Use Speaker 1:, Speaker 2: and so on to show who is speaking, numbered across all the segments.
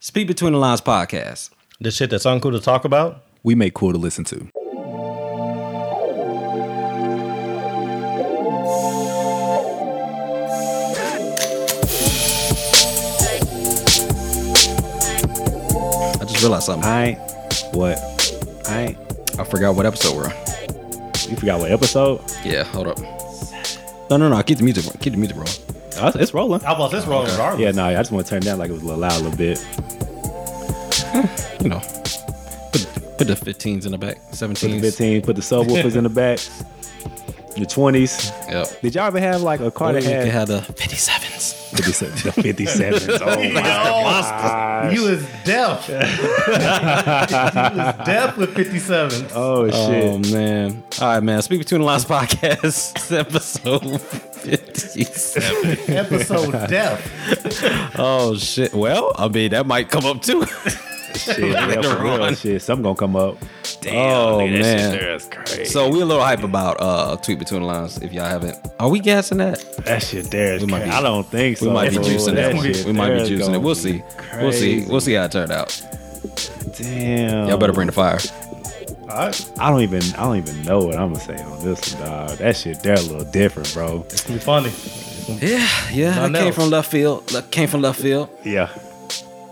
Speaker 1: Speak Between the Lines podcast.
Speaker 2: The shit that's uncool to talk about.
Speaker 3: We make cool to listen to.
Speaker 1: I just realized something.
Speaker 4: I what? I
Speaker 1: I forgot what episode we're on.
Speaker 4: you forgot what episode?
Speaker 1: Yeah, hold up. No, no, no. Keep the music. Keep the music rolling.
Speaker 4: Oh, it's- it's rolling.
Speaker 2: How about this rolling regardless?
Speaker 4: Yeah, no, I just want to turn it down like it was a little loud, a little bit.
Speaker 1: You know, put, put the 15s in the back. 17s.
Speaker 4: Put the 15, put the subwoofers in the back. Your 20s.
Speaker 1: Yep.
Speaker 4: Did y'all ever have like a car
Speaker 1: Or you
Speaker 4: that
Speaker 1: can have
Speaker 4: had
Speaker 1: the 57s.
Speaker 4: 57, the 57s? Oh my gosh.
Speaker 2: You was deaf. you was deaf with 57.
Speaker 4: Oh shit.
Speaker 1: Oh man. All right, man. Speak Between the Lines podcast episode 57.
Speaker 2: Episode deaf.
Speaker 1: Oh shit. Well, I mean that might come up too.
Speaker 4: shit, yeah, for
Speaker 1: Later on.
Speaker 4: real, shit. Something gonna come up.
Speaker 1: oh man.
Speaker 4: That's crazy.
Speaker 1: So we a little hype about uh tweet between the lines. If y'all haven't, are we gassing that?
Speaker 4: That shit there is
Speaker 1: might
Speaker 4: crazy.
Speaker 1: be-
Speaker 4: I don't think so.
Speaker 1: We might be
Speaker 4: bro.
Speaker 1: juicing that one.
Speaker 4: shit
Speaker 1: We might be
Speaker 4: there is
Speaker 1: juicing
Speaker 4: gonna
Speaker 1: it. We'll
Speaker 4: be
Speaker 1: see. We'll see.
Speaker 4: crazy.
Speaker 1: We'll see how it turned out.
Speaker 4: Damn.
Speaker 1: Y'all better bring the fire.
Speaker 2: All right.
Speaker 4: I don't even I don't even know what I'm gonna say on this one, dog. That shit there a little different, bro.
Speaker 2: It's gonna be funny.
Speaker 1: Yeah, yeah. I
Speaker 2: Nothing
Speaker 1: came
Speaker 2: else.
Speaker 1: from left field. Look, Came from left field.
Speaker 4: Yeah.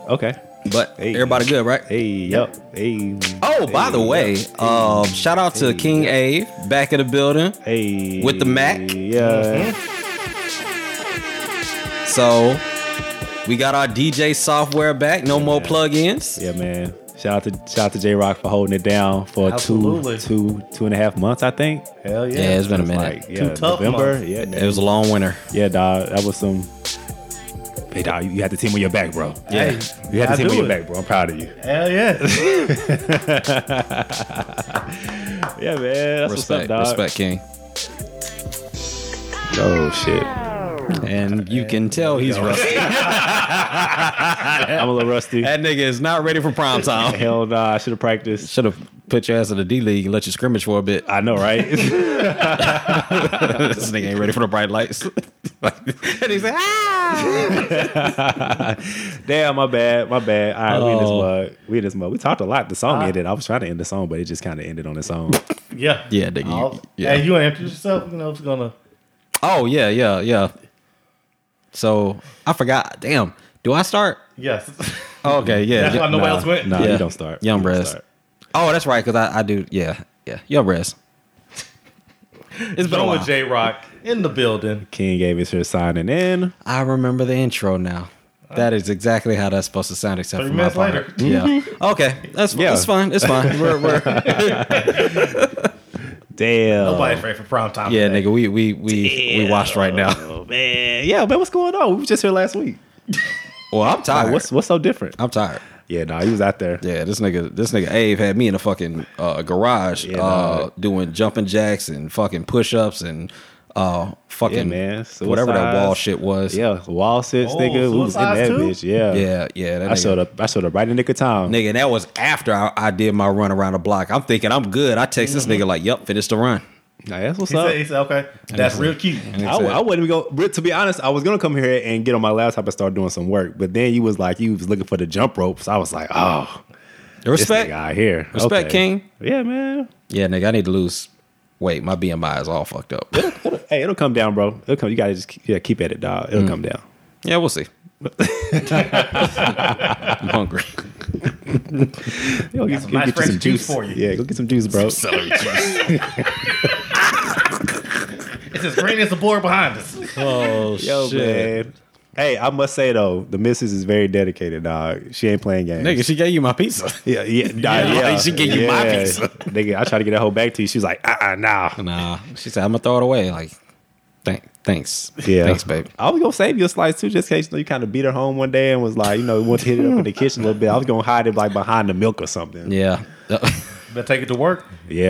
Speaker 4: Okay.
Speaker 1: But
Speaker 4: Hey.
Speaker 1: everybody good, right?
Speaker 4: Hey, yep. Hey.
Speaker 1: Oh, by the
Speaker 4: Hey,
Speaker 1: way,
Speaker 4: yep.
Speaker 1: um, shout out to King A back in the building.
Speaker 4: Hey.
Speaker 1: with the Mac?
Speaker 2: Mm-hmm.
Speaker 4: Yeah.
Speaker 1: So we got our DJ software back. No more plugins.
Speaker 4: Yeah, man. Shout out to shout out to J Rock for holding it down for
Speaker 2: Absolutely.
Speaker 4: two two two and a half months, I think.
Speaker 2: Hell yeah.
Speaker 1: Yeah, it's been a
Speaker 4: It's
Speaker 1: minute.
Speaker 4: Like, yeah,
Speaker 2: tough
Speaker 4: November.
Speaker 2: months.
Speaker 4: Yeah,
Speaker 1: It was a long winter.
Speaker 4: yeah, dog. That was some. Hey, dog, you- you had the team on your back, bro.
Speaker 2: Hey,
Speaker 4: You had the
Speaker 2: I
Speaker 4: team on
Speaker 2: do
Speaker 4: your
Speaker 2: it.
Speaker 4: back, bro. I'm proud of you.
Speaker 2: Hell yeah.
Speaker 4: Yeah, man. That's
Speaker 1: Respect,
Speaker 4: what's up, dog.
Speaker 1: respect, King.
Speaker 4: Oh shit.
Speaker 1: And you can tell he's rusty.
Speaker 4: I'm a little rusty.
Speaker 1: That nigga is not ready for prime time.
Speaker 4: Hell nah, I should have practiced.
Speaker 1: Should have put your ass in the D League and let you scrimmage for a bit.
Speaker 4: I know, right?
Speaker 1: this nigga ain't ready for the bright lights. and he's like, ah!
Speaker 4: Damn, my bad, my bad. All right, we in this
Speaker 1: Oh.
Speaker 4: mug. We in this mug. We talked a lot. The song ended. I was trying to end the song, but it just kind of ended on its own.
Speaker 2: Yeah.
Speaker 1: Yeah, nigga, you-
Speaker 2: All-
Speaker 1: yeah.
Speaker 2: Oh, Hey, you want to introduce yourself? You know, it's gonna.
Speaker 1: Oh, yeah, yeah, yeah. So I forgot. Damn. Do I start? Oh,
Speaker 2: Yes.
Speaker 1: Okay, yeah.
Speaker 2: That's why nobody
Speaker 4: nah,
Speaker 2: else went.
Speaker 4: nah.
Speaker 1: yeah.
Speaker 4: you don't start.
Speaker 1: Young
Speaker 4: You don't
Speaker 1: Brez.
Speaker 4: start.
Speaker 1: Oh, that's right, because I, I do. Yeah, yeah. Young Brez. It's been a
Speaker 2: Joe
Speaker 1: while.
Speaker 2: and J Rock in the building.
Speaker 4: King Davis here signing in.
Speaker 1: I remember the intro now. That is exactly how that's supposed to sound, except
Speaker 2: Three
Speaker 1: for my
Speaker 2: minutes
Speaker 1: part.
Speaker 2: later.
Speaker 1: Yeah. Okay. That's,
Speaker 4: Yeah.
Speaker 1: that's fine. It's fine. We're, we're,
Speaker 4: Damn.
Speaker 2: Nobody's ready for prime time.
Speaker 1: yeah,
Speaker 2: today.
Speaker 1: nigga. We we we we watched right now.
Speaker 4: Oh, man. Yeah, man, what's going on? We was just here last week.
Speaker 1: Well, I'm tired.
Speaker 4: What's what's so different?
Speaker 1: I'm tired.
Speaker 4: Yeah, nah, he was out there.
Speaker 1: Yeah, this nigga, this nigga Abe had me in a fucking uh, garage
Speaker 4: Yeah,
Speaker 1: uh,
Speaker 4: dog.
Speaker 1: doing jumping jacks and fucking push ups and uh, fucking
Speaker 4: Yeah, man.
Speaker 1: whatever that
Speaker 4: Suicides.
Speaker 1: wall shit was.
Speaker 4: Yeah, wall sits,
Speaker 2: Oh,
Speaker 4: nigga. We was in
Speaker 2: suicides
Speaker 4: that
Speaker 2: too?
Speaker 4: bitch. Yeah.
Speaker 1: yeah, yeah. That
Speaker 4: I
Speaker 1: nigga-
Speaker 4: showed up. I showed up right in the nick of time.
Speaker 1: Nigga, that was after I, I did my run around the block. I'm thinking I'm good. I text this
Speaker 4: Mm-hmm.
Speaker 1: nigga like, "Yup, finished the run."
Speaker 4: Nah, that's what's
Speaker 2: He
Speaker 4: up.
Speaker 2: said, he said, okay, that's real cute.
Speaker 4: I,
Speaker 1: Exactly.
Speaker 4: I wouldn't even go. but To be honest, I was gonna come here and get on my laptop and start doing some work, but then you was like, you was looking for the jump ropes. I was like, oh, this
Speaker 1: Respect,
Speaker 4: nigga out here.
Speaker 1: respect,
Speaker 4: Okay.
Speaker 1: King.
Speaker 4: Yeah, man.
Speaker 1: Yeah, nigga, I need to lose weight. My BMI is all fucked up.
Speaker 4: Hey, it'll come down, bro. It'll come. You gotta just keep, yeah, keep at it, dog.
Speaker 1: Mm.
Speaker 4: It'll come down.
Speaker 1: yeah, we'll see. I'm hungry.
Speaker 4: You know,
Speaker 2: some nice fresh juice for you.
Speaker 4: Yeah, go get some juice, bro.
Speaker 2: It's as green as the board behind us.
Speaker 1: Oh
Speaker 4: Yo, man. Hey, I must say though, the missus is very dedicated, dog. She ain't playing games.
Speaker 1: Nigga, she gave you my pizza.
Speaker 4: Yeah, yeah, nah,
Speaker 1: Yeah,
Speaker 4: yeah.
Speaker 1: she give you my
Speaker 4: yeah.
Speaker 1: pizza.
Speaker 4: Nigga, I tried to get that whole back to you. She was like, uh uh nah.
Speaker 1: Nah, she said I'm gonna throw it away. Like, thank, thanks,
Speaker 4: Yeah.
Speaker 1: thanks, babe.
Speaker 4: I was gonna save you a slice too, just in case you, know, you kind of beat her home one day and was like, you know, you want to hit it up in the kitchen a little bit. I was gonna hide it like behind the milk or something. Yeah,
Speaker 1: Yeah.
Speaker 4: Oh.
Speaker 2: Better take it to work.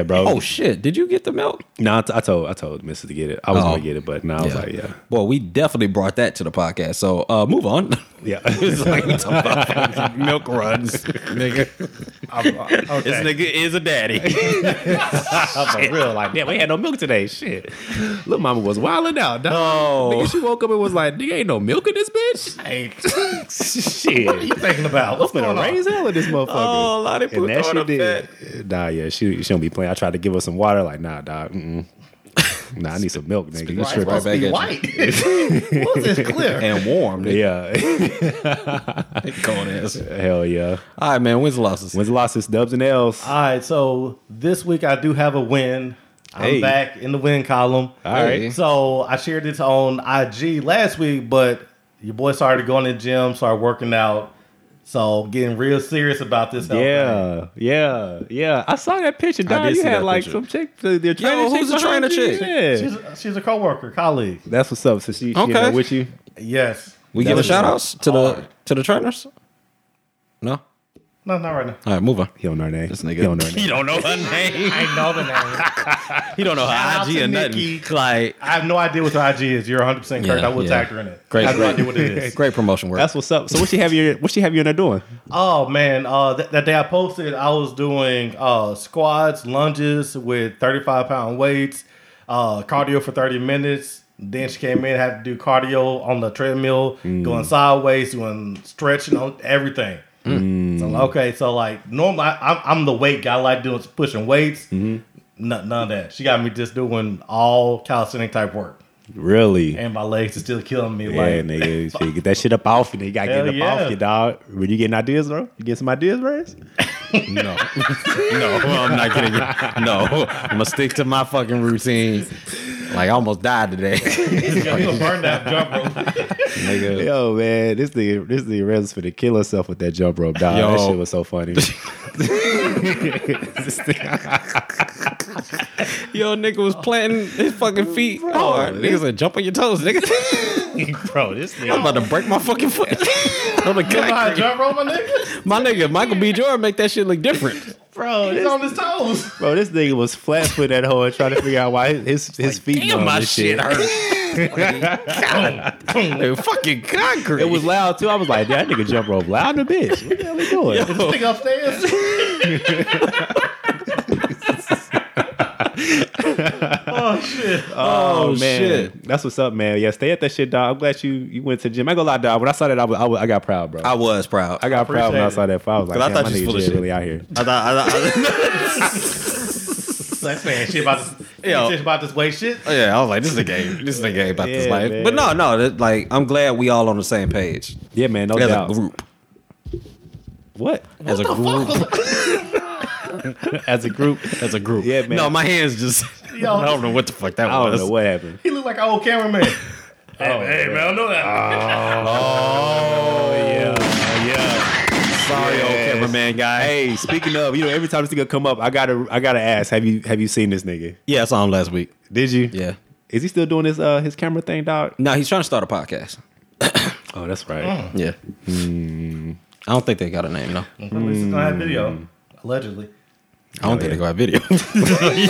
Speaker 4: bro.
Speaker 1: oh shit! Did you get the milk?
Speaker 4: no, I, t- I told I told Mrs. to get it. I was
Speaker 1: Oh.
Speaker 4: gonna get it, but now I was like, yeah,
Speaker 1: Boy, we definitely brought that to the podcast. So uh move on.
Speaker 4: yeah.
Speaker 1: It's like we talking about fucking milk runs, nigga.
Speaker 2: I'm- I-
Speaker 1: This
Speaker 2: okay.
Speaker 1: nigga is a daddy.
Speaker 4: I'm for real. Like, damn, we had no milk today. Shit. Little mama was wilding out. Dog.
Speaker 1: Oh.
Speaker 4: Nigga, she woke up and was like, nigga, ain't no milk in this bitch.
Speaker 2: Hey,
Speaker 4: Shit.
Speaker 2: you thinking about what's
Speaker 4: Gonna
Speaker 2: going on?
Speaker 4: raise hell in this motherfucker.
Speaker 1: Oh, a lot of people
Speaker 4: and that she
Speaker 1: throwing up
Speaker 4: did. Nah, yeah, she, she don't be playing. I tried to give her some water. Like, nah, dog. Mm-mm. Nah, I need some milk, nigga. You
Speaker 1: Right.
Speaker 4: tripping.
Speaker 2: Supposed to be
Speaker 1: Right
Speaker 2: white. What's this clear?
Speaker 1: And warm. They
Speaker 4: Yeah.
Speaker 1: going ass.
Speaker 4: Hell yeah.
Speaker 1: All right, man. Wins and losses.
Speaker 4: When's losses, dubs, and L's?
Speaker 2: All right, so this week I do have a win. I'm
Speaker 1: Hey.
Speaker 2: back in the win column.
Speaker 4: All right.
Speaker 2: So I shared this on IG last week, but your boy started going to the gym, started working out. So getting real serious about this. health thing.
Speaker 4: Yeah, yeah, yeah. I saw that picture. Dog,
Speaker 1: did
Speaker 4: you
Speaker 1: see
Speaker 4: had
Speaker 1: that
Speaker 4: like
Speaker 1: picture.
Speaker 4: some chick. uh, The, the trainer
Speaker 1: who's the
Speaker 4: chick
Speaker 1: trainer
Speaker 4: behind you?
Speaker 1: chick?
Speaker 4: Yeah.
Speaker 2: She's a, she's a coworker, colleague.
Speaker 4: That's what's up. So she, she in
Speaker 1: Okay.
Speaker 4: there with you.
Speaker 2: Yes.
Speaker 1: We
Speaker 2: That
Speaker 1: giving
Speaker 2: was-
Speaker 1: shout outs to the to the trainers? No? All
Speaker 2: No, not right now.
Speaker 1: right, move on.
Speaker 4: He don't know her name. This
Speaker 1: nigga.
Speaker 4: He don't know her name.
Speaker 1: don't know her name.
Speaker 2: I know the name.
Speaker 1: He don't know
Speaker 2: Shout
Speaker 1: her
Speaker 2: out
Speaker 1: IG
Speaker 2: to
Speaker 1: or
Speaker 2: Nikki.
Speaker 1: nothing. Like,
Speaker 2: I have no idea what the IG is. You're 100 percent correct.
Speaker 1: Yeah,
Speaker 2: I will
Speaker 1: yeah.
Speaker 2: tag her in it.
Speaker 1: Great,
Speaker 2: I have no
Speaker 1: great.
Speaker 2: idea what it is.
Speaker 1: great promotion work.
Speaker 4: That's what's up. So what she have you? What she have you in there doing?
Speaker 2: Oh man, uh, th- that day I posted, I was doing uh, squats, lunges with 35 pound weights, uh, cardio for 30 minutes. Then she came in, had to do cardio on the treadmill, going sideways, doing stretching on everything. So I'm like, okay, so like normally I, I'm, I'm the weight guy, I like doing pushing weights. None, none of that. She got me just doing all calisthenic type work,
Speaker 4: Really?
Speaker 2: and my legs are still killing me.
Speaker 4: Yeah,
Speaker 2: like
Speaker 4: nigga. Shit, get that shit up off you. nigga. You gotta get
Speaker 2: Hell
Speaker 4: it up
Speaker 2: yeah.
Speaker 4: off you, dog. When you getting ideas, bro? You get some ideas, bro?
Speaker 1: No, no, I'm not kidding. you. No, I'm gonna stick to my fucking routine. Like I almost died today,
Speaker 2: you gonna burn that jump rope.
Speaker 1: nigga.
Speaker 4: Yo, man, this nigga, this nigga Rez for to kill himself with that jump rope, dog. That
Speaker 1: Yo.
Speaker 4: shit was so funny.
Speaker 1: Yo, nigga was planting his fucking feet hard. Nigga said, "Jump on your toes, nigga."
Speaker 4: bro, this
Speaker 1: I'm about to break my fucking foot. I'm a
Speaker 2: You know how to
Speaker 1: cat.
Speaker 2: jump rope, my nigga?
Speaker 1: My nigga, Michael B. Jordan make that shit look different.
Speaker 4: bro,
Speaker 2: He's
Speaker 4: this,
Speaker 2: on his toes.
Speaker 4: bro, this nigga was flat foot that hole and trying to figure out why his his, his feet. numb and
Speaker 1: hurt. Dude, fucking concrete.
Speaker 4: It was loud too. I was like, yeah, that nigga jump rope loud in the bitch. What the hell he doing?
Speaker 2: This nigga upstairs. oh shit!
Speaker 1: oh,
Speaker 4: man,
Speaker 1: shit.
Speaker 4: that's what's up, man. Yeah, stay at that shit, dog. I'm glad you you went to the gym. I go lie, dog. When I saw that, I, was, I, was, I got proud, bro. I,
Speaker 1: I was proud. I,
Speaker 4: got proud when I
Speaker 2: appreciate
Speaker 4: saw that. I was like,
Speaker 1: 'Cause I
Speaker 4: damn,
Speaker 1: thought
Speaker 4: my
Speaker 1: you was full
Speaker 4: nigga
Speaker 1: of
Speaker 4: Jay
Speaker 1: shit.
Speaker 4: really out here.
Speaker 1: thought. I thought
Speaker 2: That's man, shit about this.
Speaker 1: Yo.
Speaker 2: Shit about this weight shit.
Speaker 1: yeah, I was like, this is a game. This is a game about this
Speaker 4: Yeah,
Speaker 1: life.
Speaker 4: man.
Speaker 1: But no, no. That, like, I'm glad we all on the same page
Speaker 4: Yeah, man, no
Speaker 1: as
Speaker 4: doubt.
Speaker 1: a group.
Speaker 4: What?
Speaker 1: as a group.
Speaker 4: As a group?
Speaker 1: As a group.
Speaker 4: Yeah, man.
Speaker 1: No, my hands just.
Speaker 2: Yo.
Speaker 1: I don't know what the fuck that
Speaker 4: I don't
Speaker 1: was. Oh,
Speaker 4: know what happened.
Speaker 2: He looked like an old cameraman. hey, man, I know that.
Speaker 4: Oh yeah, oh, yeah.
Speaker 1: Sorry,
Speaker 4: Yes.
Speaker 1: old cameraman guy.
Speaker 4: Hey, speaking of, you know, every time this nigga come up, I gotta, I gotta ask, have you, have you seen this nigga?
Speaker 1: Yeah, I saw him last week.
Speaker 4: Did you?
Speaker 1: Yeah.
Speaker 4: Is he still doing his, uh, his camera thing, dog?
Speaker 1: No, he's trying to start a podcast.
Speaker 4: Oh, that's right.
Speaker 2: Mm,
Speaker 1: Yeah. Hmm. I don't think they got a name, no. I
Speaker 2: At least it's not that
Speaker 1: Hmm.
Speaker 2: video, allegedly.
Speaker 1: don't think they got a video.
Speaker 4: Fucking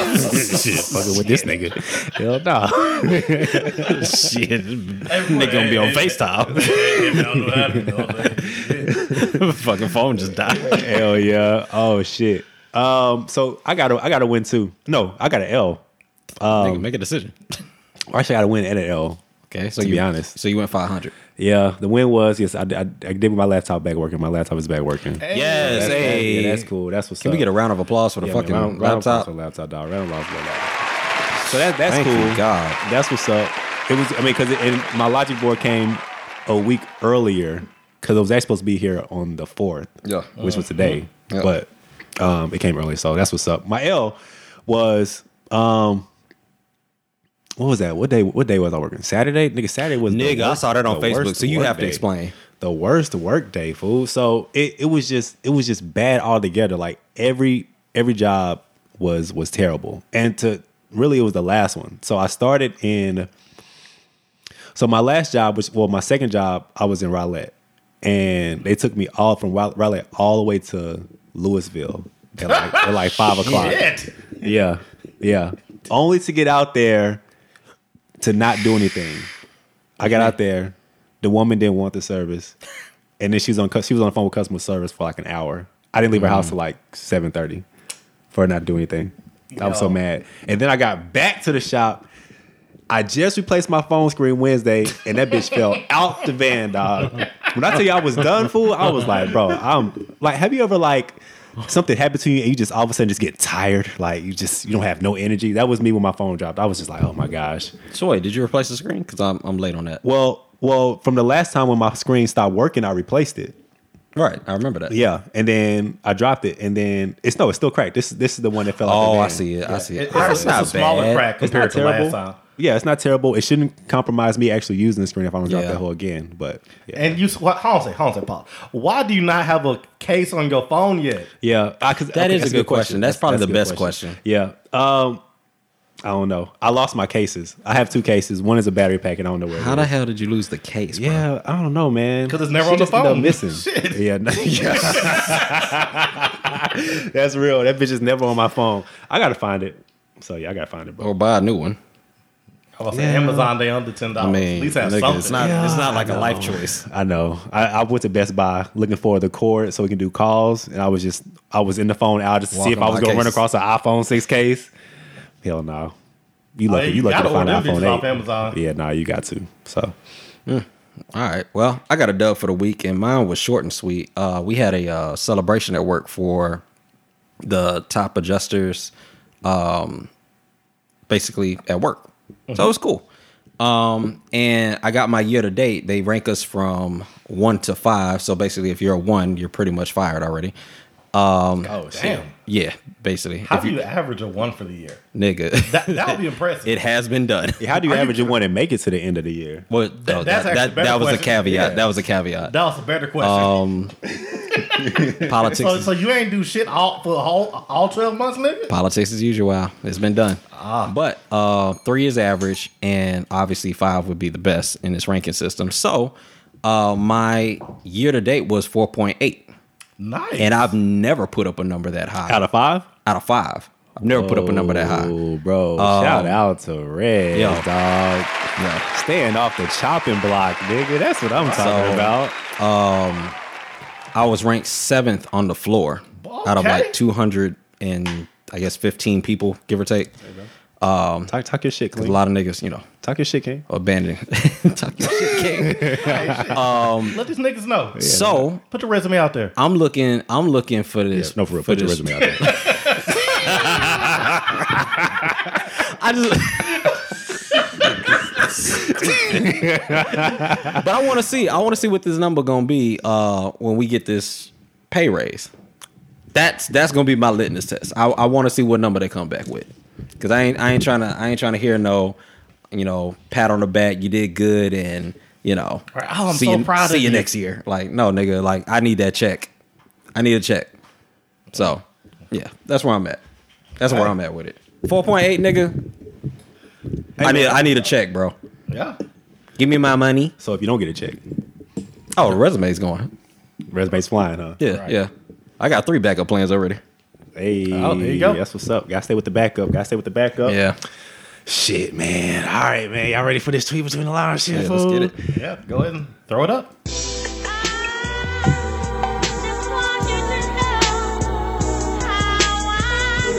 Speaker 4: with this nigga. Hell no.
Speaker 1: Shit. Nigga gonna be on FaceTime.
Speaker 2: Hey, man, I know that.
Speaker 1: Fucking phone just died.
Speaker 4: Hell yeah. Oh shit. Um. So I gotta, I gotta win too. No, I got an L. Um,
Speaker 1: Nigga, make a decision.
Speaker 4: Or actually, I gotta win and an L.
Speaker 1: Okay, so
Speaker 4: To
Speaker 1: you
Speaker 4: be honest.
Speaker 1: So you went 500.
Speaker 4: Yeah. The win was yes. I, I, I did with my laptop back working. My laptop is back working.
Speaker 1: Yes,
Speaker 4: That's-
Speaker 1: hey.
Speaker 4: yeah, that's cool. That's what's
Speaker 1: Can
Speaker 4: up.
Speaker 1: we get a round of applause for the
Speaker 4: Yeah, man,
Speaker 1: fucking
Speaker 4: round- round of applause
Speaker 1: laptop?
Speaker 4: for laptop, dog. Round of applause for the laptop. So that, that's
Speaker 1: Thank
Speaker 4: cool.
Speaker 1: you, God.
Speaker 4: That's what's up. It was, I mean, because my logic board came a week earlier because it was actually supposed to be here on the 4th,
Speaker 1: Yeah. Mm-hmm.
Speaker 4: which was today,
Speaker 1: Yeah.
Speaker 4: but um, it came early. So that's what's up. My L was, um, what was that? What day? What day was I working? Saturday, nigga. Saturday was the
Speaker 1: Nigga, I
Speaker 4: worst-
Speaker 1: saw that on
Speaker 4: the
Speaker 1: Facebook.
Speaker 4: worst
Speaker 1: So you
Speaker 4: work
Speaker 1: have to
Speaker 4: day
Speaker 1: explain.
Speaker 4: the worst work day, fool. So it, it was just it was just bad altogether. Like every every job was was terrible. And to really it was the last one. So I started in so my last job was well, my second job, I was in Rowlett. And they took me all from Row- Rowlett all the way to Louisville at like, at like five o'clock.
Speaker 2: Shit.
Speaker 4: Yeah. Yeah. Only to get out there to not do anything. I got out there. The woman didn't want the service. And then she was on cu- she was on the phone with customer service for like an hour. I didn't leave her house till like seven thirty for her not to do anything. I was so
Speaker 2: Yo.
Speaker 4: mad. And then I got back to the shop. I just replaced my phone screen Wednesday, and that bitch fell out the van, dog. When I tell you I was done, fool, I was like, bro, I'm like, have you ever like something happened to you and you just all of a sudden just get tired, like you just you don't have no energy? That was me when my phone dropped. I was just like, oh my gosh.
Speaker 1: So wait, did you replace the screen? Because I'm I'm late on that.
Speaker 4: Well, well, from the last time when my screen stopped working, I replaced it.
Speaker 1: Right, I remember that.
Speaker 4: Yeah, and then I dropped it, and then it's no, it's still cracked. This this is the one that fell. out
Speaker 1: Oh,
Speaker 4: the
Speaker 1: I
Speaker 4: van.
Speaker 1: see it. I see
Speaker 2: It-
Speaker 1: it.
Speaker 2: it's, a, it's a smaller crack
Speaker 4: It's not
Speaker 2: compared to
Speaker 4: terrible.
Speaker 2: last time.
Speaker 4: Yeah, it's not terrible. It shouldn't compromise me actually using the screen if I don't drop
Speaker 1: Yeah.
Speaker 4: that hole again. But yeah,
Speaker 2: And you, what, hold on, a sec, hold on, a sec, Paul. Why do you not have a case on your phone yet?
Speaker 4: yeah I, cause,
Speaker 1: That
Speaker 4: okay,
Speaker 1: is
Speaker 4: that's
Speaker 1: a good question. That's probably
Speaker 4: a
Speaker 1: the
Speaker 4: good
Speaker 1: best question.
Speaker 4: Yeah. Um, I don't know. I lost my cases. I have two cases. One is a battery pack, and I don't know where.
Speaker 1: How
Speaker 4: it
Speaker 1: the
Speaker 4: is.
Speaker 1: hell did you lose the case? bro?
Speaker 4: Yeah, I don't know, man.
Speaker 2: 'Cause it's never
Speaker 4: She
Speaker 2: on the
Speaker 4: just end up
Speaker 2: phone.
Speaker 4: Missing.
Speaker 2: Shit.
Speaker 4: Yeah, no- yeah. That's real. That bitch is never on my phone. I gotta find it. So yeah, I gotta find it, bro.
Speaker 1: Or buy a new one.
Speaker 2: I was
Speaker 4: Yeah.
Speaker 2: saying Amazon, they under ten dollars.
Speaker 1: I mean,
Speaker 2: At least have
Speaker 1: nigga,
Speaker 2: something.
Speaker 1: it's not it's not like a life choice.
Speaker 4: I know. I, I went to Best Buy looking for the cord so we can do calls, and I was just I was in the phone out just to see
Speaker 1: Walking
Speaker 4: if I was
Speaker 1: by
Speaker 4: gonna run
Speaker 1: case.
Speaker 4: across an iPhone six case. Hell no. You lucky.
Speaker 2: Hey,
Speaker 4: you
Speaker 2: you
Speaker 4: lucky to
Speaker 2: gotta
Speaker 4: find an
Speaker 2: order them bitches
Speaker 4: iPhone
Speaker 2: off
Speaker 4: eight.
Speaker 2: Amazon.
Speaker 4: Yeah, no, you got to. So
Speaker 1: All right. Well, I got a dub for the week, and mine was short and sweet. Uh, we had a uh, celebration at work for the top adjusters, um, basically at work. So it was cool. Um, and I got my year to date. They rank us from one to five. So basically, if you're a one, you're pretty much fired already.
Speaker 2: Oh damn!
Speaker 1: Yeah, basically.
Speaker 2: How
Speaker 1: if
Speaker 2: do you average a one for the year?
Speaker 1: nigga,
Speaker 2: That that would be impressive.
Speaker 1: it has been done.
Speaker 4: how do you average your one and make it to the end of the year?
Speaker 1: Well, no,
Speaker 2: that's
Speaker 1: that,
Speaker 2: actually a
Speaker 1: that,
Speaker 2: better
Speaker 1: that was a
Speaker 2: question.
Speaker 1: caveat.
Speaker 2: Yeah.
Speaker 1: That was a caveat.
Speaker 2: that was a better question.
Speaker 1: Politics.
Speaker 2: so,
Speaker 1: is-
Speaker 2: so you ain't do shit all for whole all twelve months, nigga.
Speaker 1: Politics as usual. Wow, it's been done.
Speaker 4: Ah.
Speaker 1: But uh, three is average, and obviously five would be the best in this ranking system. So uh, my year to date was four point eight,
Speaker 2: Nice.
Speaker 1: and I've never put up a number that high
Speaker 4: Out of five?
Speaker 1: out of five. I've never put up a number that high.
Speaker 4: Oh, bro. shout out to Red,
Speaker 1: Yo.
Speaker 4: dog.
Speaker 1: Yeah.
Speaker 4: Staying off the chopping block, nigga. That's what I'm
Speaker 1: So-
Speaker 4: talking about.
Speaker 1: I was ranked seventh on the floor out of
Speaker 2: Okay.
Speaker 1: like two hundred and I guess fifteen people, give or take.
Speaker 4: Talk, talk your shit,
Speaker 1: A
Speaker 4: King.
Speaker 1: lot of niggas, you know,
Speaker 4: Talk your shit, King.
Speaker 1: abandoned. Talk your shit, King.
Speaker 2: Let these niggas know.
Speaker 1: So
Speaker 2: Put the resume out there.
Speaker 1: I'm looking. I'm looking for this.
Speaker 4: No, for real. Put your
Speaker 1: this-
Speaker 4: resume out there.
Speaker 1: I just. but I want to see. I want to see what this number gonna be uh, when we get this pay raise. That's that's gonna be my litmus test. I, I want to see what number they come back with, because I ain't I ain't trying to I ain't trying to hear no, you know, pat on the back. You did good, and you know,
Speaker 2: Right. Oh, I'm
Speaker 1: see
Speaker 2: so
Speaker 1: you,
Speaker 2: proud of
Speaker 1: see you
Speaker 2: you.
Speaker 1: next year. Like no, nigga, like I need that check. I need a check. So yeah, that's where I'm at. That's where I'm at with it. Four point eight, nigga. I need I need a check, bro.
Speaker 2: Yeah.
Speaker 1: Give me my money.
Speaker 4: so if you don't get a check,
Speaker 1: Oh, the resume's going.
Speaker 4: resume's flying, huh?
Speaker 1: Yeah,
Speaker 2: Right.
Speaker 1: yeah. I got three backup plans already.
Speaker 4: Hey,
Speaker 2: Oh, there you go.
Speaker 4: That's what's up. Gotta stay with the backup. Gotta stay with the
Speaker 2: Oh.
Speaker 4: backup.
Speaker 1: Yeah.
Speaker 4: Shit, man. All right, man. Y'all ready for this tweet between the lines? Shit,
Speaker 1: Yeah, let's get
Speaker 4: fool?
Speaker 1: it.
Speaker 2: Yeah. Go ahead and throw it up.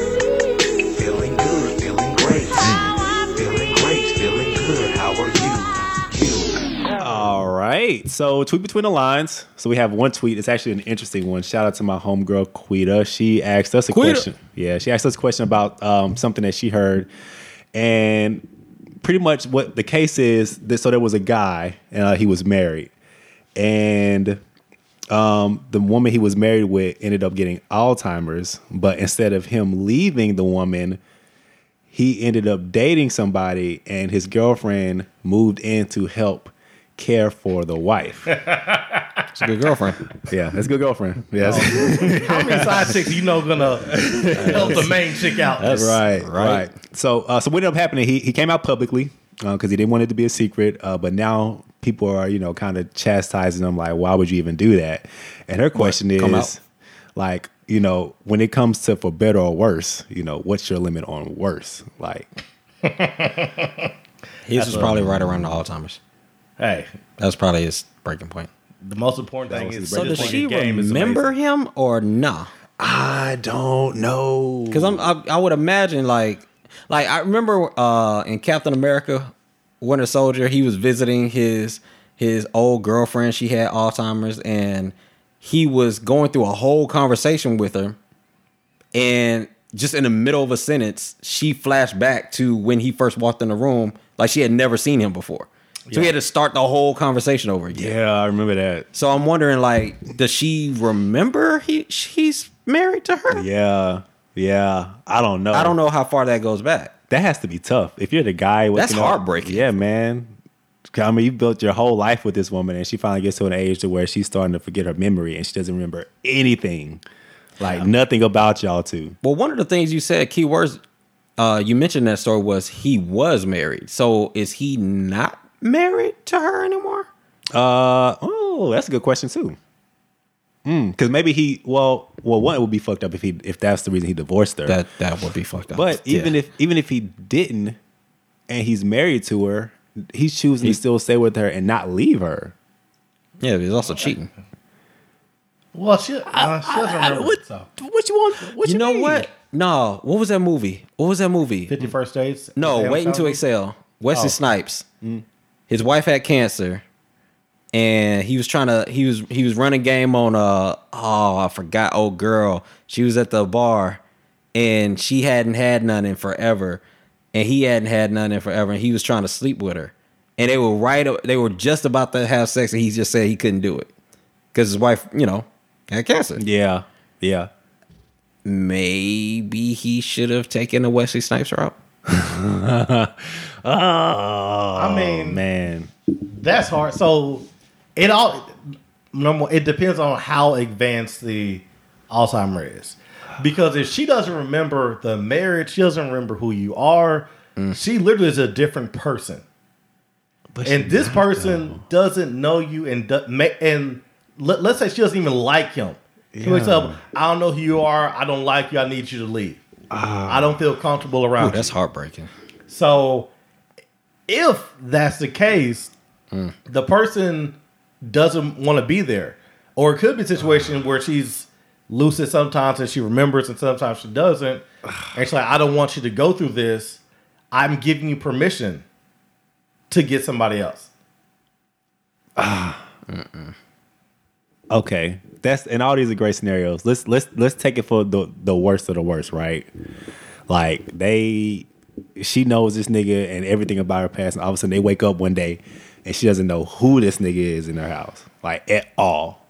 Speaker 3: Feeling good, feeling great. Feeling great, feeling good. How are you? You.
Speaker 4: All right. So tweet between the lines. So we have one tweet. It's actually an interesting one. Shout out to my homegirl Quita. She asked us a
Speaker 1: Quita.
Speaker 4: question. Yeah, she asked us a question about um, something that she heard, and pretty much what the case is. That, so there was a guy, and uh, he was married, and um, the woman he was married with ended up getting Alzheimer's. But instead of him leaving the woman, he ended up dating somebody and his girlfriend moved in to help care for the wife.
Speaker 1: It's a good girlfriend.
Speaker 4: yeah, that's a good girlfriend. Yes.
Speaker 2: How many side chicks you know gonna help the main chick out?
Speaker 4: right,
Speaker 1: right.
Speaker 4: right. So, uh, so what ended up happening? He he came out publicly because he didn't want it to be a secret. Uh, but now people are you know kind of chastising him like, why would you even do that? And her question is,
Speaker 1: Come out?
Speaker 4: like, you know, when it comes to for better or worse, you know, what's your limit on worse? Like,
Speaker 1: His was probably right around the Alzheimer's.
Speaker 2: Hey,
Speaker 1: That was probably his breaking point.
Speaker 2: The most important
Speaker 4: That
Speaker 2: thing
Speaker 4: was
Speaker 2: is
Speaker 4: his
Speaker 1: So does
Speaker 2: playing
Speaker 1: she
Speaker 2: the game is
Speaker 1: remember
Speaker 2: amazing.
Speaker 1: him or nah?
Speaker 4: I don't know.
Speaker 1: Because I'm I, I would imagine like like I remember uh in Captain America Winter Soldier he was visiting his his old girlfriend she had Alzheimer's and he was going through a whole conversation with her and just in the middle of a sentence she flashed back to when he first walked in the room like she had never seen him before so he had to start the whole conversation over again
Speaker 4: yeah, I remember that.
Speaker 1: so I'm wondering like does she remember he she's married to her
Speaker 4: Yeah, yeah. I don't know.
Speaker 1: I don't know how far that goes back.
Speaker 4: That has to be tough. If you're the guy, waking
Speaker 1: That's
Speaker 4: up-
Speaker 1: heartbreaking.
Speaker 4: Yeah, man. I mean, you built your whole life with this woman, and she finally gets to an age to where she's starting to forget her memory, and she doesn't remember anything, like nothing about y'all two.
Speaker 1: Well, one of the things you said, keywords, uh, you mentioned that story was he was married. So is he not married to her anymore?
Speaker 4: Uh oh, that's a good question too. Because maybe he, well, well, one it would be fucked up if he, if that's the reason he divorced her.
Speaker 1: That that would be fucked up.
Speaker 4: But even if even if he didn't, and he's married to her, he's choosing to still stay with her and not leave her.
Speaker 1: yeah, he's also cheating.
Speaker 2: Well, she, uh, she doesn't remember.
Speaker 4: what,
Speaker 2: so.
Speaker 4: what you want? What
Speaker 1: You know
Speaker 4: mean?
Speaker 1: what? No, what was that movie? What was that movie?
Speaker 2: 51st Dates.
Speaker 1: No,
Speaker 2: Sam
Speaker 1: waiting to
Speaker 2: Cosby?
Speaker 1: excel. Wesley Snipes. His wife had cancer, and he was trying to. He was he was running game on uh oh I forgot old girl. She was at the bar, and she hadn't had none in forever, and he hadn't had none in forever, and he was trying to sleep with her, and they were right. They were just about to have sex, and he just said he couldn't do it because his wife, you know, had cancer.
Speaker 4: Yeah, yeah.
Speaker 1: Maybe he should have taken the Wesley Snipes route.
Speaker 4: Oh, I
Speaker 2: mean-
Speaker 4: Oh, man,
Speaker 2: That's hard. So it all number one, it depends on how advanced the Alzheimer is. Because if she doesn't remember the marriage, she doesn't remember who you are. She literally is a different person,
Speaker 4: Mm. But
Speaker 2: and
Speaker 4: she
Speaker 2: this
Speaker 4: not,
Speaker 2: person
Speaker 4: though.
Speaker 2: doesn't know you and do, ma- and let, let's say she doesn't even like him. She wakes
Speaker 4: Yeah.
Speaker 2: up. I don't know who you are. I don't like you. I need you to leave.
Speaker 4: Ah.
Speaker 2: I don't feel comfortable around.
Speaker 1: Ooh,
Speaker 2: you.
Speaker 1: that's heartbreaking.
Speaker 2: So if that's the case, the person doesn't want to be there. Or it could be a situation where she's lucid sometimes and she remembers and sometimes she doesn't. And she's like, I don't want you to go through this. I'm giving you permission to get somebody else.
Speaker 4: Okay, that's and all these are great scenarios. Let's let's let's take it for the the worst of the worst, right? Like they, she knows this nigga and everything about her past, and all of a sudden they wake up one day and she doesn't know who this nigga is in her house, like at all.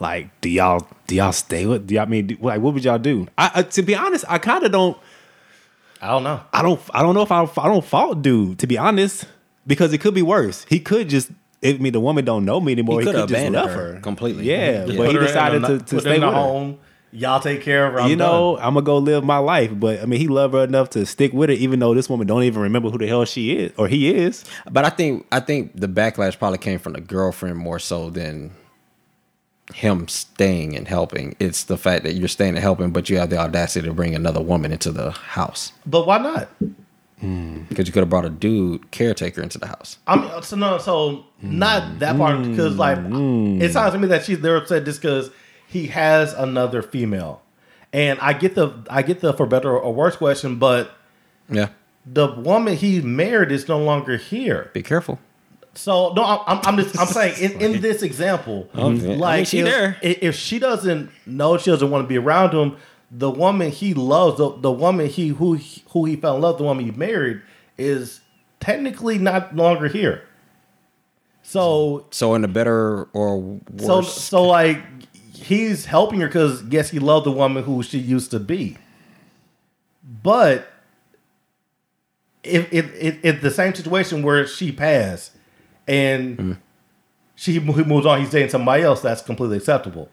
Speaker 4: Like, do y'all do y'all stay with? Do y'all I mean do, like what would y'all do? I, I to be honest, I kind of don't.
Speaker 2: I don't know.
Speaker 4: I don't I don't know if I I don't fault dude to be honest because it could be worse. He could just I mean the woman don't know me anymore.
Speaker 1: He
Speaker 4: He,
Speaker 1: could
Speaker 4: could just
Speaker 1: abandon
Speaker 4: love
Speaker 1: her
Speaker 4: her,
Speaker 1: completely.
Speaker 4: Yeah,
Speaker 1: Yeah.
Speaker 4: but
Speaker 2: Put
Speaker 4: he
Speaker 2: her in
Speaker 4: decided
Speaker 2: a-
Speaker 4: to,
Speaker 2: put
Speaker 4: to
Speaker 2: her
Speaker 4: stay
Speaker 2: in
Speaker 4: with
Speaker 2: the
Speaker 4: her.
Speaker 2: home. Y'all take care of her. I'm
Speaker 4: you know, I'm gonna go live my life. But I mean, he loved her enough to stick with her, even though this woman don't even remember who the hell she is or he is.
Speaker 1: But I think I think the backlash probably came from the girlfriend more so than him staying and helping. It's the fact that you're staying and helping, but you have the audacity to bring another woman into the house
Speaker 2: done. But why not?
Speaker 1: because you could have brought a dude caretaker into the house.
Speaker 2: I mean, so no, so not that part because like it sounds to me that she's they're upset just because he has another female, and I get the I get the for better or worse question, but
Speaker 1: Yeah,
Speaker 2: the woman he married is no longer here.
Speaker 1: be careful.
Speaker 2: So no, I'm I'm- I'm just I'm saying in, in this example,
Speaker 1: yeah.
Speaker 2: like
Speaker 1: I mean, she
Speaker 2: if,
Speaker 1: there.
Speaker 2: i- if she doesn't know she doesn't want to be around him, the woman he loves, the, the woman he who he- who he fell in love, the woman he married, is technically not longer here. So
Speaker 1: So in the better or worse,
Speaker 2: so so like he's helping her because yes, he loved the woman who she used to be. But if if if, if the same situation where she passed and she mo- he moves on, he's dating somebody else. That's completely acceptable.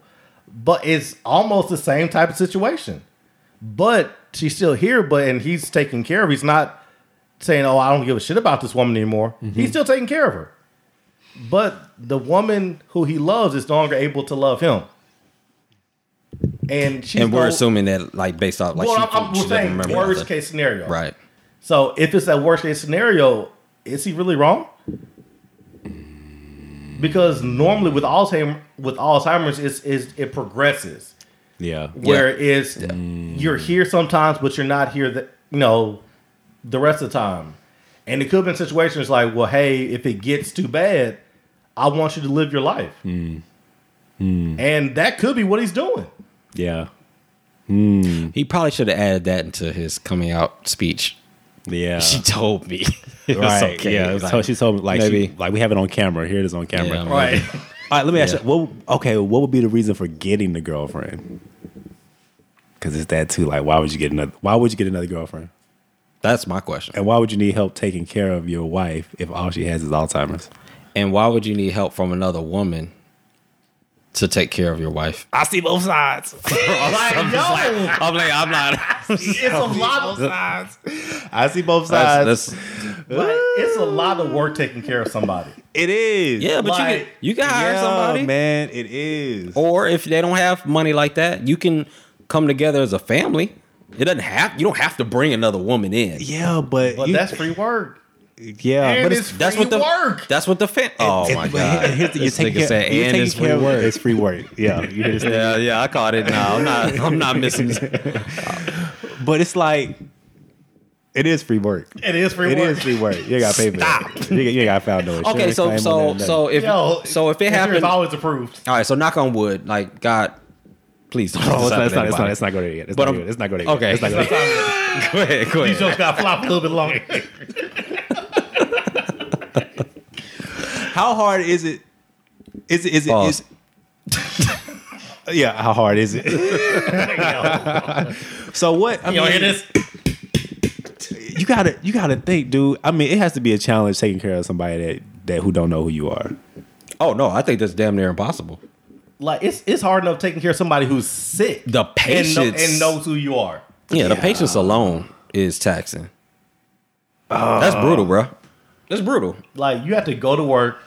Speaker 2: But it's almost the same type of situation. But she's still here. But and he's taking care of. He's not saying, "Oh, I don't give a shit about this woman anymore." He's still taking care of her. But the woman who he loves is no longer able to love him. And she's
Speaker 1: and we're
Speaker 2: no-
Speaker 1: assuming that like based off like
Speaker 2: well,
Speaker 1: she,
Speaker 2: I'm, I'm
Speaker 1: she
Speaker 2: we're
Speaker 1: doesn't
Speaker 2: saying
Speaker 1: remember
Speaker 2: worst
Speaker 1: nothing.
Speaker 2: case scenario,
Speaker 1: right?
Speaker 2: So if it's that worst case scenario, is he really wrong? because normally with Alzheimer with Alzheimer's it's, is it progresses
Speaker 4: Yeah.
Speaker 2: where it's you're here sometimes but you're not here that you know the rest of the time and it could have been situations like well hey if it gets too bad i want you to live your life and that could be what he's doing
Speaker 4: Yeah.
Speaker 1: He probably should have added that into his coming out speech.
Speaker 4: Yeah.
Speaker 1: She told me. It was
Speaker 4: right.
Speaker 1: okay.
Speaker 4: Yeah.
Speaker 1: Like,
Speaker 4: so she told me like
Speaker 1: maybe-
Speaker 4: she, like we have it on camera. Here it is on camera.
Speaker 1: Yeah.
Speaker 4: All
Speaker 2: right
Speaker 4: right. Let me ask you. What? Okay. What would be the reason for getting the girlfriend? Because it's that too. Like, why would you get another? Why would you get another girlfriend?
Speaker 1: that's my question.
Speaker 4: And why would you need help taking care of your wife if all she has is Alzheimer's?
Speaker 1: And why would you need help from another woman to take care of your wife?
Speaker 4: I see both sides.
Speaker 2: like, yo,
Speaker 1: I'm like, I'm not.
Speaker 2: it's a lot of
Speaker 4: I see both sides.
Speaker 1: That's, that's,
Speaker 2: like, it's a lot of work taking care of somebody
Speaker 4: it is.
Speaker 1: yeah, but you
Speaker 2: Like,
Speaker 1: can, you can hire
Speaker 4: Yeah,
Speaker 1: somebody. Oh,
Speaker 4: man. It is.
Speaker 1: Or if they don't have money like that, you can come together as a family. It doesn't have you don't have to bring another woman in.
Speaker 4: Yeah, but,
Speaker 2: but
Speaker 4: you-
Speaker 2: that's free work
Speaker 4: yeah,
Speaker 2: and
Speaker 4: but
Speaker 2: it's,
Speaker 4: it's.
Speaker 1: That's
Speaker 2: free
Speaker 1: what the
Speaker 2: work
Speaker 1: That's what the fam. Oh
Speaker 4: it-
Speaker 1: my
Speaker 4: but
Speaker 1: god!
Speaker 4: here- here's the- you
Speaker 1: This
Speaker 4: take
Speaker 1: nigga
Speaker 4: care,
Speaker 1: said,
Speaker 4: you
Speaker 1: and
Speaker 4: taking
Speaker 1: it's
Speaker 4: care
Speaker 1: free
Speaker 4: of-
Speaker 1: work.
Speaker 4: It's free work. Yeah, you hear this thing?
Speaker 1: Yeah, yeah, I caught it. No, I'm not. I'm not missing. this.
Speaker 4: But it's like, it is free work.
Speaker 2: it is free
Speaker 4: It
Speaker 2: work
Speaker 4: is free work. You got paid for that. You, you got found no insurance
Speaker 1: Okay, so
Speaker 4: claim on that
Speaker 1: so
Speaker 4: and that.
Speaker 1: so if
Speaker 2: Yo,
Speaker 1: so if it
Speaker 2: insurance
Speaker 1: happens, all
Speaker 2: always approved
Speaker 1: right. So knock on wood. Like God, please don't.
Speaker 4: Oh,
Speaker 1: Oh,
Speaker 4: it's not, it's not, it's not, it's not going to yet. It's
Speaker 1: But
Speaker 4: not
Speaker 1: I'm-
Speaker 4: good. It's not going to
Speaker 1: okay.
Speaker 4: It's not going to
Speaker 1: go ahead. Go
Speaker 2: these
Speaker 1: ahead.
Speaker 2: jokes got flopped a little bit longer
Speaker 4: How hard is it? Is it? Is it?
Speaker 1: Pause.
Speaker 4: Is, yeah. How hard is it? so what? I
Speaker 2: you
Speaker 4: mean,
Speaker 2: hear this
Speaker 4: you gotta you gotta think, dude. I mean, it has to be a challenge taking care of somebody that that who don't know who you are.
Speaker 1: Oh no, I think that's damn near impossible.
Speaker 2: like it's it's hard enough taking care of somebody who's sick.
Speaker 1: The
Speaker 2: and, kno-
Speaker 1: patience.
Speaker 2: and knows who you are.
Speaker 1: Yeah, the patience alone is taxing. That's
Speaker 4: Uh,
Speaker 1: brutal, bro. That's brutal,
Speaker 2: Like you have to go to work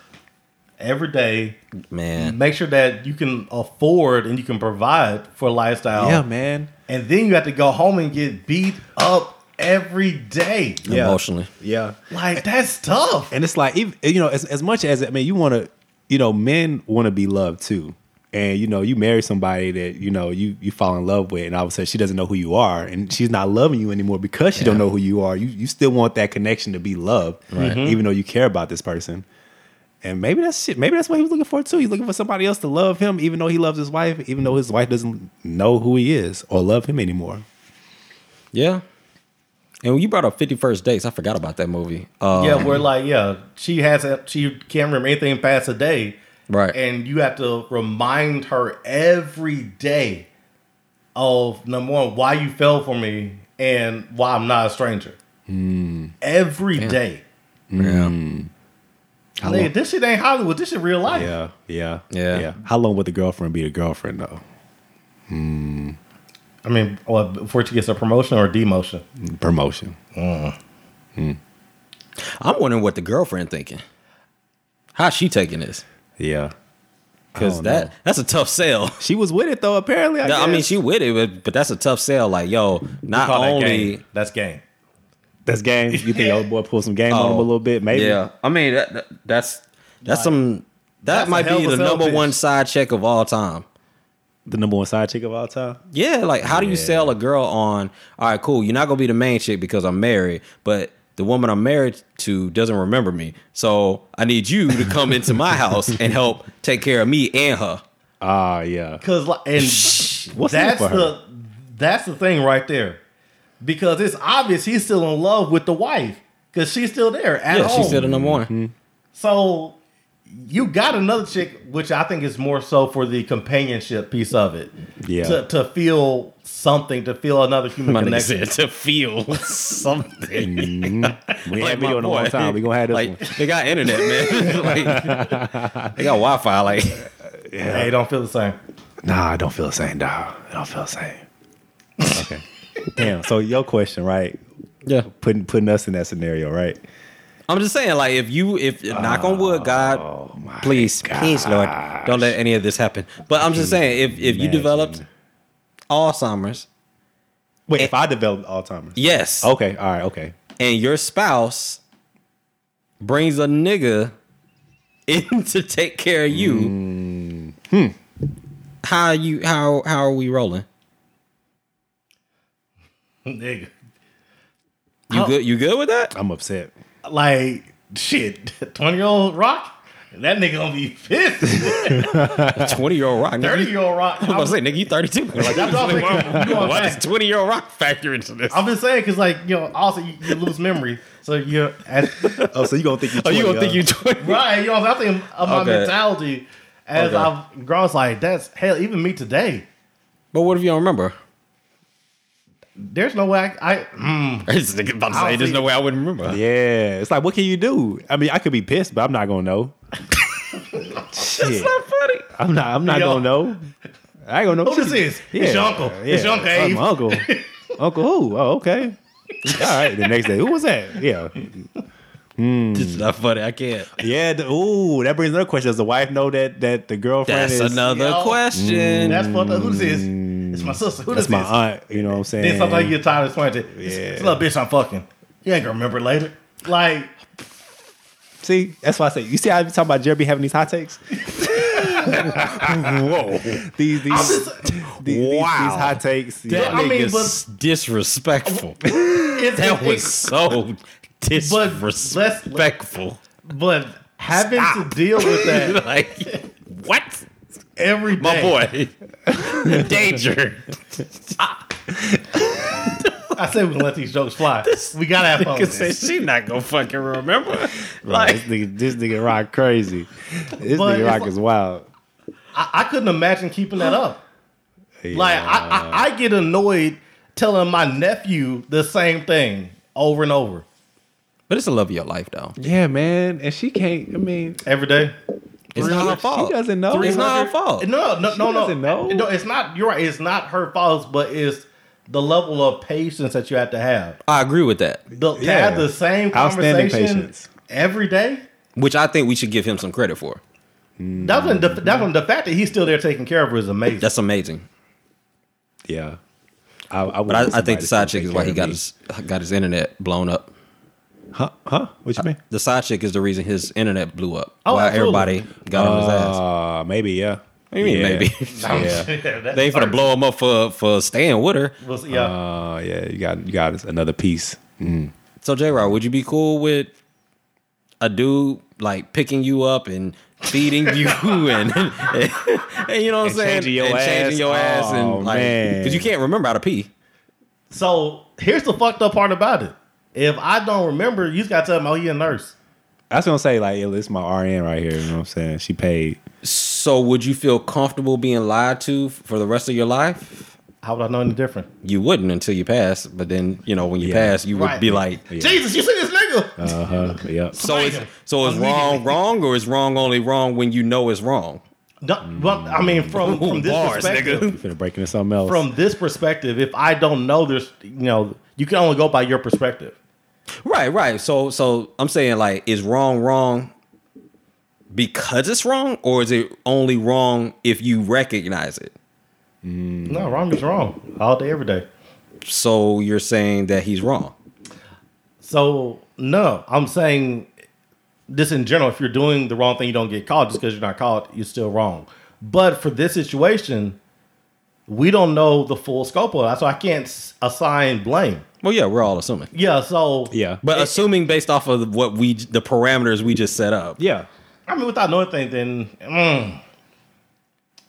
Speaker 2: every day,
Speaker 1: man.
Speaker 2: make sure that you can afford and you can provide for lifestyle.
Speaker 4: man.
Speaker 2: And then you have to go home and get beat up every day.
Speaker 4: Yeah.
Speaker 1: Emotionally,
Speaker 4: Yeah.
Speaker 2: Like that's tough.
Speaker 4: And it's like, even, you know, as, as much as I mean, you want to, you know, men want to be loved too. And you know, you marry somebody that you know you you fall in love with, and all of a sudden she doesn't know who you are, and she's not loving you anymore because she don't know who you are. You you still want that connection to be loved, Mm-hmm. even though you care about this person. And maybe that's shit. Maybe that's what he was looking for too. He's looking for somebody else to love him, even though he loves his wife, even though his wife doesn't know who he is or love him anymore.
Speaker 1: yeah. And when you brought up Fifty First Dates, I forgot about that movie. Um,
Speaker 2: yeah, we're like, yeah, she has a, she can't remember anything past a day.
Speaker 1: Right.
Speaker 2: And you have to remind her every day of number one, why you fell for me and why I'm not a stranger. Every day.
Speaker 1: How
Speaker 2: Nigga,
Speaker 1: long-
Speaker 2: this shit ain't Hollywood. This shit real life.
Speaker 4: Yeah, yeah,
Speaker 1: Yeah.
Speaker 4: How long would the girlfriend be the girlfriend though?
Speaker 2: I mean, well, before she gets a promotion or a demotion.
Speaker 4: Promotion.
Speaker 1: I'm wondering what the girlfriend thinking. How's she taking this?
Speaker 4: Yeah.
Speaker 1: Because
Speaker 4: don't
Speaker 1: that
Speaker 4: know.
Speaker 1: that's a tough sell.
Speaker 4: She was with it though, apparently. I,
Speaker 1: I
Speaker 4: guess.
Speaker 1: mean, she with it, but, but that's a tough sell. Like, yo, not
Speaker 2: Call that
Speaker 1: only
Speaker 2: game. That's game.
Speaker 4: that's game. You think old boy pulled some game on him a little bit, maybe?
Speaker 1: Oh, Yeah, I mean that, that- that's that's some that
Speaker 2: That's a
Speaker 1: might
Speaker 2: hell
Speaker 1: be
Speaker 2: of
Speaker 1: the
Speaker 2: a
Speaker 1: number
Speaker 2: selfish.
Speaker 1: one side check of all time.
Speaker 4: The number one side chick of all time.
Speaker 1: Yeah, like how do you sell a girl on? All right, cool. You're not gonna be the main chick because I'm married, but the woman I'm married to doesn't remember me, so I need you to come into my house and help take care of me and her.
Speaker 4: Ah, yeah.
Speaker 2: Cause like, and
Speaker 4: What's in it
Speaker 2: that's
Speaker 4: for her?
Speaker 2: the that's the thing right there. Because it's obvious he's still in love with the wife. Cause she's still there at
Speaker 1: Yeah,
Speaker 2: home.
Speaker 1: she's still the number
Speaker 4: Mm-hmm.
Speaker 1: one.
Speaker 2: So you got another chick, which I think is more so for the companionship piece of it.
Speaker 4: Yeah.
Speaker 2: To, to feel something, to feel another human
Speaker 1: My nigga
Speaker 2: connection.
Speaker 1: said to feel something.
Speaker 4: We ain't
Speaker 1: Like
Speaker 4: had video
Speaker 1: my
Speaker 4: in a long
Speaker 1: boy.
Speaker 4: time. We gonna have this
Speaker 1: like,
Speaker 4: one.
Speaker 1: They got internet, man. like, they got Wi Fi. Like,
Speaker 2: Hey, don't feel the same.
Speaker 4: Nah, I don't feel the same, dog. I don't feel the same. okay. Damn. So your question, right?
Speaker 1: yeah.
Speaker 4: Putting putting us in that scenario, right?
Speaker 1: I'm just saying, like, if you, if knock on wood, God,
Speaker 4: my
Speaker 1: please, please, Lord, don't let any of this happen. But I'm just saying, if if you developed
Speaker 4: Imagine.
Speaker 1: Alzheimer's,
Speaker 4: Wait, if I developed Alzheimer's.
Speaker 1: yes,
Speaker 4: Okay, all right, okay.
Speaker 1: and your spouse brings a nigga in to take care of you. Hmm. How you how how are we rolling?
Speaker 2: Nigga.
Speaker 1: You
Speaker 2: Oh.
Speaker 1: good? You good with that?
Speaker 4: I'm upset.
Speaker 2: Like, shit, 20 year old rock? That nigga gonna be pissed.
Speaker 1: Twenty year old rock.
Speaker 2: 30
Speaker 1: nigga.
Speaker 2: year old rock.
Speaker 1: I
Speaker 2: I'm,
Speaker 1: was like, nigga, you thirty two. Like,
Speaker 2: that's what I'm thinking. You know what I'm
Speaker 1: why
Speaker 2: saying?
Speaker 1: is twenty year old rock factor into this?
Speaker 2: I'm just saying, because, like, you know, also you, you lose memory. So you're, as,
Speaker 4: Oh, so you gonna think you?
Speaker 1: Oh, you gonna think
Speaker 4: 20, huh?
Speaker 1: you twenty?
Speaker 2: right, you know, I think of my
Speaker 1: Okay.
Speaker 2: mentality as
Speaker 1: Okay.
Speaker 2: I've grown. It's like, that's, hell, even me today,
Speaker 1: But what if you don't remember?
Speaker 2: there's no way I, I mm,
Speaker 1: This nigga about to say,
Speaker 2: I'll
Speaker 1: there's
Speaker 2: see.
Speaker 1: no way I wouldn't remember.
Speaker 4: Yeah, it's like what can you do? I mean, I could be pissed, but I'm not gonna know. Shit.
Speaker 1: funny.
Speaker 4: I'm not. I'm not
Speaker 2: Yo.
Speaker 4: gonna know. I ain't gonna know
Speaker 2: Who this is? It's your uncle. It's your uncle
Speaker 4: Oh,
Speaker 2: Abe.
Speaker 4: my uncle. uncle who? Oh, okay. All right. The next day, who was that? Yeah,
Speaker 1: This is not funny. I can't.
Speaker 4: yeah. The, ooh, that brings another question. Does the wife know that that the girlfriend
Speaker 1: That's
Speaker 4: is?
Speaker 1: another
Speaker 2: Yo.
Speaker 1: question.
Speaker 2: that's fucked up. Who this is? It's my sister. Who
Speaker 4: That's
Speaker 2: this
Speaker 4: my
Speaker 2: is?
Speaker 4: aunt. You know what I'm saying?
Speaker 2: Then sometimes you get tired of explaining it. It's,
Speaker 4: Yeah.
Speaker 2: it's a little bitch I'm fucking. You ain't gonna remember later. Like,
Speaker 4: See, that's why I say. You see, how I be talking about Jeremy having these hot takes.
Speaker 1: Whoa.
Speaker 4: These these
Speaker 2: just-
Speaker 4: these, these-
Speaker 1: Wow.
Speaker 4: these hot takes.
Speaker 2: That-
Speaker 1: I
Speaker 2: I mean,
Speaker 1: mean,
Speaker 2: but-
Speaker 1: disrespectful.
Speaker 2: it's,
Speaker 1: That
Speaker 2: it-
Speaker 1: was so
Speaker 2: let's-
Speaker 1: disrespectful.
Speaker 2: it- but having
Speaker 1: Stop.
Speaker 2: to deal with that
Speaker 1: like, what?
Speaker 2: every day.
Speaker 1: My boy. Danger.
Speaker 2: I said we can let these jokes fly. we gotta have fun.
Speaker 1: Could
Speaker 2: With
Speaker 1: say
Speaker 2: this.
Speaker 1: she not gonna fucking remember.
Speaker 4: Like, this,
Speaker 1: Like,
Speaker 4: nigga, this nigga rock crazy. This
Speaker 2: But
Speaker 4: nigga
Speaker 2: it's
Speaker 4: rock
Speaker 2: like-
Speaker 4: is wild.
Speaker 2: I, I couldn't imagine keeping that up. Like,
Speaker 4: Yeah.
Speaker 2: I, I, I get annoyed telling my nephew the same thing over and over
Speaker 1: but it's a love of your life, though.
Speaker 4: yeah, man. And she can't. I mean,
Speaker 2: every day.
Speaker 1: It's not her fault.
Speaker 4: She doesn't know.
Speaker 1: It's not her fault.
Speaker 2: Uh, No, no, no, no,
Speaker 4: doesn't know.
Speaker 2: no. It's not. You're right. It's not her fault, but it's the level of patience that you have to have.
Speaker 1: I agree with that.
Speaker 2: The, to
Speaker 4: Yeah.
Speaker 2: have the same
Speaker 4: Outstanding
Speaker 2: conversation
Speaker 4: patience.
Speaker 2: every day.
Speaker 1: Which I think we should give him some credit for.
Speaker 2: That one, the, that one, the fact that he's still there taking care of her is amazing.
Speaker 1: That's amazing.
Speaker 4: Yeah. I, I
Speaker 1: But I, I think the side chick is why he got his got his internet blown up.
Speaker 4: Huh? Huh? What you mean?
Speaker 1: The side chick is the reason his internet blew up.
Speaker 2: Oh,
Speaker 1: why
Speaker 2: absolutely.
Speaker 1: everybody got on his ass.
Speaker 4: Uh, maybe, yeah.
Speaker 1: What do you mean,
Speaker 4: Yeah.
Speaker 1: maybe?
Speaker 4: yeah.
Speaker 2: That's
Speaker 1: they ain't finna
Speaker 2: hard.
Speaker 1: blow him up for for staying with her.
Speaker 2: Was- yeah.
Speaker 4: Uh, yeah, you got you got another piece.
Speaker 1: So J Rod, would you be cool with a dude like picking you up and feeding you and, and, you know what I'm
Speaker 4: And
Speaker 1: saying?
Speaker 4: changing your
Speaker 1: and
Speaker 4: ass?
Speaker 1: changing your ass
Speaker 4: Oh,
Speaker 1: and like
Speaker 4: man.
Speaker 1: because you can't remember how to pee.
Speaker 2: so here's the fucked up part about it. If I don't remember, you just gotta tell him, oh, you a nurse.
Speaker 4: I was gonna say like, yo, this is my RN right here. You know what I'm saying? She paid.
Speaker 1: So would you feel comfortable being lied to for the rest of your life?
Speaker 2: How would I know any different?
Speaker 1: You wouldn't until you pass, but then you know when you
Speaker 4: Yeah.
Speaker 1: pass, you would
Speaker 2: Right.
Speaker 1: be like,
Speaker 2: Jesus, you see this nigga?
Speaker 4: Uh huh. yep.
Speaker 1: so it's so it's wrong, wrong, or it's wrong only wrong when you know it's wrong.
Speaker 2: No, but, I mean, from, from this
Speaker 1: Bars,
Speaker 2: perspective,
Speaker 1: nigga.
Speaker 4: You finna break into something else.
Speaker 2: from this perspective, if I don't know, there's you know, you can only go by your perspective.
Speaker 1: Right, right. So so I'm saying like is wrong wrong because it's wrong or is it only wrong if you recognize it?
Speaker 2: Mm-hmm. No, wrong is wrong all day, every day.
Speaker 1: So you're saying that he's wrong.
Speaker 2: So no, I'm saying this in general. If you're doing the wrong thing, you don't get caught. Just because you're not caught, you're still wrong. But for this situation, we don't know the full scope of it, so I can't s- assign blame.
Speaker 1: Well, yeah, we're all assuming.
Speaker 2: Yeah. So
Speaker 4: yeah.
Speaker 1: But assuming based off of what we the parameters we just set up.
Speaker 4: yeah.
Speaker 2: I mean, without knowing things, then mm,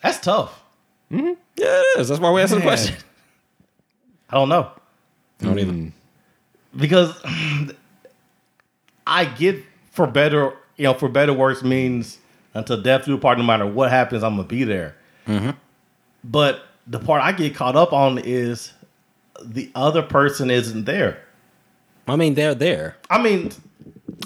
Speaker 2: that's tough.
Speaker 1: Yeah, it is. That's why we asking the question.
Speaker 2: I don't know.
Speaker 1: I don't even.
Speaker 2: because I get for better, you know, for better works means until death do part. No matter what happens, I'm gonna be there.
Speaker 4: Mm-hmm.
Speaker 2: But the part I get caught up on is the other person isn't there.
Speaker 1: I mean, they're there.
Speaker 2: I mean,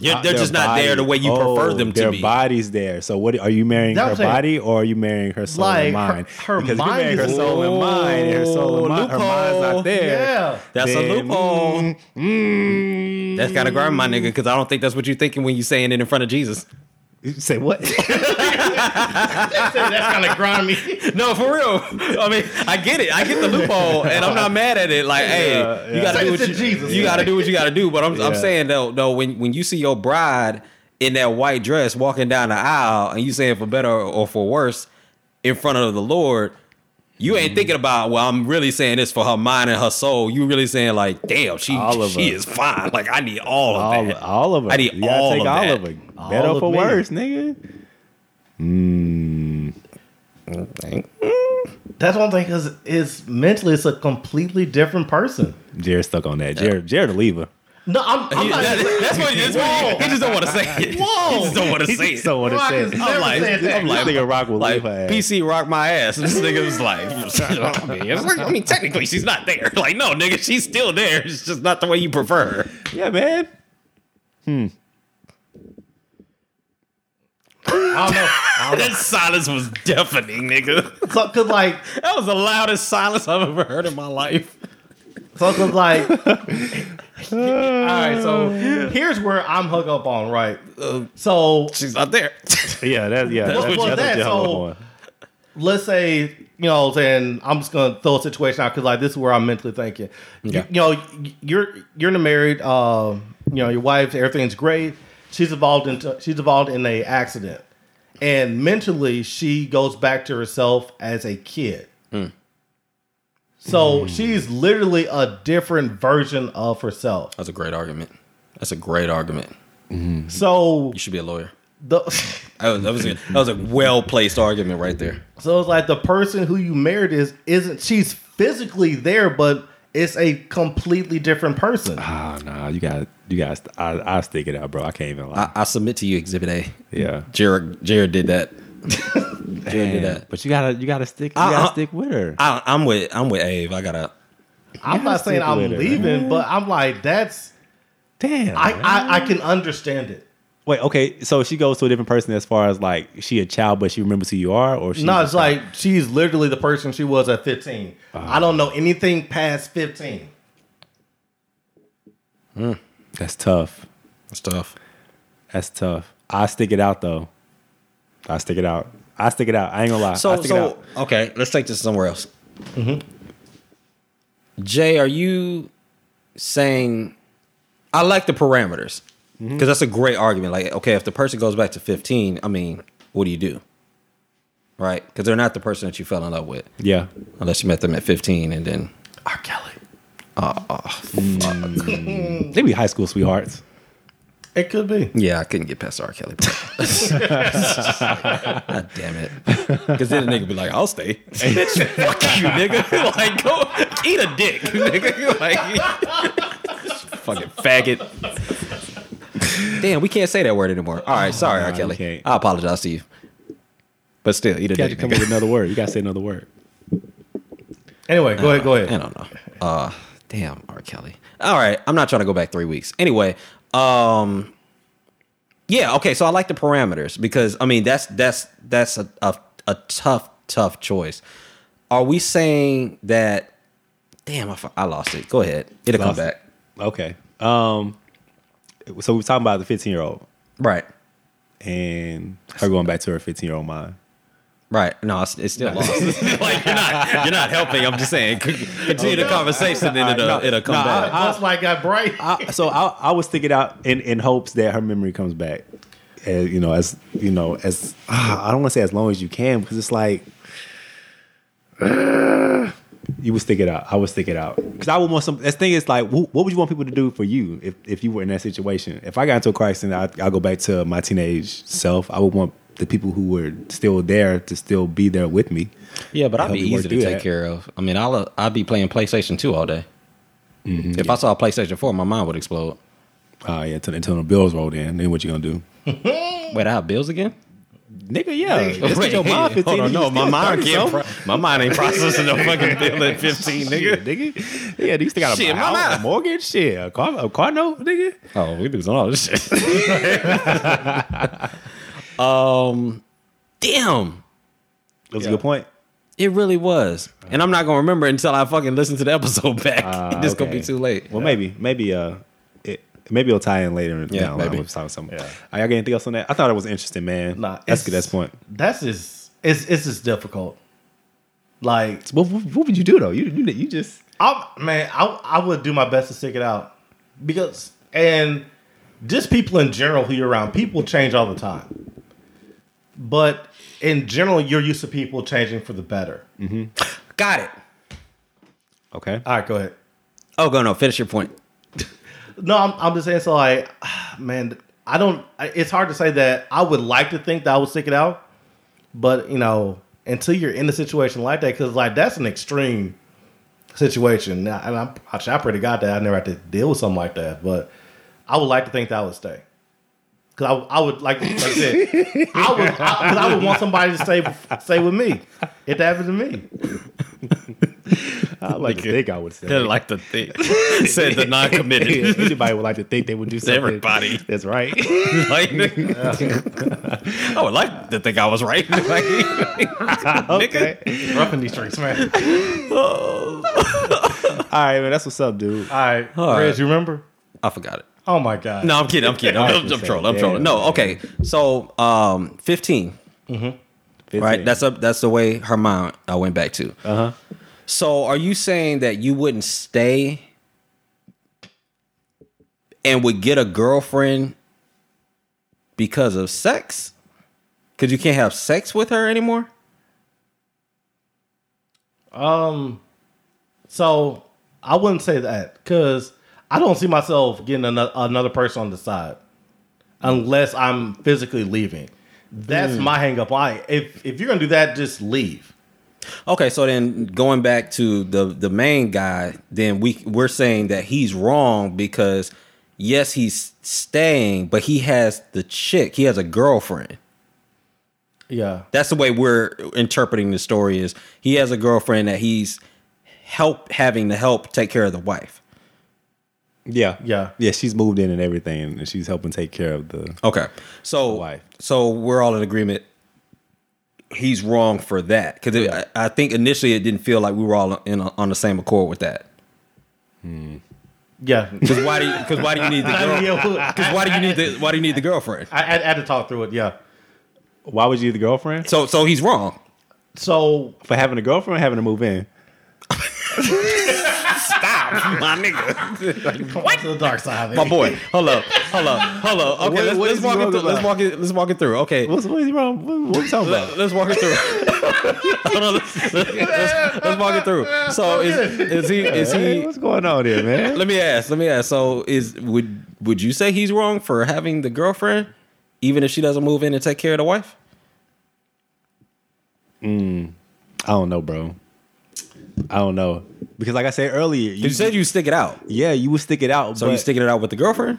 Speaker 1: Yeah, they're
Speaker 4: Their
Speaker 1: just not there the
Speaker 4: body.
Speaker 1: way you prefer
Speaker 4: Oh,
Speaker 1: them to
Speaker 4: their
Speaker 1: be.
Speaker 4: body's there. So what are you marrying
Speaker 2: That's
Speaker 4: her
Speaker 2: what I'm saying.
Speaker 4: body or are you marrying her soul
Speaker 2: Like, her-
Speaker 4: and mind?
Speaker 2: her
Speaker 4: because if
Speaker 2: mind
Speaker 4: you're marrying her
Speaker 2: is-
Speaker 4: soul and mind, and her soul and mind, her mind's
Speaker 1: Oh, Loophole.
Speaker 4: not there.
Speaker 2: yeah,
Speaker 1: That's a
Speaker 4: Then- mm,
Speaker 1: loophole. That's gotta grind my nigga, because I don't think that's what you're thinking when you're saying it in front of Jesus.
Speaker 4: You say what?
Speaker 2: that's, that's kind of grimy.
Speaker 1: No, for real. I mean, I get it. I get the loophole, and I'm not mad at it. Like, hey,
Speaker 4: Yeah,
Speaker 1: you
Speaker 4: yeah.
Speaker 1: gotta
Speaker 2: Say
Speaker 1: do
Speaker 2: it's
Speaker 1: what you,
Speaker 2: to Jesus.
Speaker 1: you gotta do what you gotta do. But I'm, I'm
Speaker 4: Yeah.
Speaker 1: saying though, though, when when you see your bride in that white dress walking down the aisle and you saying for better or for worse in front of the Lord, you
Speaker 4: Mm.
Speaker 1: ain't thinking about, well, I'm really saying this for her mind and her soul. You really saying like, damn, she
Speaker 4: All of
Speaker 1: she
Speaker 4: her.
Speaker 1: is fine. Like I need all of
Speaker 4: all,
Speaker 1: that.
Speaker 4: all of it.
Speaker 1: I need
Speaker 4: You gotta
Speaker 1: all
Speaker 4: take
Speaker 1: of
Speaker 4: all
Speaker 1: that.
Speaker 4: of it.
Speaker 2: All
Speaker 4: Better
Speaker 2: of
Speaker 4: for
Speaker 2: me.
Speaker 4: worse, nigga.
Speaker 2: That's one thing because it's mentally it's a completely different person.
Speaker 4: Jared stuck on that. Jared, Jared, leave her.
Speaker 2: No, I'm, I'm not.
Speaker 1: That- that's what that's what- he just don't want to say it. He just don't want to say it.
Speaker 4: So what it
Speaker 2: Rock
Speaker 4: says.
Speaker 2: is never
Speaker 1: like-
Speaker 2: said that.
Speaker 1: I'm like-
Speaker 4: This nigga Rock will
Speaker 1: like
Speaker 4: leave her ass.
Speaker 1: PC rock my ass. This nigga was like, I mean, it's like, I mean, technically she's not there. Like, no, nigga, she's still there. It's just not the way you prefer. her.
Speaker 4: Yeah, man.
Speaker 2: I don't know. I don't know.
Speaker 1: That silence was deafening, nigga.
Speaker 2: So, cause like,
Speaker 1: That was the loudest silence I've ever heard in my life.
Speaker 2: so 'cause like, all right. So here's where I'm hung up on, right? So
Speaker 1: She's not there.
Speaker 4: Yeah, that, yeah. That's,
Speaker 2: Well,
Speaker 4: that's,
Speaker 2: well,
Speaker 4: that's,
Speaker 2: that's
Speaker 4: what y'all
Speaker 2: all-
Speaker 4: on.
Speaker 2: let's say you know what I'm saying I'm just gonna throw a situation out because like this is where I'm mentally thinking. You-
Speaker 1: Okay.
Speaker 2: You, know, you're you're in a married. Uh, you know, your wife, everything's great. She's involved in she's involved in a accident, and mentally she goes back to herself as a kid. So she's literally a different version of herself.
Speaker 1: That's a great argument. That's a great argument.
Speaker 2: So
Speaker 1: You should be a lawyer.
Speaker 2: the.
Speaker 1: That was, that was, a, that was a well placed argument right there.
Speaker 2: So it's like the person who you married is isn't she's physically there, but it's a completely different person.
Speaker 4: Ah, nah, you got, you got. I, I stick it out, bro. I can't even lie.
Speaker 1: I, I submit to you, Exhibit A.
Speaker 4: yeah,
Speaker 1: Jared, Jared did that. Jared
Speaker 4: Damn.
Speaker 1: did that.
Speaker 4: But you gotta, you gotta stick, you
Speaker 1: I-
Speaker 4: gotta
Speaker 1: I-
Speaker 4: stick with her.
Speaker 1: I, I'm with I'm with Abe. I gotta
Speaker 2: I'm
Speaker 4: Yeah,
Speaker 2: not saying
Speaker 4: stick
Speaker 2: I'm
Speaker 4: with it,
Speaker 2: leaving,
Speaker 4: man.
Speaker 2: but I'm like that's
Speaker 4: Damn.
Speaker 2: I,
Speaker 4: man.
Speaker 2: I I can understand it.
Speaker 4: Wait, okay. So she goes to a different person as far as like she a child, but she remembers who you are, or she
Speaker 2: no, it's like she's literally the person she was at 15. I don't know anything past 15.
Speaker 4: that's tough.
Speaker 1: That's tough.
Speaker 4: That's tough. I stick it out though. I stick it out. I stick it out. I ain't gonna lie. I
Speaker 1: So
Speaker 4: stick it out.
Speaker 1: so okay, let's take this somewhere else. Mm-hmm. Jay, are you saying I like the parameters because that's a great argument. Like, okay, if the person goes back to fifteen, I mean, what do you do? Right? Because they're not the person that you fell in love with
Speaker 4: Yeah.
Speaker 1: unless you met them at fifteen, and then
Speaker 2: R. Kelly.
Speaker 4: They be high school sweethearts.
Speaker 2: It could be.
Speaker 1: yeah, I couldn't get past R. Kelly. God damn it! Because then the nigga be like, "I'll stay." Bitch, fuck you, nigga. like, go eat a dick, nigga. Like.
Speaker 4: Fucking faggot.
Speaker 1: Damn, we can't say that word anymore. All right, sorry, R.
Speaker 4: you
Speaker 1: Kelly.
Speaker 4: can't.
Speaker 1: I apologize to you. But still, eat a
Speaker 4: You got to
Speaker 1: dick.
Speaker 4: come up
Speaker 1: Nigga.
Speaker 4: with another word. You got to say another word.
Speaker 2: Anyway, go ahead, go
Speaker 1: I
Speaker 2: ahead.
Speaker 1: don't know. Uh, damn, R. Kelly. All right, I'm not trying to go back three weeks. Anyway, um, yeah, okay. So I like the parameters because I mean that's that's that's a a, a tough tough choice. Are we saying that? Damn, I, fu- I lost it. Go ahead. It'll
Speaker 4: Lost
Speaker 1: come
Speaker 4: it.
Speaker 1: back.
Speaker 4: Okay. Um. So we were talking about the fifteen year old
Speaker 1: Right.
Speaker 4: and her going back to her fifteen year old mind.
Speaker 1: Right. No, it's, it's still lost. like you're not you're not helping. I'm just saying. Continue the conversation, then it'll it'll come back.
Speaker 2: I, That's why I got bright.
Speaker 4: I, so I, I was thinking out in, in hopes that her memory comes back, as, you know, as you know, as ah, I don't want to say as long as you can because it's like ah, you would stick it out. I would stick it out because I would want some. This thing is like, wh- what would you want people to do for you if, if you were in that situation? If I got into a crisis and I I go back to my teenage self, I would want the people who were still there to still be there with me.
Speaker 1: Yeah, but I'd
Speaker 4: help
Speaker 1: be
Speaker 4: you work
Speaker 1: easy to
Speaker 4: through
Speaker 1: take
Speaker 4: that.
Speaker 1: care of. I mean, I'll I'd be playing PlayStation Two all day. if I saw a PlayStation Four, my mind would explode.
Speaker 4: Ah, yeah, until, until the bills rolled in, then what you gonna do?
Speaker 1: Wait, I have bills again?
Speaker 4: Nigga, yeah. Just 'cause
Speaker 1: Wait,
Speaker 4: your mom 15
Speaker 1: hold on,
Speaker 4: and you
Speaker 1: no, my
Speaker 4: still
Speaker 1: mind
Speaker 4: 30
Speaker 1: can't.
Speaker 4: something.
Speaker 1: pro- my mind ain't processing no fucking bill at fifteen, nigga.
Speaker 4: nigga. Yeah, they used to got
Speaker 1: Shit,
Speaker 4: a
Speaker 1: my
Speaker 4: house,
Speaker 1: mouth.
Speaker 4: a mortgage, shit, a car, a car note, nigga.
Speaker 1: Oh, we losing all this shit. um, damn,
Speaker 4: That was
Speaker 2: Yeah.
Speaker 4: a good point.
Speaker 1: it really was, and I'm not gonna remember until I fucking listen to the episode back.
Speaker 4: Ah,
Speaker 1: it's gonna
Speaker 4: okay.
Speaker 1: be too late.
Speaker 4: Well, maybe, maybe, uh, it, maybe it'll tie in later.
Speaker 1: Yeah,
Speaker 4: down the line
Speaker 1: maybe.
Speaker 4: with something. something.
Speaker 2: Yeah.
Speaker 4: Are y'all got anything else on that? I thought it was interesting, man.
Speaker 2: Nah,
Speaker 4: that's
Speaker 2: it's-
Speaker 4: good. That's point.
Speaker 2: That's just it's it's just difficult. Like
Speaker 4: What, what, what would you do though? You, you, you just
Speaker 2: I man, I I would do my best to stick it out because and just people in general who you're around, people change all the time. But in general, you're used to people changing for the better.
Speaker 1: Got it.
Speaker 4: Okay.
Speaker 2: All right, go ahead.
Speaker 1: Oh, go no. Finish your point.
Speaker 2: No, I'm, I'm just saying. So, like, man, I don't. I- It's hard to say that. I would like to think that I would stick it out, but you know, until you're in a situation like that, because like that's an extreme situation. Now, And I'm, actually, I pray to God that I never have to deal with something like that. But I would like to think that I would stay. Cause I, I would like, like I said, I would, I, cause I would want somebody to stay, stay with me if that happened to me.
Speaker 4: I like to think I would say.
Speaker 5: They're like the thing. Said the non committed.
Speaker 4: Anybody would like to think they would do something.
Speaker 5: everybody.
Speaker 4: That's right.
Speaker 5: like, I would like to think I was right. Like, nigga.
Speaker 2: Rough in these streets, man. All
Speaker 4: All right, man. That's what's up, dude.
Speaker 2: right, Reg, you remember?
Speaker 1: I forgot it.
Speaker 2: Oh my God.
Speaker 1: No, I'm kidding. I'm kidding. I'm, I'm, I'm trolling. I'm trolling. No, okay. So, um, 15,
Speaker 4: 15.
Speaker 1: right? That's up. That's the way her mind I went back to. Uh huh. So, are you saying that you wouldn't stay and would get a girlfriend because of sex? Because you can't have sex with her anymore.
Speaker 2: Um, so I wouldn't say that because I don't see myself getting another, another person on the side unless I'm physically leaving. That's my hang up. I if if you're gonna do that, just leave.
Speaker 1: Okay, so then going back to the the main guy, then we we're saying that he's wrong because yes, he's staying, but he has the chick, he has a girlfriend.
Speaker 2: Yeah.
Speaker 1: That's the way we're interpreting the story is he has a girlfriend that he's help having to help take care of the wife.
Speaker 4: Yeah.
Speaker 2: Yeah.
Speaker 4: Yeah. She's moved in and everything, and she's helping take care of the.
Speaker 1: Okay. So
Speaker 4: Wife.
Speaker 1: so we're all in agreement. He's wrong for that because I, I think initially it didn't feel like we were all in on the same accord with that.
Speaker 2: Yeah.
Speaker 1: Because why do you, cause why do you need the girl? Because
Speaker 2: Because
Speaker 1: why do you need the why do you need the girlfriend?
Speaker 2: I, I, I had to talk through it. Yeah.
Speaker 4: Why would you the girlfriend
Speaker 1: So so he's wrong.
Speaker 2: So
Speaker 4: for having a girlfriend, or having to move in?
Speaker 2: what? to the dark side.
Speaker 1: My boy. Hello. Hello. Hello. Uh, Okay,
Speaker 4: What-
Speaker 1: let's,
Speaker 4: what
Speaker 1: let's
Speaker 4: is he
Speaker 1: walk it
Speaker 4: wrong
Speaker 1: through. Let's
Speaker 4: about?
Speaker 1: walk it let's walk it through. Okay.
Speaker 4: What's what is wrong? What, what are you talking about?
Speaker 1: Let- Let's walk it through. Hold on, let's, let's- let's- let's walk it through. So is is he is
Speaker 4: Hey,
Speaker 1: he
Speaker 4: what's going on here, man?
Speaker 1: let me ask, let me ask. So is would would you say he's wrong for having the girlfriend, even if she doesn't move in and take care of the wife?
Speaker 4: I don't know, bro. I don't know because, like I said earlier, you,
Speaker 1: You said you stick it out.
Speaker 4: yeah, you would stick it out.
Speaker 1: So
Speaker 4: but,
Speaker 1: you sticking it out with the girlfriend?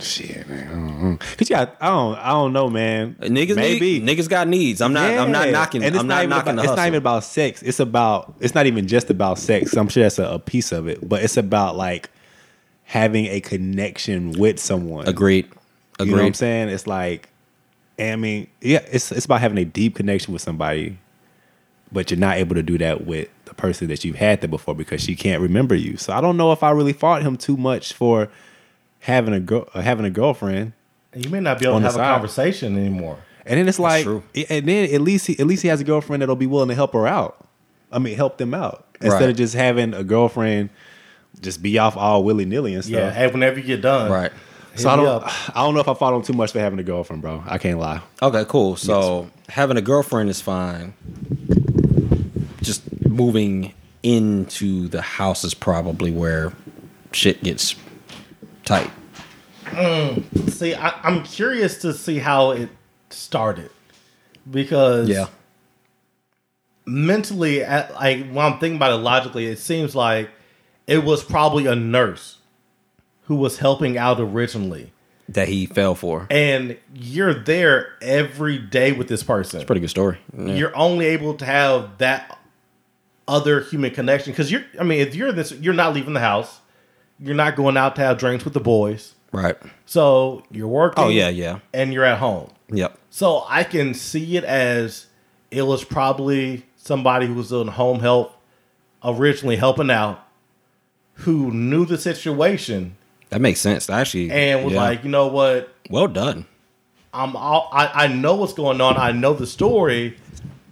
Speaker 4: shit, man. Because yeah, I don't, I don't know, man.
Speaker 1: Uh, Niggas
Speaker 4: maybe
Speaker 1: need, niggas got needs. I'm not I'm not
Speaker 4: Yeah.
Speaker 1: knocking
Speaker 4: And it's
Speaker 1: I'm
Speaker 4: not,
Speaker 1: not,
Speaker 4: even
Speaker 1: knocking
Speaker 4: about,
Speaker 1: the
Speaker 4: It's
Speaker 1: hustle.
Speaker 4: not even about sex. It's about. It's not even just about sex. I'm sure that's a, a piece of it, but it's about like having a connection with someone.
Speaker 1: Agreed.
Speaker 4: You know what I'm
Speaker 1: Agreed.
Speaker 4: saying? It's like, I mean, yeah, it's it's about having a deep connection with somebody, but you're not able to do that with the person that you've had there before because she can't remember you. So I don't know if I really fought him too much for having a girl, uh, having a girlfriend.
Speaker 2: you may not be able
Speaker 4: On
Speaker 2: to
Speaker 4: the
Speaker 2: have a
Speaker 4: side.
Speaker 2: conversation anymore.
Speaker 4: And then it's like,
Speaker 1: true.
Speaker 4: and then at least he, at least he has a girlfriend that'll be willing to help her out. I mean, help them out instead
Speaker 1: Right.
Speaker 4: of just having a girlfriend just be off all willy nilly and
Speaker 2: Yeah.
Speaker 4: stuff.
Speaker 2: Uh, And whenever you get done,
Speaker 1: Right.
Speaker 4: so I
Speaker 2: hit me
Speaker 4: don't, I don't know if I fought him too much for having a girlfriend, bro. I can't lie.
Speaker 1: Okay, cool. So having a girlfriend is fine. Just moving into the house is probably where shit gets tight.
Speaker 2: See, I, I'm curious to see how it started because mentally, at, like when I'm thinking about it logically, it seems like it was probably a nurse who was helping out originally,
Speaker 1: That he fell for.
Speaker 2: and you're there every day with this person.
Speaker 1: Pretty good story. Yeah.
Speaker 2: You're only able to have that other human connection because you're. I mean, if you're this, you're not leaving the house. You're not going out to have drinks with the boys.
Speaker 1: Right.
Speaker 2: So you're working.
Speaker 1: Oh, yeah, yeah.
Speaker 2: And you're at home.
Speaker 1: Yep.
Speaker 2: So I can see it as it was probably somebody who was in home help originally helping out who knew the situation
Speaker 1: That makes sense. Actually
Speaker 2: and was
Speaker 1: yeah.
Speaker 2: like, you know what?
Speaker 1: Well done.
Speaker 2: I'm all, I, I know what's going on. I know the story,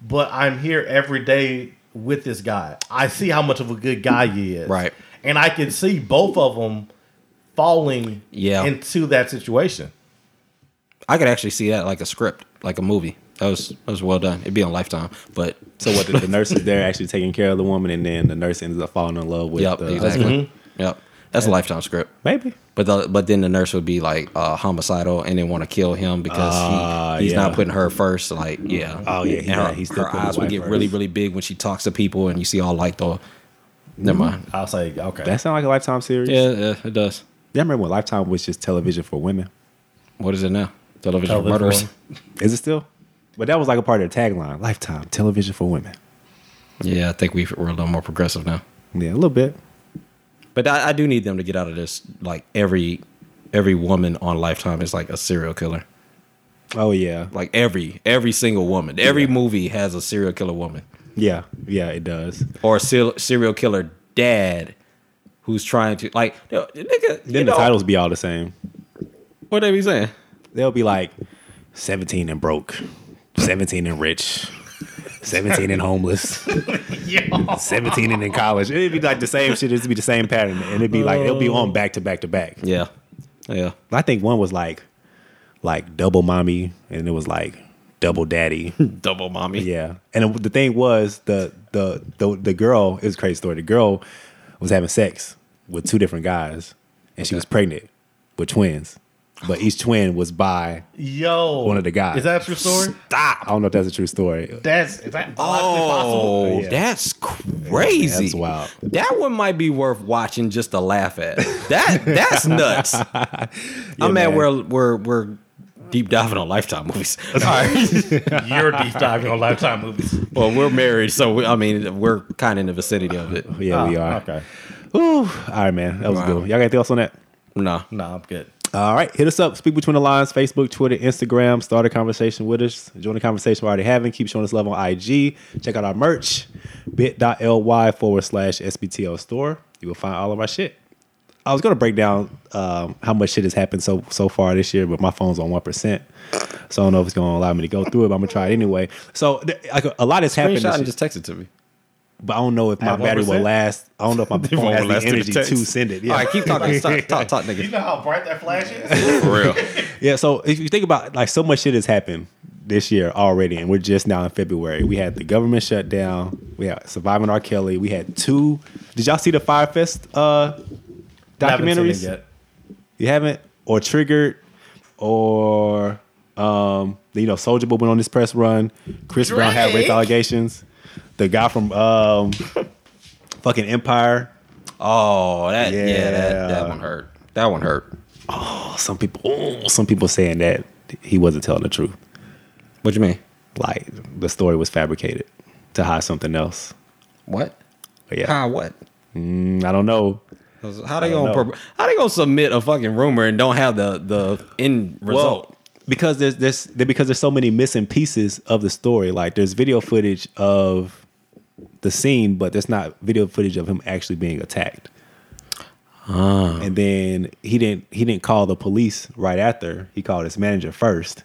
Speaker 2: but I'm here every day with this guy. I see how much of a good guy he is.
Speaker 1: Right.
Speaker 2: And I can see both of them falling
Speaker 1: Yeah.
Speaker 2: into that situation.
Speaker 1: I could actually see that like a script, like a movie. That was that was well done. It'd be on Lifetime, but
Speaker 4: So what? The, the nurse is there actually taking care of the woman, and then the nurse ends up falling in love with
Speaker 1: yep,
Speaker 4: the
Speaker 1: exactly.
Speaker 4: husband.
Speaker 1: Yep, that's a Lifetime script.
Speaker 4: Maybe.
Speaker 1: But the, but then the nurse would be like uh, homicidal and then want to kill him because
Speaker 4: Ah,
Speaker 1: he, he's not
Speaker 4: yeah.
Speaker 1: putting her first. Like yeah,
Speaker 4: Oh, yeah, he-
Speaker 1: And her,
Speaker 4: yeah, he's still
Speaker 1: her
Speaker 4: putting his
Speaker 1: eyes would
Speaker 4: wife
Speaker 1: get really
Speaker 4: first.
Speaker 1: really big when she talks to people, and you see all like the. Never mind.
Speaker 2: I was like, okay,
Speaker 4: That sounds like a Lifetime series.
Speaker 1: Yeah, Mm-hmm. yeah, it does.
Speaker 4: Yeah, I remember when Lifetime was just television for women.
Speaker 1: What is it now? Television, for
Speaker 2: Television
Speaker 1: murders.
Speaker 2: for-
Speaker 4: Is it still? But that was like a part of the tagline: Lifetime television for women.
Speaker 1: Yeah, I think we we're a little more progressive now.
Speaker 4: Yeah, a little bit.
Speaker 1: But I, I do need them to get out of this. Like every every woman on Lifetime is like a serial killer.
Speaker 4: Oh yeah,
Speaker 1: Like every every single woman. Every movie has a serial killer woman
Speaker 4: yeah, yeah. It does.
Speaker 1: or a ser- serial killer dad who's trying to like yo, nigga. you
Speaker 4: Then the
Speaker 1: know,
Speaker 4: titles be all the same.
Speaker 1: What they be saying?
Speaker 4: They'll be like, seventeen and broke, seventeen and rich, seventeen and homeless, seventeen and in college. It'd be like the same shit. It'd be the same pattern, and it'd be like it'll be on back to back to back.
Speaker 1: Yeah, yeah.
Speaker 4: I think one was like, like double mommy, and it was like double daddy.
Speaker 1: Double mommy.
Speaker 4: Yeah, and it- the thing was the the the the girl. It was a crazy story. The girl was having sex with two different guys, and she was pregnant with twins. But each twin was by.
Speaker 2: yo,
Speaker 4: One of the guys.
Speaker 2: Is that a true story?
Speaker 4: Stop! I don't know if that's a true story.
Speaker 2: That's is that oddly possible?
Speaker 1: Oh,
Speaker 4: Yeah.
Speaker 1: that's crazy.
Speaker 4: That's wild.
Speaker 1: That one might be worth watching just to laugh at. That that's nuts. I'm
Speaker 4: man.
Speaker 1: mad we're we're we're deep diving on lifetime movies. All right.
Speaker 2: You're deep diving on Lifetime movies.
Speaker 1: well, we're married, so we, I mean we're kind of in the vicinity of it.
Speaker 4: Yeah, we
Speaker 2: Oh,
Speaker 4: are.
Speaker 2: okay.
Speaker 4: Ooh, all right, man. That was
Speaker 1: Wow.
Speaker 4: good. Y'all got anything else on that?
Speaker 1: No.
Speaker 2: No, I'm good.
Speaker 4: All right, hit us up. Speak between the lines. Facebook, Twitter, Instagram. Start a conversation with us. Join the conversation we're already having. Keep showing us love on IG. Check out our merch, bit.ly forward slash SBTL store. You will find all of our shit. I was gonna break down um, how much shit has happened so so far this year, but my phone's on one percent, so I don't know if it's gonna allow me to go through it. But I'm gonna try it anyway. So th- like a, a lot has happened,
Speaker 1: Screenshot
Speaker 4: this
Speaker 1: and
Speaker 4: year,
Speaker 1: just text it to me.
Speaker 4: but I don't know if my
Speaker 2: At
Speaker 4: battery will
Speaker 2: 1%?
Speaker 4: last. I don't know if my phone
Speaker 5: won't
Speaker 4: has
Speaker 5: last through
Speaker 4: the
Speaker 5: the
Speaker 4: energy
Speaker 5: text.
Speaker 4: to send it. Yeah.
Speaker 1: All right, keep talking. Stop, talk, talk,
Speaker 2: You
Speaker 1: nigga.
Speaker 2: know how bright that flash is?
Speaker 5: For real.
Speaker 4: Yeah, so if you think about it, like so much shit has happened this year already, and we're just now in February. We had the government shutdown. We had surviving R. Kelly. We had two. Did y'all see the Firefest uh,
Speaker 2: Haven't seen it
Speaker 4: documentaries?
Speaker 2: yet.
Speaker 4: You haven't, or triggered, or um, you know, Soldier Boy went on this press run. Chris Brown had rape
Speaker 2: Drake?
Speaker 4: allegations. The guy from um, fucking Empire.
Speaker 1: Oh, that yeah,
Speaker 4: Yeah.
Speaker 1: that, that one hurt. That one hurt.
Speaker 4: Oh, some people, oh, some people saying that he wasn't telling the truth.
Speaker 1: What you mean?
Speaker 4: like the story was fabricated to hide something else.
Speaker 1: What?
Speaker 4: But yeah,
Speaker 1: How what?
Speaker 4: Mm, I don't know.
Speaker 1: How they gonna
Speaker 4: don't know.
Speaker 1: pro- how they gonna submit a fucking rumor and don't have the the end result?
Speaker 4: because there's there's there- because there's so many missing pieces of the story. Like there's video footage of the scene, but there's not video footage of him actually being attacked. And then he didn't he didn't call the police right after. He called his manager first,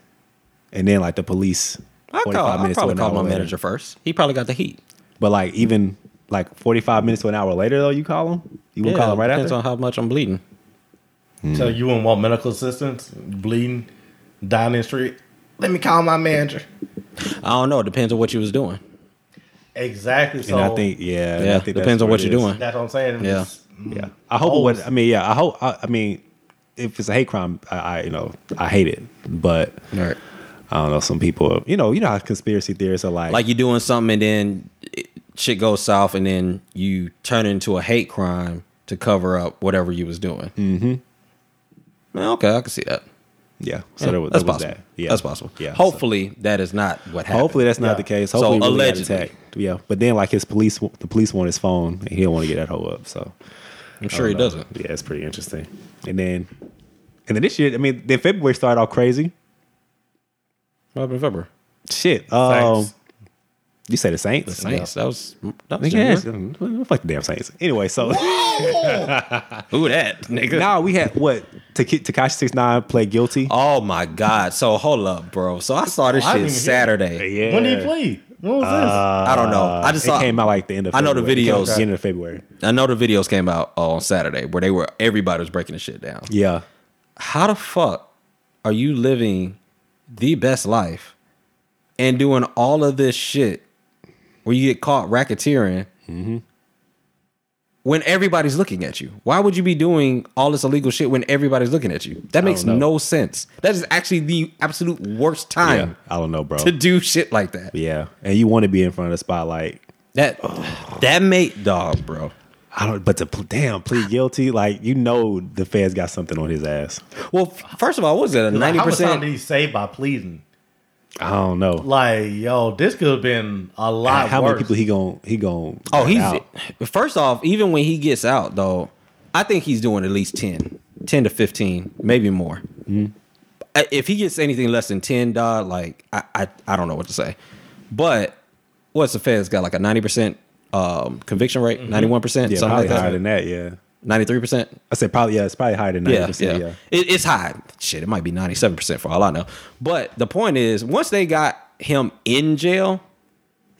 Speaker 4: and then like the police.
Speaker 1: I, call,
Speaker 4: 45
Speaker 1: I
Speaker 4: minutes to
Speaker 1: probably
Speaker 4: an
Speaker 1: called
Speaker 4: hour
Speaker 1: my
Speaker 4: later.
Speaker 1: manager first. He probably got the heat.
Speaker 4: But like even like 45 minutes to an hour later though, you call him. You will call him right after.
Speaker 1: Depends on how much I'm bleeding.
Speaker 2: So you wouldn't want medical assistance, bleeding, dying in the street. Let me call my manager.
Speaker 1: I don't know. It depends on what you was doing.
Speaker 2: Exactly. So
Speaker 4: and I think yeah, and I
Speaker 1: Yeah,
Speaker 4: think
Speaker 1: depends
Speaker 4: that's
Speaker 1: on what
Speaker 4: it
Speaker 1: you're
Speaker 4: is.
Speaker 1: doing.
Speaker 2: that's what I'm saying.
Speaker 1: Yeah.
Speaker 2: It's- hmm.
Speaker 4: Yeah, I hope it was. I mean, yeah, I hope. I, I mean, if it's a hate crime, I, I you know I hate it, but
Speaker 1: All right.
Speaker 4: I don't know. Some people, you know, you know how conspiracy theorists are like,
Speaker 1: Like you're doing something and then it, shit goes south and then you turn into a hate crime to cover up whatever you was doing. Mm-hmm. Okay, I can see that.
Speaker 4: yeah. So
Speaker 1: Yeah,
Speaker 4: there was,
Speaker 1: that's
Speaker 4: there was
Speaker 1: possible.
Speaker 4: that. Yeah,
Speaker 1: that's possible.
Speaker 4: Yeah. so-
Speaker 1: Hopefully that is not what happened.
Speaker 4: hopefully that's not
Speaker 2: Yeah.
Speaker 4: the case.
Speaker 1: So,
Speaker 4: Hopefully, so
Speaker 1: allegedly.
Speaker 4: allegedly, yeah. But then like his police, the police want his phone, and he didn't want to get that hoe up. So
Speaker 1: I'm sure he
Speaker 4: don't know.
Speaker 1: doesn't.
Speaker 4: Yeah, it's pretty interesting. And then, and then this year, I mean, then February started off crazy.
Speaker 1: What happened in February?
Speaker 4: Shit. Um,
Speaker 2: Saints.
Speaker 4: you say the Saints?
Speaker 1: Saints. That was that was
Speaker 4: Yeah,
Speaker 1: January.
Speaker 4: fuck the damn Saints. Anyway, so.
Speaker 1: Who that nigga?
Speaker 4: Nah, we had what Takashi Six Nine play guilty.
Speaker 1: Oh my god! So hold up, bro. So I saw this
Speaker 2: I didn't
Speaker 1: shit
Speaker 2: even hear-
Speaker 1: Saturday.
Speaker 4: Yeah. Uh,
Speaker 2: When did he plead? What was this?
Speaker 1: I don't know. I just
Speaker 4: it
Speaker 1: saw.
Speaker 4: came out like the end of.
Speaker 1: I know the
Speaker 4: February. It came out
Speaker 1: videos.
Speaker 4: the end of February.
Speaker 1: I know the videos came out uh, on Saturday where they were everybody was breaking the shit down.
Speaker 4: Yeah,
Speaker 1: How the fuck are you living the best life and doing all of this shit where you get caught racketeering when everybody's looking at you? Why would you be doing all this illegal shit when everybody's looking at you? That makes
Speaker 4: know.
Speaker 1: no sense. That is actually the absolute worst
Speaker 4: yeah.
Speaker 1: time
Speaker 4: I don't know, bro.
Speaker 1: to do shit like that.
Speaker 4: Yeah, and you want to be in front of the spotlight.
Speaker 1: That that made dog, bro.
Speaker 4: I don't. But to pl- damn plead guilty, like you know, the feds got something on his ass.
Speaker 1: Well, f- first of all, what was it a
Speaker 2: Like,
Speaker 1: ninety
Speaker 2: How much time did
Speaker 1: percent?
Speaker 2: he save by pleading?
Speaker 4: I don't know.
Speaker 2: Like, yo, this could have been a lot
Speaker 4: How
Speaker 2: worse.
Speaker 4: many people he gon' he gon'
Speaker 1: Oh,
Speaker 4: let
Speaker 1: he's
Speaker 4: out?
Speaker 1: first off. Even when he gets out, though, I think he's doing at least 10, 10 to fifteen, maybe more.
Speaker 4: Mm-hmm.
Speaker 1: I- If he gets anything less than ten, dog, like I, I, I don't know what to say. But what's the Fed's got like a ninety percent um, conviction rate, ninety one percent,
Speaker 4: Mm-hmm. yeah,
Speaker 1: something
Speaker 4: probably
Speaker 1: like
Speaker 4: higher
Speaker 1: that,
Speaker 4: than that. Yeah,
Speaker 1: ninety three percent.
Speaker 4: I said probably. Yeah, it's probably higher than ninety
Speaker 1: Yeah, yeah.
Speaker 4: percent. Yeah.
Speaker 1: It, it's high. Shit, it might be 97% for all I know. But the point is, once they got him in jail,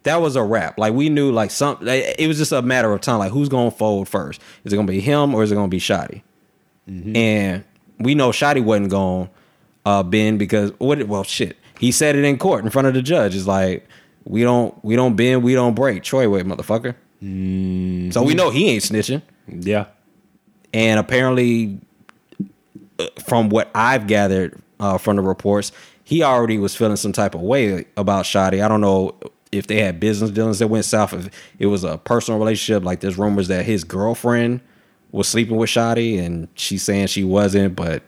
Speaker 1: that was a wrap. Like we knew like some like, it was just a matter of time like who's going to fold first? Is it going to be him or is it going to be Shotty? And we know Shotty wasn't going to uh bend because what well shit. He said it in court in front of the judge. It's like we don't we don't bend, we don't break. Troy wait, motherfucker. So we know he ain't snitching
Speaker 4: Yeah.
Speaker 1: and apparently uh, from what i've gathered uh, from the reports he already was feeling some type of way about Shotty. i don't know if they had business dealings that went south if it was a personal relationship like there's rumors that his girlfriend was sleeping with Shotty, and she's saying she wasn't but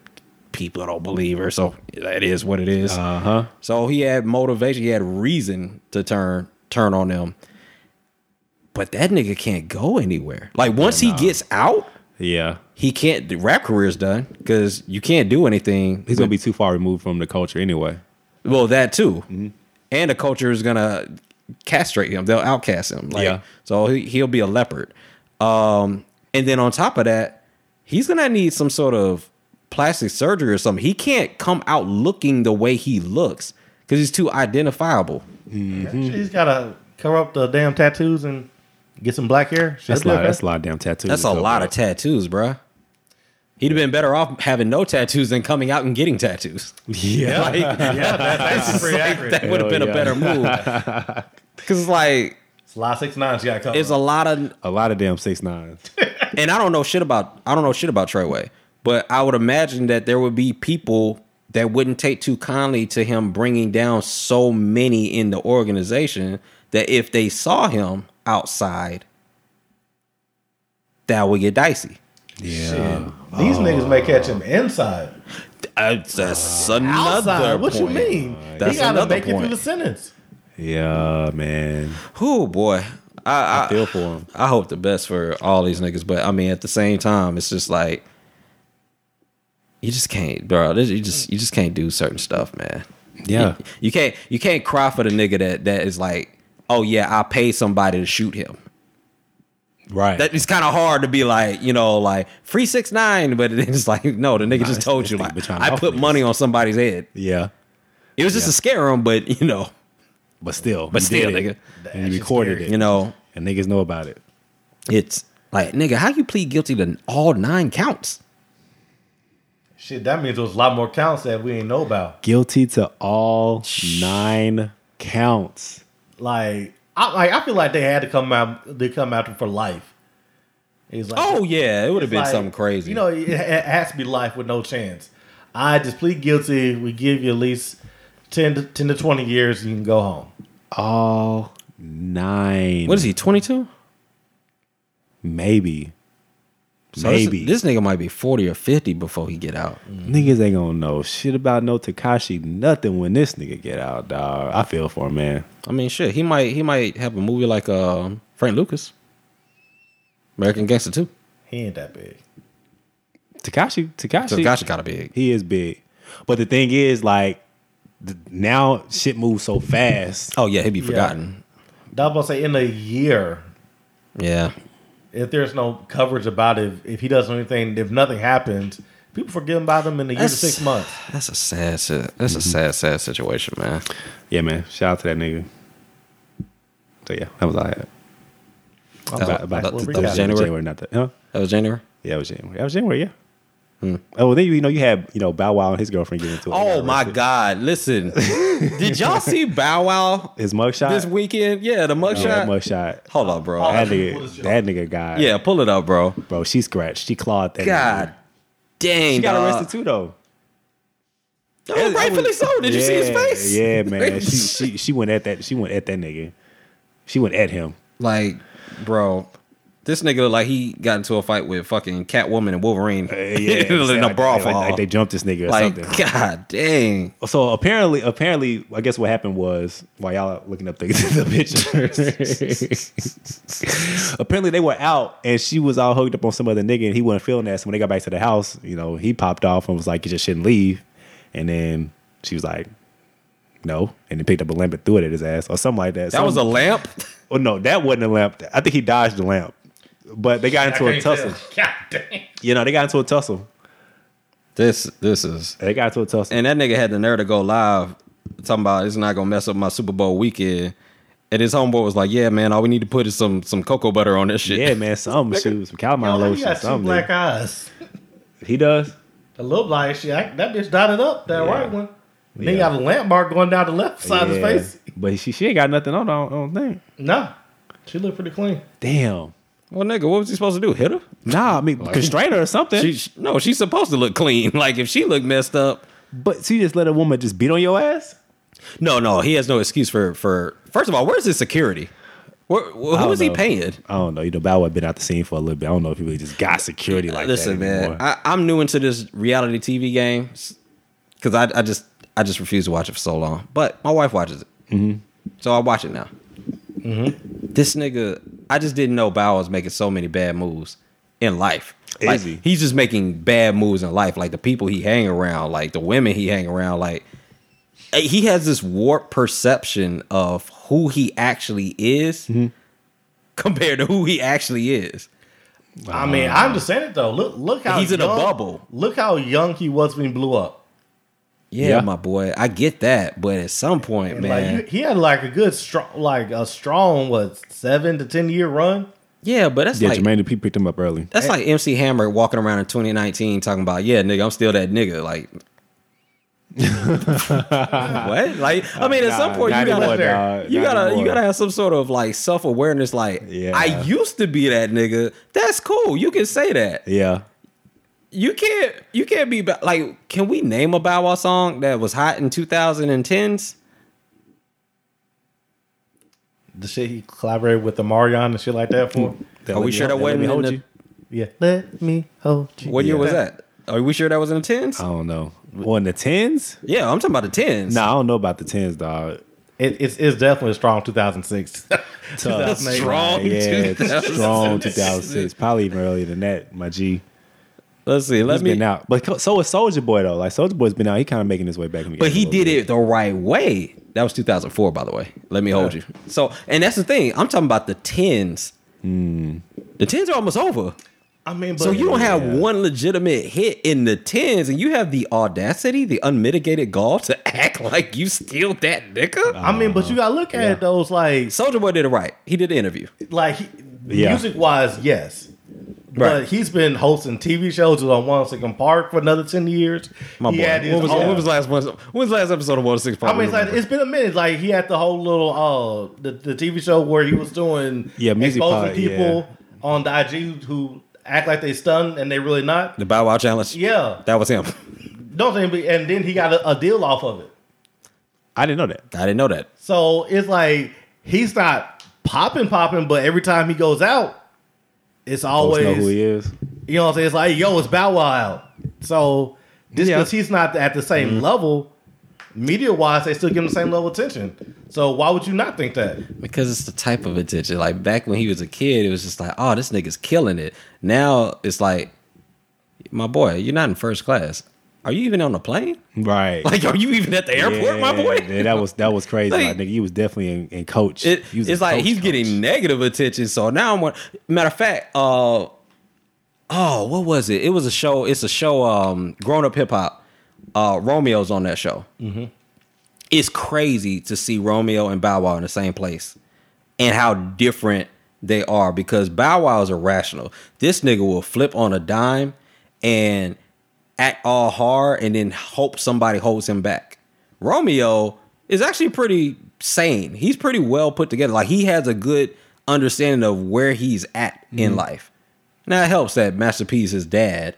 Speaker 1: people don't believe her so that is what it is
Speaker 4: Uh huh.
Speaker 1: so he had motivation he had reason to turn turn on them but that nigga can't go anywhere like once he gets out
Speaker 4: Yeah.
Speaker 1: he can't the rap career's done because you can't do anything
Speaker 4: He's gonna be too far removed from the culture anyway.
Speaker 1: well that too and the culture is gonna castrate him they'll outcast him like
Speaker 4: Yeah.
Speaker 1: so he, he'll be a leopard um and then on top of that he's gonna need some sort of plastic surgery or something he can't come out looking the way he looks because he's too identifiable
Speaker 2: She's got to cover up the damn tattoos and get some black hair. Should
Speaker 4: That's a
Speaker 2: be
Speaker 4: lot.
Speaker 2: okay.
Speaker 4: That's a lot of damn tattoos.
Speaker 1: that's a lot of tattoos bruh he'd have been better off having no tattoos than coming out and getting tattoos
Speaker 4: yeah.
Speaker 2: yeah, that's, actually pretty accurate.
Speaker 1: that would have been a
Speaker 4: yeah.
Speaker 1: better move because like
Speaker 2: It's a lot of six nines you got covered.
Speaker 1: it's a lot of
Speaker 4: a lot of damn six nines.
Speaker 1: and I don't know shit about I don't know shit about Treyway, but I would imagine that there would be people that wouldn't take too kindly to him bringing down so many in the organization that if they saw him outside, that would get dicey.
Speaker 4: Yeah.
Speaker 2: Um, These
Speaker 1: Oh.
Speaker 2: niggas may catch him inside.
Speaker 1: That's, that's another
Speaker 2: Outside. What you
Speaker 1: point.
Speaker 2: mean?
Speaker 1: That's
Speaker 2: he gotta
Speaker 1: another
Speaker 2: make it
Speaker 1: point.
Speaker 2: through the sentence.
Speaker 4: Yeah, man.
Speaker 1: Oh boy, I, I
Speaker 4: Feel for him.
Speaker 1: I hope the best for all these niggas, but I mean, at the same time, it's just like you just can't, bro. This- You just you just can't do certain stuff, man.
Speaker 4: Yeah.
Speaker 1: you, you can't you can't cry for the nigga that that is like, oh yeah, I paid somebody to shoot him.
Speaker 4: Right.
Speaker 1: That it's kind of hard to be like, you know, like free six nine, but it's like, no, the nigga just
Speaker 4: this-
Speaker 1: told
Speaker 4: this
Speaker 1: you
Speaker 4: nigga
Speaker 1: like,
Speaker 4: been trying to
Speaker 1: I
Speaker 4: help
Speaker 1: put
Speaker 4: niggas.
Speaker 1: money on somebody's head.
Speaker 4: yeah.
Speaker 1: It was just to scare him, but you know,
Speaker 4: But still.
Speaker 1: But
Speaker 4: you
Speaker 1: still,
Speaker 4: did it.
Speaker 2: nigga.
Speaker 4: And you recorded it.
Speaker 1: you know,
Speaker 4: And niggas know about it.
Speaker 1: it's like nigga, how you plead guilty to all nine counts?
Speaker 2: Shit, that means there was a lot more counts that we ain't know about.
Speaker 4: Guilty to all nine counts.
Speaker 2: Like I like I feel like they had to come out they come after him for life. He's like
Speaker 1: Oh yeah, it would have
Speaker 2: it's
Speaker 1: been
Speaker 2: like,
Speaker 1: something crazy.
Speaker 2: You know, it, it has to be life with no chance. I just plead guilty, we give you at least 10 to, 10 to 20 years and you can go home.
Speaker 4: All nine.
Speaker 1: what is he? Twenty two?
Speaker 4: Maybe. Maybe.
Speaker 1: this, nigga might be forty or fifty before he get out.
Speaker 4: Niggas ain't gonna know shit about no Takashi nothing when this nigga get out, dog. I feel for him, man.
Speaker 1: I mean, shit, he might he might have a movie like um, Frank Lucas, American Gangster Two.
Speaker 2: He ain't that big.
Speaker 4: Takashi,
Speaker 1: So
Speaker 4: Takashi,
Speaker 1: Gacha gotta be.
Speaker 4: he is big. But the thing is, like, th- now shit moves so fast.
Speaker 1: Oh yeah, he'd be forgotten.
Speaker 2: That was say in a year,
Speaker 1: Yeah.
Speaker 2: if there's no coverage about it, if he does anything, if nothing happens, people forget about him in a year to
Speaker 1: That's-
Speaker 2: six months.
Speaker 1: that's Mm-hmm. a sad. si- That's a sad, sad situation, man.
Speaker 4: Yeah, man. Shout out to that nigga. So yeah, that was all I had.
Speaker 1: That,
Speaker 4: By- by-
Speaker 1: that- that
Speaker 4: that
Speaker 1: was January?
Speaker 4: not that. Huh?
Speaker 1: That was January.
Speaker 4: Yeah, it was January. That was January. Yeah. Oh, well, then you know you had you know Bow Wow and his girlfriend getting into it.
Speaker 1: Hmm. Oh my God! Listen, did y'all see Bow Wow
Speaker 4: His mugshot.
Speaker 1: this Oh, weekend? Yeah, the mugshot.
Speaker 4: Yeah, that mugshot. Oh,
Speaker 1: Hold up, bro.
Speaker 4: That
Speaker 2: pull this
Speaker 4: nigga,
Speaker 2: shit
Speaker 4: that nigga guy.
Speaker 1: yeah, pull it up, bro.
Speaker 4: bro. She scratched. She clawed that.
Speaker 1: God
Speaker 4: nigga.
Speaker 1: dang,
Speaker 4: She got
Speaker 1: dog.
Speaker 4: arrested too though.
Speaker 1: Oh, rightfully so. Did you see his
Speaker 4: Yeah,
Speaker 1: face?
Speaker 4: Yeah, man. she she she went at that. She went at that nigga. She went at him.
Speaker 1: Like, bro, this nigga look like he got into a fight with fucking Catwoman and Wolverine
Speaker 4: Uh,
Speaker 1: in a
Speaker 4: like-
Speaker 1: brawl
Speaker 4: like,
Speaker 1: for
Speaker 4: like
Speaker 1: like,
Speaker 4: they jumped this nigga or something.
Speaker 1: God dang.
Speaker 4: So apparently, apparently, I guess what happened was while y'all are looking up the, the pictures, apparently they were out and she was all hooked up on some other nigga and he wasn't feeling that. So when they got back to the house, you know, he popped off and was like, "You just shouldn't leave." And then she was like, "No," and he picked up a lamp and threw it at his ass or something like that.
Speaker 1: That was a lamp.
Speaker 4: oh no, that wasn't a lamp. I think he dodged the lamp, but they got into a tussle.
Speaker 2: God damn.
Speaker 4: You know, they got into a tussle.
Speaker 1: This this is
Speaker 4: They got into a tussle.
Speaker 1: and that nigga had the nerve to go live talking about it's not gonna mess up my Super Bowl weekend. And his homeboy was like, Yeah, man, all we need to put is some some cocoa butter on this shit.
Speaker 4: yeah, man, some shoes, some cowmine
Speaker 2: Yo, he
Speaker 4: lotion,
Speaker 2: got two
Speaker 4: something.
Speaker 2: black eyes.
Speaker 4: He does.
Speaker 2: That look like shit. I, that bitch dotted up that
Speaker 4: Yeah.
Speaker 2: right one. Then he
Speaker 4: Yeah.
Speaker 2: got a lamp mark going down the left side
Speaker 4: Yeah.
Speaker 2: of his face.
Speaker 4: But she, she ain't got nothing on. I don't, I don't think.
Speaker 2: No, she looked pretty clean.
Speaker 4: Damn.
Speaker 1: Well nigga, what was he supposed to do? Hit her?
Speaker 4: Nah, I mean constrain her or something.
Speaker 1: She, she- no, she's supposed to look clean. Like if she looked messed up,
Speaker 4: but she just let a woman just beat on your ass.
Speaker 1: no, no, he has no excuse for for. First of all, where's his security? Where, who
Speaker 4: don't
Speaker 1: is he
Speaker 4: know.
Speaker 1: paying?
Speaker 4: I don't know. You know, Bow Wow been out the scene for a little bit. I don't know if he really just got security like
Speaker 1: Listen,
Speaker 4: that
Speaker 1: man,
Speaker 4: anymore.
Speaker 1: I, I'm new into this reality TV game because I, I just I just refuse to watch it for so long. But my wife watches it,
Speaker 4: Mm-hmm.
Speaker 1: so I watch it now. This nigga, I just didn't know Bow was making so many bad moves in life. Like,
Speaker 4: Is he?
Speaker 1: He's just making bad moves in life, like the people he hang around, like the women he hang around, like eh, he has this warped perception of who he actually is
Speaker 4: Mm-hmm.
Speaker 1: compared to who he actually is.
Speaker 2: I mean, I'm just saying it though. Look, look how
Speaker 1: He's in a
Speaker 2: young-
Speaker 1: bubble.
Speaker 2: Look how young he was when he blew up.
Speaker 1: Yeah,
Speaker 4: Yeah.
Speaker 1: my boy, I get that, but at some point, man,
Speaker 2: Like he, he had like a good strong, like a strong what seven to ten year run.
Speaker 1: yeah, but that's
Speaker 4: yeah,
Speaker 1: like
Speaker 4: Jermaine Dupri picked him up early.
Speaker 1: that's like MC Hammer walking around in 2019 talking about, yeah, nigga, I'm still that nigga. Like, what? Like, I mean, at some
Speaker 4: Nah,
Speaker 1: point, you
Speaker 4: not
Speaker 1: gotta,
Speaker 4: anymore,
Speaker 2: gotta-
Speaker 4: dog.
Speaker 1: you
Speaker 4: Not
Speaker 1: gotta, you
Speaker 4: anymore.
Speaker 1: gotta have some sort of like self awareness. Like,
Speaker 4: Yeah.
Speaker 1: I used to be that nigga. That's cool. You can say that.
Speaker 4: Yeah.
Speaker 1: You can't, you can't be ba- like, can we name a Bow Wow song that was hot in 2010s?
Speaker 2: The shit he collaborated with the Marion and shit like that for.
Speaker 1: Are we sure that
Speaker 4: Let
Speaker 1: wasn't
Speaker 4: me
Speaker 1: in
Speaker 4: hold
Speaker 1: the-
Speaker 4: you?
Speaker 2: Yeah, let me hold you.
Speaker 1: What year
Speaker 2: Yeah.
Speaker 1: was that? Are we sure that was in the tens?
Speaker 4: I don't know. Well, in the tens?
Speaker 1: Yeah, I'm talking about the tens.
Speaker 4: No, nah, I don't know about the tens, dog.
Speaker 2: It, it's, it's definitely a strong 2006.
Speaker 4: Tough.
Speaker 1: Strong
Speaker 4: Yeah,
Speaker 1: 2000s.
Speaker 4: strong 2006. Probably even earlier than that, my G.
Speaker 1: Let's see. Let
Speaker 4: He's been
Speaker 1: me.
Speaker 4: out. But co- so is Soldier Boy, though. Like, Soldier Boy's been out. He kind of making his way back. in the
Speaker 1: But
Speaker 4: game a
Speaker 1: he
Speaker 4: little
Speaker 1: did
Speaker 4: bit.
Speaker 1: it the right way. That was 2004, by the way. Let me hold you. So, and that's the thing. I'm talking about the tens. The tens are almost over.
Speaker 2: I mean, but
Speaker 1: So you don't have
Speaker 4: Yeah.
Speaker 1: one legitimate hit in the tens, and you have the audacity, the unmitigated gall to act like you still that nigga.
Speaker 2: I mean, but you gotta look at those like
Speaker 1: Soldier Boy did it right. He did the interview.
Speaker 2: like
Speaker 4: Yeah.
Speaker 2: music wise, yes.
Speaker 1: Right.
Speaker 2: But he's been hosting TV shows on One Second Park for another ten years.
Speaker 1: My
Speaker 2: he
Speaker 1: boy.
Speaker 2: Had his
Speaker 1: What was,
Speaker 2: own-
Speaker 1: when was the last one? When was the last episode of Water Six?
Speaker 2: I mean, it's like it's been a minute. Like he had the whole little uh the, the TV show where he was doing
Speaker 4: Yeah, music
Speaker 2: exposing
Speaker 4: pod,
Speaker 2: people on the IG who act like they stunned and they really not.
Speaker 1: the Bow Wow challenge.
Speaker 2: Yeah,
Speaker 1: that was him.
Speaker 2: don't think. And then he got a, a deal off of it.
Speaker 4: I didn't know that.
Speaker 1: I didn't know that.
Speaker 2: So it's like he's not popping, popping, but every time he goes out, it's
Speaker 4: Folks
Speaker 2: always
Speaker 4: know who he is.
Speaker 2: You know what I'm saying? It's like, yo, it's Bow Wow out. So just
Speaker 4: Yeah.
Speaker 2: because he's not at the same
Speaker 4: Mm-hmm.
Speaker 2: level, media wise, they still give him the same level of attention. So why would you not think that?
Speaker 1: Because it's the type of attention. Like back when he was a kid, it was just like, oh, this nigga's killing it. Now it's like, my boy, you're not in first class. Are you even on the plane?
Speaker 4: Right.
Speaker 1: Like, are you even at the airport, my boy?
Speaker 4: Yeah, that was that was crazy.
Speaker 1: Like-
Speaker 4: Like, nigga, you was definitely in, in coach.
Speaker 1: It-
Speaker 4: You was
Speaker 1: it's
Speaker 4: in
Speaker 1: like
Speaker 4: coach,
Speaker 1: he's
Speaker 4: coach.
Speaker 1: getting negative attention. So now I'm one. Matter of fact, uh, oh, what was it? It was a show. It's a show. Um, grown up hip hop. Uh, Romeo's on
Speaker 4: Mm-hmm.
Speaker 1: that show. It's crazy to see Romeo and Bow Wow in the same place. and how different they are because Bow Wow is irrational. This nigga will flip on a dime and act all hard and then hope somebody holds him back. Romeo is actually pretty sane. He's pretty well put together. Like he has a good understanding of where he's at in life. Now it helps that Master P is his dad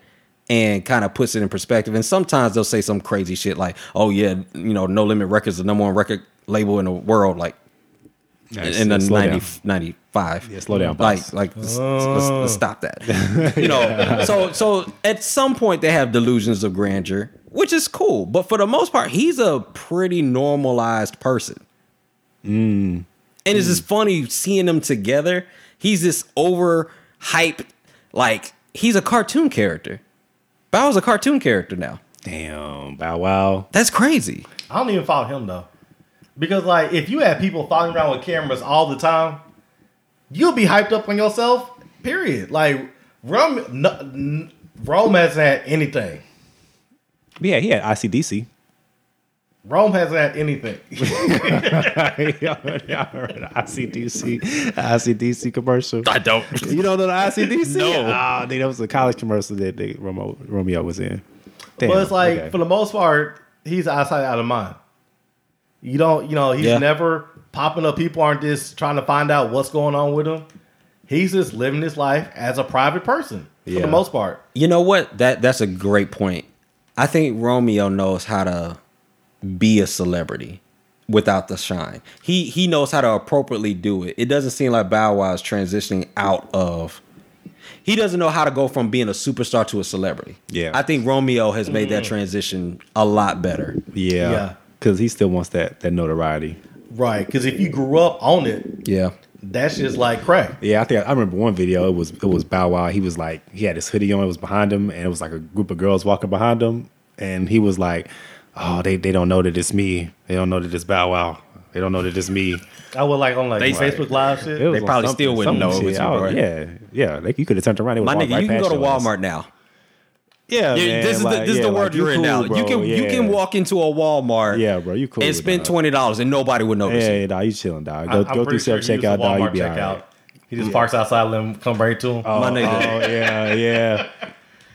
Speaker 1: and kind of puts it in perspective. And sometimes they'll say some crazy shit like, oh yeah, you know, No Limit Records, the number one record label in the world. Like in the
Speaker 4: slow down.
Speaker 1: 90, 95.
Speaker 4: Yeah, slow down,
Speaker 1: Like,
Speaker 4: boss. Oh.
Speaker 1: like let's, let's- let's stop that. You know, so so at some point they have delusions of grandeur, which is cool. But for the most part, he's a pretty normalized person.
Speaker 4: Mm.
Speaker 1: And it's just funny seeing them together. He's this over hyped, like he's a cartoon character. Bow's a cartoon character now.
Speaker 4: Damn, Bow Wow.
Speaker 1: That's crazy.
Speaker 2: I don't even follow him though, because like if you had people following around with cameras all the time, you'll be hyped up on yourself. Period. Like Rome, no, n- Rome hasn't had anything.
Speaker 4: Yeah, he had ICDC.
Speaker 2: Rome hasn't had anything.
Speaker 4: ICDC, ICDC commercial.
Speaker 5: I don't.
Speaker 4: You don't know the ICDC?
Speaker 5: No.
Speaker 4: Oh, that was a college commercial that they, Romeo, Romeo was in. Damn,
Speaker 2: but it's like
Speaker 4: okay.
Speaker 2: for the most part, he's outside out of mind. You don't, you know, he's
Speaker 1: Yeah.
Speaker 2: never popping up. People aren't just trying to find out what's going on with him. He's just living his life as a private person for
Speaker 4: Yeah.
Speaker 2: the most part.
Speaker 1: You know what? That that's a great point. I think Romeo knows how to be a celebrity without the shine. He he knows how to appropriately do it. It doesn't seem like Bow Wow is transitioning out of. He doesn't know how to go from being a superstar to a celebrity.
Speaker 4: Yeah.
Speaker 1: I think Romeo has made that transition a lot better.
Speaker 4: yeah,
Speaker 2: Yeah.
Speaker 4: because he still wants that that notoriety.
Speaker 2: Right. Because if you grew up on it,
Speaker 1: Yeah.
Speaker 2: that's just like crack.
Speaker 4: Yeah, I think I remember one video. It was it was Bow Wow. He was like he had his hoodie on. It was behind him, and it was like a group of girls walking behind him, and he was like, "Oh, they they don't know that it's me. They don't know that it's Bow Wow. They don't know that it's me."
Speaker 2: I would like on like
Speaker 5: They-
Speaker 2: Facebook Live shit.
Speaker 4: It was
Speaker 5: They probably
Speaker 4: something-
Speaker 5: still wouldn't
Speaker 4: something
Speaker 5: know it
Speaker 4: shit.
Speaker 5: was you,
Speaker 4: I
Speaker 5: bro.
Speaker 4: Yeah, yeah. Like you could have turned around. It
Speaker 1: My
Speaker 4: was
Speaker 1: nigga, you can go to Walmart now.
Speaker 4: Yeah,
Speaker 1: You-
Speaker 4: man,
Speaker 1: this is the,
Speaker 4: like,
Speaker 1: this is
Speaker 4: yeah,
Speaker 1: the world
Speaker 4: like,
Speaker 1: you're in
Speaker 4: cool,
Speaker 1: now. you
Speaker 4: bro.
Speaker 1: can you can
Speaker 4: Yeah.
Speaker 1: walk into a Walmart
Speaker 4: Yeah, bro, you cool,
Speaker 1: and spend
Speaker 4: dog.
Speaker 1: twenty dollars and nobody would notice.
Speaker 4: Yeah,
Speaker 1: it.
Speaker 4: yeah, nah, you chilling, dog.
Speaker 2: I-
Speaker 4: Go,
Speaker 2: I'm
Speaker 4: go
Speaker 2: pretty
Speaker 4: through
Speaker 2: sure
Speaker 4: self
Speaker 2: if you use
Speaker 4: checkout,
Speaker 2: the
Speaker 4: dog. You
Speaker 2: Walmart
Speaker 4: be all right.
Speaker 2: He just parks outside, let him come right to him.
Speaker 1: My nigga.
Speaker 4: Oh yeah, yeah,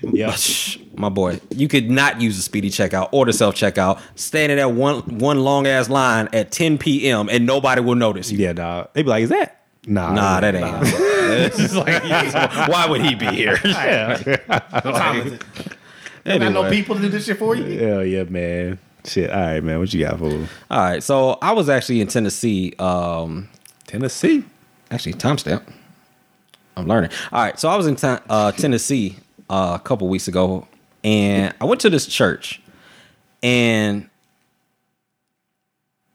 Speaker 4: yeah.
Speaker 1: Shh, my boy, you could not use the speedy checkout or the self checkout. Standing at one one long ass line at 10 p.m. and nobody will notice you.
Speaker 4: Yeah, dog. They be like, is that? Nah.
Speaker 1: Nah, that ain't.
Speaker 5: It's like, why would he be here?
Speaker 2: I know
Speaker 1: Anyway.
Speaker 2: people to do this shit for you.
Speaker 4: Hell yeah, man. Shit. All right, man. What you got, fool?
Speaker 1: All right, so I was actually in Tennessee. Um,
Speaker 4: Tennessee.
Speaker 1: actually, timestamp. I'm learning. All right, so I was in ten- uh, Tennessee uh, a couple weeks ago, and I went to this church, and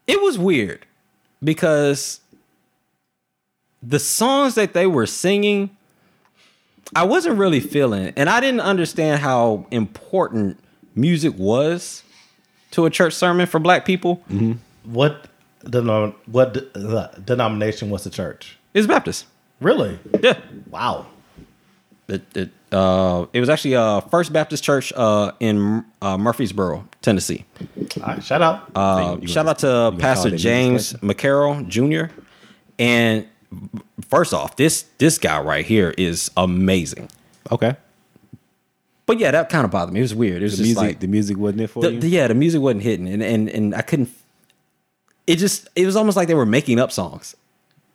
Speaker 1: it was weird because the songs that they were singing, I wasn't really feeling, and I didn't understand how important music was to a church sermon for Black people.
Speaker 2: What denom- what de- uh, denomination was the church?
Speaker 1: It's Baptist.
Speaker 2: Really?
Speaker 1: Yeah.
Speaker 2: Wow.
Speaker 1: It, it, uh, it was actually uh, First Baptist Church uh, in uh, Murfreesboro, Tennessee.
Speaker 2: All right, shout out.
Speaker 1: Uh, shout out to
Speaker 4: call it
Speaker 1: Pastor
Speaker 4: a news
Speaker 1: James McCarroll Jr. And first off, this this guy right here is amazing.
Speaker 4: Okay.
Speaker 1: But yeah, that kind of bothered me. It was weird. It was
Speaker 4: The
Speaker 1: just
Speaker 4: music.
Speaker 1: like
Speaker 4: the music wasn't it for
Speaker 1: the,
Speaker 4: you.
Speaker 1: the- yeah, the music wasn't hitting, and and and I couldn't. It just it was almost like they were making up songs.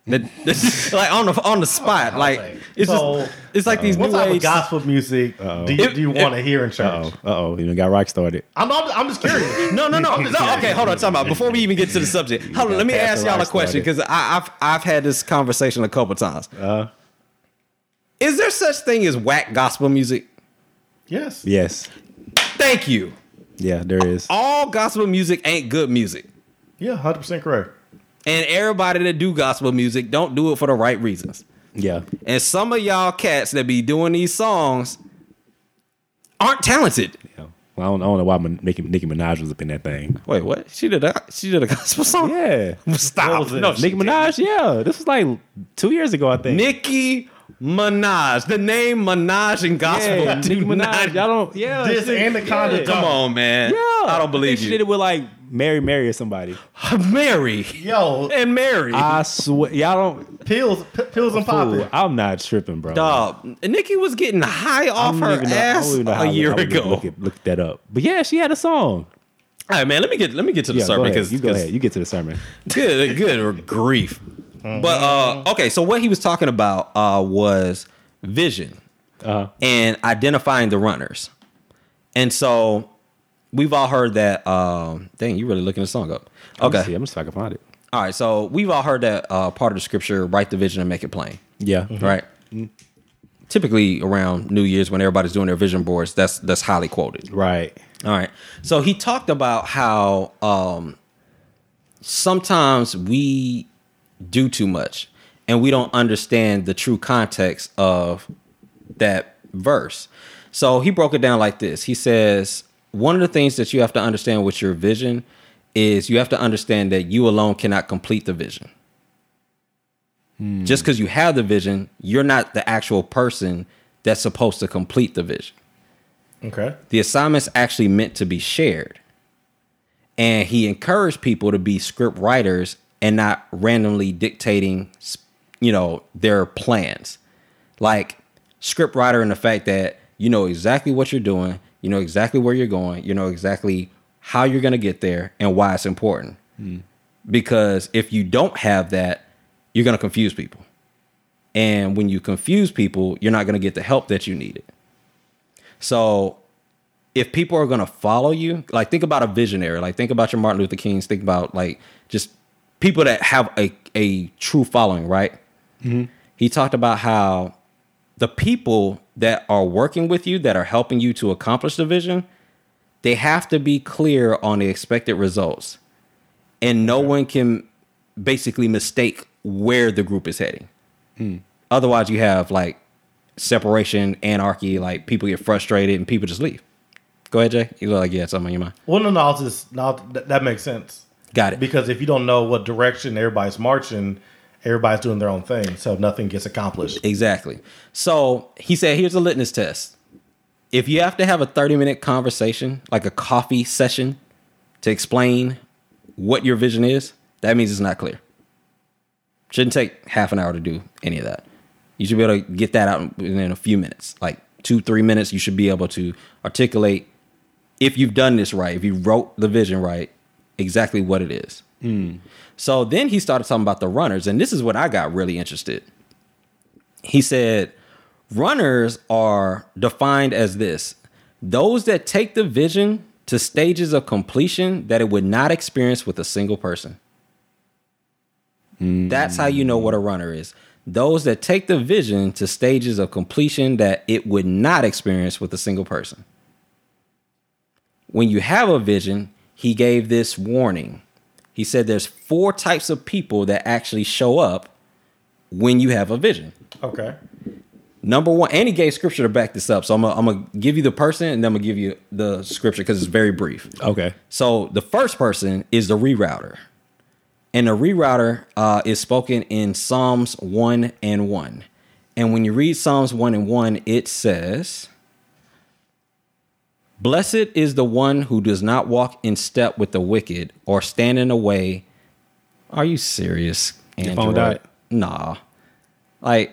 Speaker 1: That- like on the on the spot, like it's
Speaker 2: So- uh,
Speaker 1: just it's like these
Speaker 2: what
Speaker 1: new
Speaker 2: type of
Speaker 1: age.
Speaker 2: gospel music do you,
Speaker 1: If-
Speaker 2: do you want to hear in
Speaker 4: oh,
Speaker 2: church?
Speaker 4: uh oh. You know, got rock started.
Speaker 2: I'm, I'm, I'm just curious.
Speaker 1: No, no, no, no. Okay, hold on. Time out. Before we even get to the subject, hold on. Let me
Speaker 4: Pastor
Speaker 1: ask y'all a
Speaker 4: Rock
Speaker 1: question because I've I've had this conversation a couple times.
Speaker 4: Uh-huh.
Speaker 1: Is there such thing as whack gospel music?
Speaker 2: yes.
Speaker 4: Yes.
Speaker 1: Thank you.
Speaker 4: Yeah, there is.
Speaker 1: All gospel music ain't good music,
Speaker 2: Yeah, 100% correct.
Speaker 1: and everybody that do gospel music don't do it for the right reasons.
Speaker 4: Yeah.
Speaker 1: And some of y'all cats that be doing these songs aren't talented.
Speaker 4: yeah. Well, I don't, I don't know why Min- Nicki, Nicki Minaj was up in that thing.
Speaker 1: Wait, what? She did a she did a gospel song?
Speaker 4: Yeah.
Speaker 1: Stop.
Speaker 2: was it?
Speaker 1: No,
Speaker 4: Nicki Minaj. Yeah. This was like two years ago, I think.
Speaker 1: Nicki Minaj. The name Minaj and gospel.
Speaker 4: Yeah,
Speaker 1: do
Speaker 4: Nicki Minaj.
Speaker 1: not-
Speaker 4: Y'all don't. Yeah.
Speaker 2: This
Speaker 4: she-
Speaker 2: and the kind
Speaker 4: yeah.
Speaker 2: of
Speaker 1: come on, man.
Speaker 4: Yeah.
Speaker 1: I don't believe
Speaker 4: she
Speaker 1: you.
Speaker 4: did it with like Mary, Mary, or somebody.
Speaker 1: Mary
Speaker 2: Yo,
Speaker 1: and Mary.
Speaker 4: I swear, y'all don't.
Speaker 2: pills, p- pills and
Speaker 4: Fool,
Speaker 2: poppy.
Speaker 4: I'm not tripping, bro.
Speaker 1: Dog, Nikki was getting high
Speaker 4: I
Speaker 1: off
Speaker 4: don't
Speaker 1: her
Speaker 4: even know- I don't
Speaker 1: ass
Speaker 4: even know how I
Speaker 1: a
Speaker 4: would- I
Speaker 1: year
Speaker 4: would
Speaker 1: ago.
Speaker 4: Look, it- look that up. But yeah, she had a song.
Speaker 1: All right, man. Let me get let me get to the
Speaker 4: Yeah, go
Speaker 1: sermon
Speaker 4: ahead.
Speaker 1: because
Speaker 4: you go ahead. You get to the sermon.
Speaker 1: good good grief.
Speaker 4: Mm-hmm.
Speaker 1: But uh, okay, so what he was talking about uh, was vision
Speaker 4: Uh,
Speaker 1: and identifying the runners, and so we've all heard that. Um, dang, you really looking the song up?
Speaker 4: okay.
Speaker 1: Okay,
Speaker 4: I'm just if I can find it.
Speaker 1: all right. So we've all heard that uh, part of the scripture: write the vision and make it plain.
Speaker 4: Yeah.
Speaker 1: Right.
Speaker 4: Mm-hmm.
Speaker 1: Typically around New Year's when everybody's doing their vision boards, that's that's highly quoted.
Speaker 4: Right.
Speaker 1: All right. So he talked about how um, sometimes we do too much and we don't understand the true context of that verse. So he broke it down like this He says, One of the things that you have to understand with your vision is you have to understand that you alone cannot complete the vision. Just because you have the vision, you're not the actual person that's supposed to complete the vision
Speaker 2: Okay.
Speaker 1: the assignment's actually meant to be shared. And he encouraged people to be script writers and not randomly dictating, you know, their plans. Like script writer in the fact that you know exactly what you're doing, you know exactly where you're going, you know exactly how you're going to get there and why it's important. Because if you don't have that, you're going to confuse people. And when you confuse people, you're not going to get the help that you needed. So if people are going to follow you, like think about a visionary, like think about your Martin Luther Kings, think about like just people that have a, a true following, right? He talked about how the people that are working with you, that are helping you to accomplish the vision, they have to be clear on the expected results. And no one can basically mistake where the group is heading. Otherwise, you have like separation, anarchy, like people get frustrated and people just leave. Go ahead, Jay. You look like you had something on your mind.
Speaker 2: Well, no, no, I'll just no, th- that makes sense
Speaker 1: Got it.
Speaker 2: because if you don't know what direction everybody's marching, everybody's doing their own thing, so nothing gets accomplished.
Speaker 1: Exactly. So he said, here's a litmus test. If you have to have a 30 minute conversation, like a coffee session, to explain what your vision is, that means it's not clear. Shouldn't take half an hour to do any of that. You should be able to get that out in a few minutes, like two, three minutes. You should be able to articulate if you've done this right, if you wrote the vision right, exactly what it is. So then he started talking about the runners, and this is what I got really interested he said runners are defined as this those that take the vision to stages of completion that it would not experience with a single person that's how you know what a runner is those that take the vision to stages of completion that it would not experience with a single person when you have a vision he gave this warning he said there's four types of people that actually show up when you have a vision
Speaker 2: Okay.
Speaker 1: Number one, and he gave scripture to back this up. So I'm gonna, I'm gonna give you the person, and then I'm gonna give you the scripture because it's very brief.
Speaker 4: Okay.
Speaker 1: So the first person is the rerouter, and the rerouter uh, is spoken in Psalms one and one. And when you read Psalms one and one, it says, "Blessed is the one who does not walk in step with the wicked, or stand in the way." Are you serious? Android?
Speaker 4: phone died?
Speaker 1: Nah, like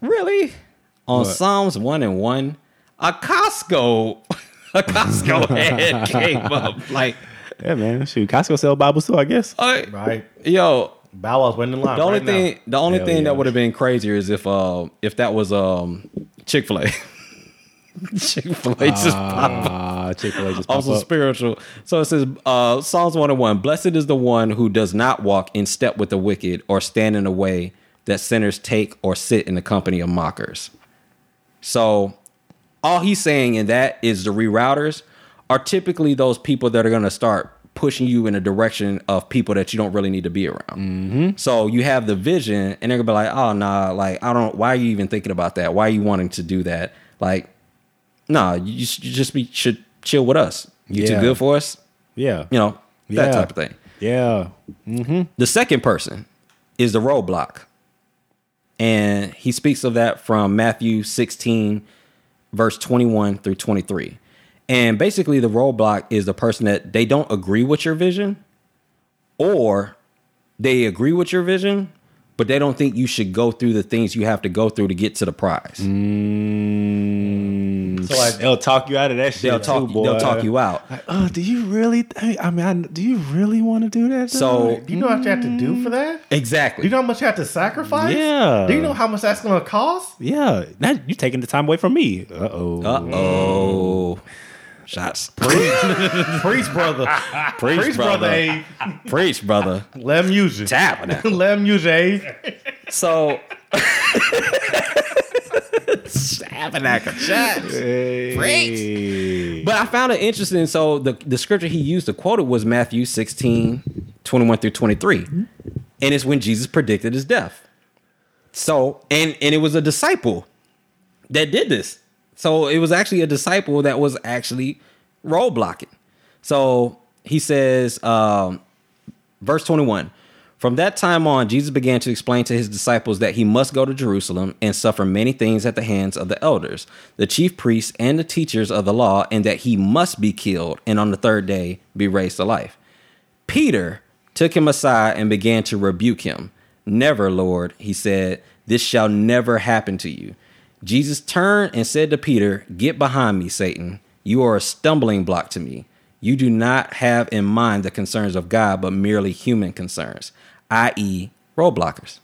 Speaker 1: really on
Speaker 4: What?
Speaker 1: Psalms one and one, a Costco, a Costco ad came up like,
Speaker 4: Yeah, man. Shoot, Costco sell Bibles too, I guess.
Speaker 1: uh,
Speaker 2: Right.
Speaker 1: yo.
Speaker 2: Bow Wow's winning the line.
Speaker 1: The only
Speaker 2: right now.
Speaker 1: thing, the only
Speaker 4: Hell
Speaker 1: thing
Speaker 4: yeah.
Speaker 1: that would have been crazier is if, uh, if that was um, Chick Fil A. Chick Fil A just popped up.
Speaker 4: Ah, Chick Fil A just Uh, pop
Speaker 1: Also
Speaker 4: up.
Speaker 1: spiritual. So it says uh, Psalms one and one. Blessed is the one who does not walk in step with the wicked, or stand in the way that sinners take, or sit in the company of mockers. So all he's saying in that is the rerouters are typically those people that are going to start pushing you in a direction of people that you don't really need to be around.
Speaker 4: Mm-hmm.
Speaker 1: So you have the vision and they're going to be like, "Oh nah, like I don't why are you even thinking about that? Why are you wanting to do that?" Like, "Nah, you, sh- you just be should chill with us. You too
Speaker 4: Yeah.
Speaker 1: good for us."
Speaker 4: Yeah.
Speaker 1: You know, that
Speaker 4: Yeah.
Speaker 1: type of thing.
Speaker 4: Yeah.
Speaker 1: The second person is the roadblock. And he speaks of that from Matthew 16, verse 21 through 23. And basically, the roadblock is the person that they don't agree with your vision, or they agree with your vision, but they don't think you should go through the things you have to go through to get to the prize.
Speaker 2: Mm. So like,
Speaker 4: They'll talk you out of that shit.
Speaker 1: Mm. They'll talk.
Speaker 4: too, boy.
Speaker 1: they'll talk you out.
Speaker 4: Like, oh, do you really? Think, I mean, I, do you really want to do that? though?
Speaker 1: So
Speaker 4: Like,
Speaker 2: do you know what you have to do for that? Do
Speaker 1: exactly.
Speaker 2: you know how much you have to sacrifice?
Speaker 4: Yeah.
Speaker 2: Do you know how much that's going to cost?
Speaker 4: yeah, now you're taking the time away from me. Uh oh.
Speaker 1: Uh oh. Shots.
Speaker 2: Priest brother.
Speaker 1: Preach,
Speaker 2: Priest brother. eh?
Speaker 1: Preach, brother.
Speaker 2: Let him use it.
Speaker 1: Tabernacle.
Speaker 2: Let him use it. eh?
Speaker 1: So tabernacle shots.
Speaker 4: Hey.
Speaker 1: But I found it interesting. So the, the scripture he used to quote it was Matthew 16, 21 through 23. And it's when Jesus predicted his death. So, and and it was a disciple that did this. So it was actually a disciple that was actually roadblocking. So he says, um, verse 21 From that time on, Jesus began to explain to his disciples that he must go to Jerusalem and suffer many things at the hands of the elders, the chief priests, and the teachers of the law, and that he must be killed and on the third day be raised to life. Peter took him aside and began to rebuke him. Never, Lord, he said, this shall never happen to you. Jesus turned and said to Peter, Get behind me, Satan. You are a stumbling block to me. You do not have in mind the concerns of God, but merely human concerns, i.e., roadblockers.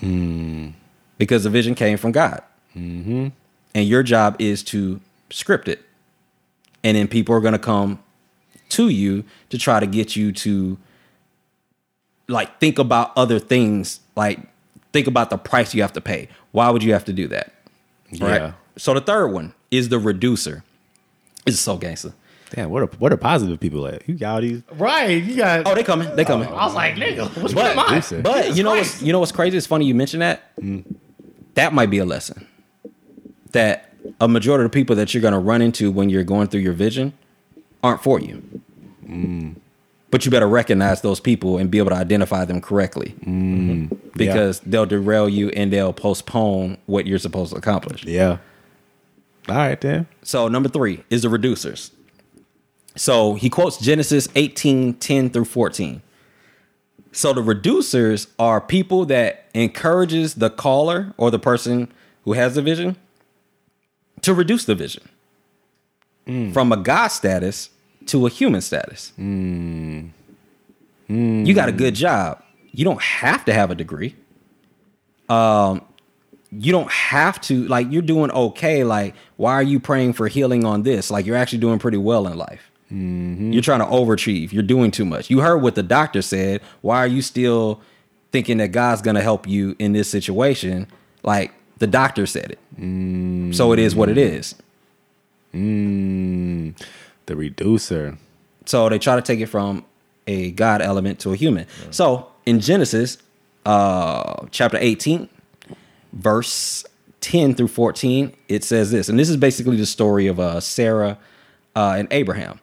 Speaker 1: Because the vision came from God. And your job is to script it. And then people are going to come to you to try to get you to like think about other things like think about the price you have to pay why would you have to do that right
Speaker 4: Yeah.
Speaker 1: so the third one is the reducer it's so gangster
Speaker 4: Damn, what are what are positive people at? You got all these.
Speaker 2: Right. You got.
Speaker 1: oh they coming they coming
Speaker 2: I was like, nigga, what's
Speaker 1: but,
Speaker 2: going on?
Speaker 1: but you know what's you know what's crazy it's funny you mentioned that that might be a lesson that a majority of the people that you're going to run into when you're going through your vision aren't for you but you better recognize those people and be able to identify them correctly because they'll derail you and they'll postpone what you're supposed to accomplish
Speaker 4: Yeah. All right, then.
Speaker 1: so number three is the reducers. So he quotes Genesis 18, 10 through 14. So the reducers are people that encourages the caller or the person who has the vision to reduce the vision from a God status to a human status. You got a good job. You don't have to have a degree you don't have to like you're doing okay like why are you praying for healing on this like you're actually doing pretty well in life you're trying to overachieve you're doing too much you heard what the doctor said why are you still thinking that god's going to help you in this situation like the doctor said it so it is what it is
Speaker 4: The reducer.
Speaker 1: So they try to take it from a God element to a human. So in Genesis, uh, chapter 18, verse 10 through 14, it says this. And this is basically the story of uh, Sarah uh, and Abraham.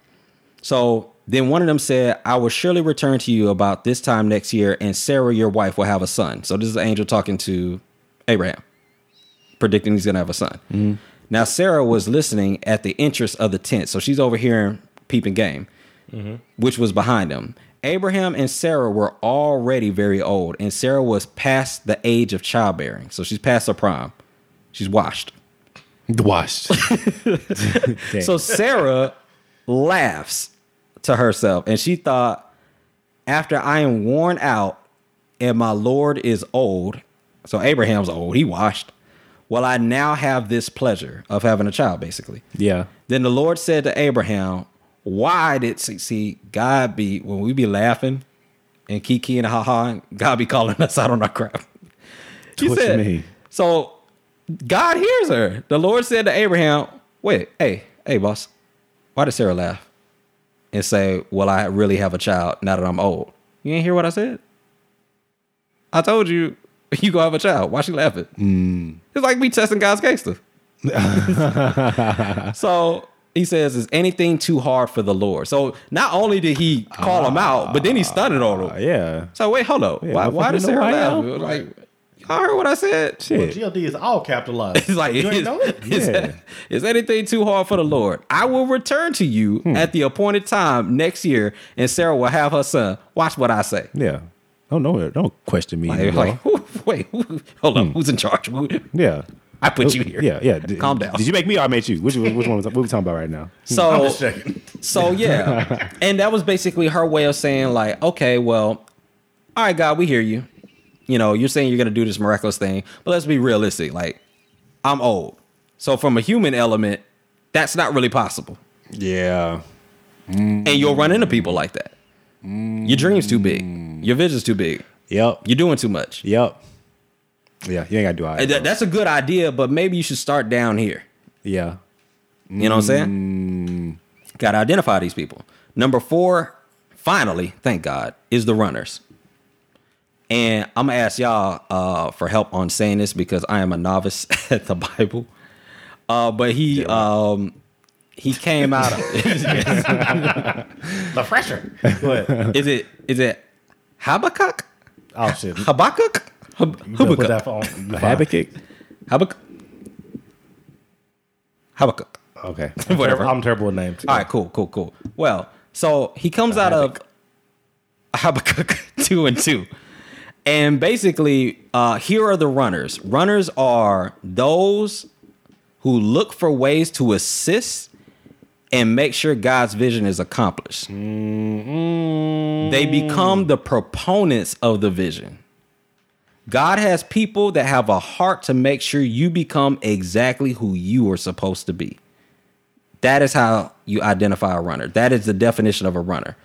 Speaker 1: So then one of them said, I will surely return to you about this time next year, and Sarah, your wife, will have a son. So this is the angel talking to Abraham, predicting he's going to have a son. Now, Sarah was listening at the entrance of the tent. So she's over here peeping game, which was behind them. Abraham and Sarah were already very old, and Sarah was past the age of childbearing. So she's past her prime. She's washed.
Speaker 4: Washed.
Speaker 1: So Sarah laughs to herself, and she thought, "After I am worn out, and my Lord is old, so Abraham's old, he washed. Well, I now have this pleasure of having a child, basically."
Speaker 4: yeah.
Speaker 1: Then the Lord said to Abraham, "Why did see, see God be when we be laughing and kiki and ha ha? God be calling us out on our crap." He
Speaker 4: What you mean?
Speaker 1: So God hears her. The Lord said to Abraham, "Wait, hey, hey, boss, why did Sarah laugh and say, "Well, I really have a child now that I'm old"? You ain't hear what I said? I told you you gonna have a child. Why she laughing? It's like me testing God's gangster. so he says, "Is anything too hard for the Lord?" So not only did he call him out, but then he stunned on him.
Speaker 4: Yeah.
Speaker 1: So wait, hold up. why
Speaker 4: motherfucker
Speaker 1: why did
Speaker 4: know
Speaker 1: Sarah
Speaker 4: why
Speaker 1: laugh?
Speaker 4: now.
Speaker 1: Like, I heard what I said.
Speaker 4: Shit.
Speaker 2: GLD is all capitalized.
Speaker 1: It's like,
Speaker 2: you
Speaker 1: is,
Speaker 2: ain't know it.
Speaker 1: is-
Speaker 4: Yeah.
Speaker 1: is anything too hard for the Lord? I will return to you
Speaker 2: Hmm.
Speaker 1: at the appointed time next year, and Sarah will have her son. Watch what I say.
Speaker 4: Yeah. Don't know it. Don't question me.
Speaker 1: Like,
Speaker 4: you
Speaker 1: like,
Speaker 4: know.
Speaker 1: who, wait, who, hold
Speaker 2: Hmm.
Speaker 1: on. Who's in charge? Who-
Speaker 4: yeah.
Speaker 1: I put you here.
Speaker 4: Yeah, yeah. D-
Speaker 1: Calm down.
Speaker 4: Did you make me or I made you? Which which one was what we talking about right now?
Speaker 2: I'm
Speaker 1: So,
Speaker 2: just checking.
Speaker 1: so yeah, and that was basically her way of saying like, okay, well, all right, God, we hear you. You know, you're saying you're gonna do this miraculous thing, but let's be realistic. Like, I'm old, so from a human element, that's not really possible.
Speaker 4: Yeah.
Speaker 1: and you'll run into people like that. Your dream's too big. Your vision's too big.
Speaker 4: Yep.
Speaker 1: You're doing too much.
Speaker 4: Yep. Yeah, you ain't gotta do all that.
Speaker 1: And that- that's a good idea, but maybe you should start down here.
Speaker 4: yeah.
Speaker 1: You know what I'm saying?
Speaker 2: Mm.
Speaker 1: Got to identify these people. Number four, finally, thank God, is the runners. And I'm gonna ask y'all uh, for help on saying this because I am a novice at the Bible. Uh, but he um, he came out. Of,
Speaker 2: The fresher. But
Speaker 1: is it is it Habakkuk?
Speaker 2: oh shit. You
Speaker 1: Habakkuk? Hab-
Speaker 2: better
Speaker 1: Habakkuk.
Speaker 2: Put that phone.
Speaker 4: Habakkuk?
Speaker 1: Habakkuk. Habakkuk.
Speaker 4: Okay.
Speaker 1: Whatever.
Speaker 2: I'm terrible with names.
Speaker 1: All right, cool, cool, cool. Well, so he comes out of Habakkuk 2 and 2. And basically, uh, here are the runners. Runners are those who look for ways to assist and make sure God's vision is accomplished. They become the proponents of the vision. God has people that have a heart to make sure you become exactly who you are supposed to be. That is how you identify a runner. That is the definition of a runner.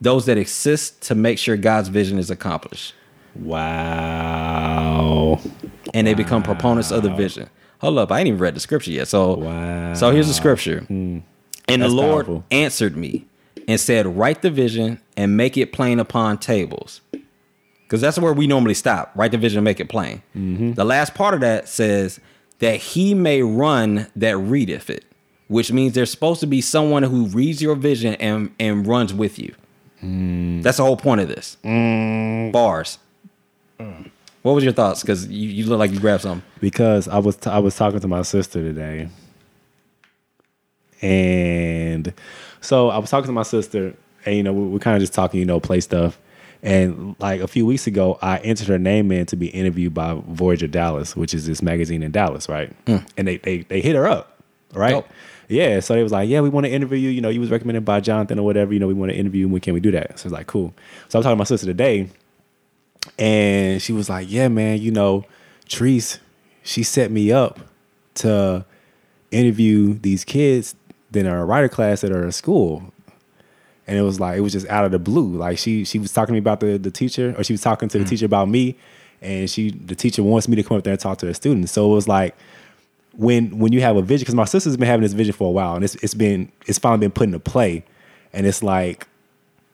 Speaker 1: Those that exist to make sure God's vision is accomplished.
Speaker 4: Wow.
Speaker 1: And they become proponents of the vision. Hold up, I ain't even read the scripture yet. So
Speaker 4: Wow.
Speaker 1: so here's the scripture. And the
Speaker 4: That's
Speaker 1: Lord
Speaker 4: powerful.
Speaker 1: answered me and said, Write the vision and make it plain upon tables. Because that's where we normally stop. Write the vision and make it plain. The last part of that says, That he may run that readeth it, which means there's supposed to be someone who reads your vision and, and runs with you. That's the whole point of this. Bars. What was your thoughts? Because you, you look like you grabbed something.
Speaker 4: because I was t- I was talking to my sister today, and so I was talking to my sister, and you know we we're kind of just talking, you know, play stuff, and like a few weeks ago, I entered her name in to be interviewed by Voyager Dallas, which is this magazine in Dallas, right? And they they they hit her up, right?
Speaker 1: Dope.
Speaker 4: Yeah, so they was like, yeah, we want to interview you. You know, you was recommended by Jonathan or whatever. You know, we want to interview. you. When can we do that? So it's like, cool. So I was talking to my sister today, and she was like, "Yeah, man, you know, Treese, she set me up to interview these kids that are in writer class that are in school." And it was like it was just out of the blue. Like she she was talking to me about the the teacher, or she was talking
Speaker 1: Mm.
Speaker 4: to the teacher about me, and she the teacher wants me to come up there and talk to her students. So it was like when when you have a vision, because my sister's been having this vision for a while, and it's it's been it's finally been put into play, and it's like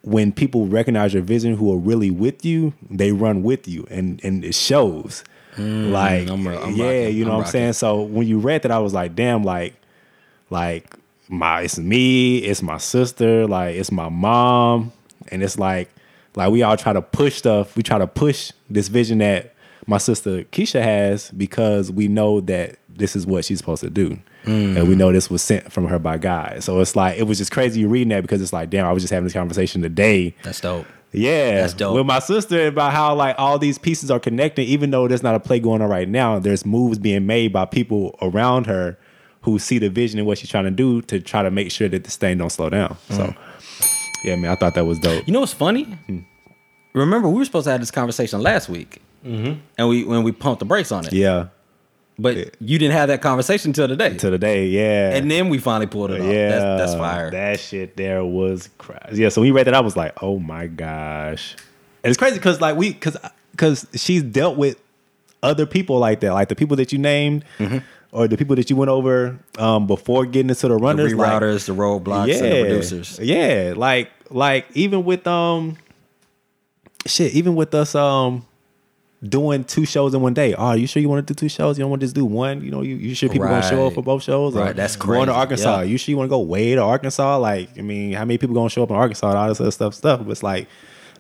Speaker 4: when people recognize your vision who are really with you, they run with you and and it shows. like
Speaker 1: Mm, I'm ro- I'm
Speaker 4: yeah,
Speaker 1: rocking.
Speaker 4: you know
Speaker 1: I'm
Speaker 4: what I'm saying? So when you read that I was like, damn, like like my it's me, it's my sister, like it's my mom, and it's like like we all try to push stuff. We try to push this vision that my sister Keisha has because we know that this is what she's supposed to do. And we know this was sent from her by God. So it's like it was just crazy you reading that because it's like, damn, I was just having this conversation today
Speaker 1: That's dope.
Speaker 4: yeah,
Speaker 1: That's dope.
Speaker 4: With my sister about how like all these pieces are connecting, even though there's not a play going on right now. There's moves being made by people around her who see the vision and what she's trying to do to try to make sure that this thing don't slow down.
Speaker 1: Mm.
Speaker 4: So, yeah, man, I thought that was dope.
Speaker 1: You know what's funny? Hmm. Remember, we were supposed to have this conversation last week, and we when we pumped the brakes on it.
Speaker 4: Yeah,
Speaker 1: But you didn't have that conversation till today,
Speaker 4: to the day, yeah,
Speaker 1: and then we finally pulled it off.
Speaker 4: yeah,
Speaker 1: That's, that's fire.
Speaker 4: That shit there was crazy. Yeah, so when you read that, I was like, oh my gosh, and it's crazy because like we because because she's dealt with other people like that, like the people that you named.
Speaker 1: Mm-hmm.
Speaker 4: Or the people that you went over um, before getting into
Speaker 1: the
Speaker 4: the runners, like-
Speaker 1: rerouters, the roadblocks, and the producers.
Speaker 4: yeah, like like even with um shit, even with us um doing two shows in one day. Oh, you sure you want to do two shows? You don't want to just do one? You know, you, you sure people gonna show up
Speaker 1: Right.
Speaker 4: for both shows? Or
Speaker 1: Right, that's
Speaker 4: Going to
Speaker 1: crazy,
Speaker 4: Arkansas.
Speaker 1: yeah.
Speaker 4: You sure you want to go way to Arkansas? Like, I mean, how many people gonna show up in Arkansas and all this other stuff stuff? But it's like,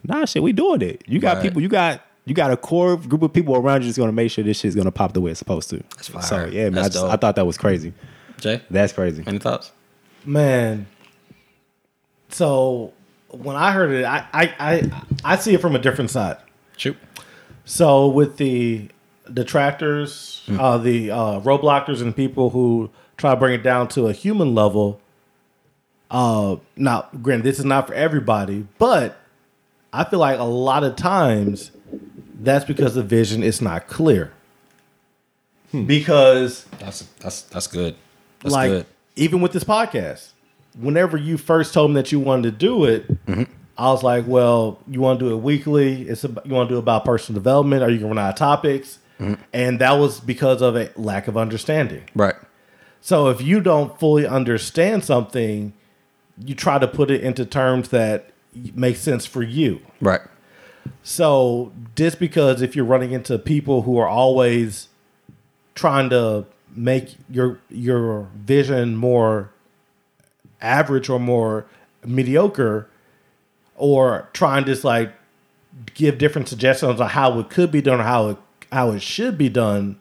Speaker 4: nah shit, we doing it. You got
Speaker 1: Right.
Speaker 4: people, you got you got a core group of people around you that's going to make sure this shit's going to pop the way it's supposed to. That's
Speaker 1: fire.
Speaker 4: So yeah, man, I,
Speaker 1: That's
Speaker 4: just,
Speaker 1: dope.
Speaker 4: I thought that was crazy.
Speaker 1: Jay,
Speaker 4: That's crazy.
Speaker 1: any thoughts?
Speaker 2: Man. So when I heard it, I I I, I see it from a different side.
Speaker 1: Shoot.
Speaker 2: So with the detractors, uh, the uh, road blockers, and people who try to bring it down to a human level. Uh, now, granted, this is not for everybody, but I feel like a lot of times that's because the vision is not clear. Because
Speaker 1: That's that's that's good. That's
Speaker 2: like
Speaker 1: good.
Speaker 2: even with this podcast, whenever you first told me that you wanted to do it,
Speaker 1: Mm-hmm.
Speaker 2: I was like, "Well, you want to do it weekly? It's about, you want to do it about personal development? Are you going to run out of topics?"
Speaker 1: Mm-hmm.
Speaker 2: And that was because of a lack of understanding.
Speaker 1: Right.
Speaker 2: So if you don't fully understand something, you try to put it into terms that make sense for you.
Speaker 1: Right.
Speaker 2: So just because if you're running into people who are always trying to make your your vision more average or more mediocre, or trying to just like give different suggestions on how it could be done or how it how it should be done,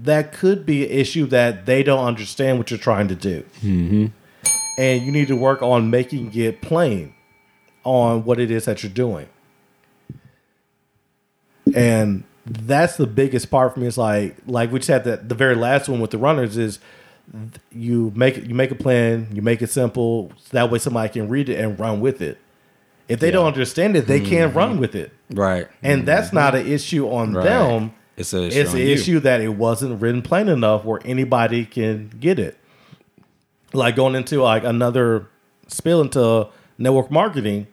Speaker 2: that could be an issue that they don't understand what you're trying to do. And you need to work on making it plain on what it is that you're doing. And that's the biggest part for me. Is like like we just had that the very last one with the runners is you make you make a plan, you make it simple, so that way somebody can read it and run with it. If they don't understand it, they can't run with it.
Speaker 1: Right.
Speaker 2: And that's not an issue on
Speaker 1: Mm-hmm. Right.
Speaker 2: them.
Speaker 1: It's a issue
Speaker 2: It's
Speaker 1: on
Speaker 2: an
Speaker 1: you.
Speaker 2: issue that it wasn't written plain enough where anybody can get it. Like going into like another spill into network marketing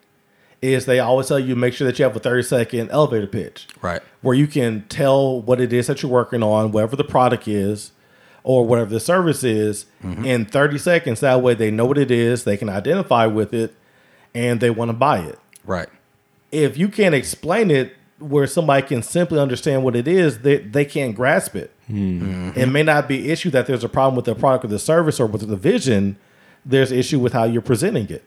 Speaker 2: is they always tell you make sure that you have a 30 second elevator pitch
Speaker 1: Right.
Speaker 2: where you can tell what it is that you're working on, whatever the product is or whatever the service is in 30 seconds. That way they know what it is, they can identify with it, and they want to buy it
Speaker 1: Right.
Speaker 2: if you can't explain it where somebody can simply understand what it is, they, they can't grasp it. It may not be issue that there's a problem with the product or the service or with the vision. There's issue with how you're presenting it.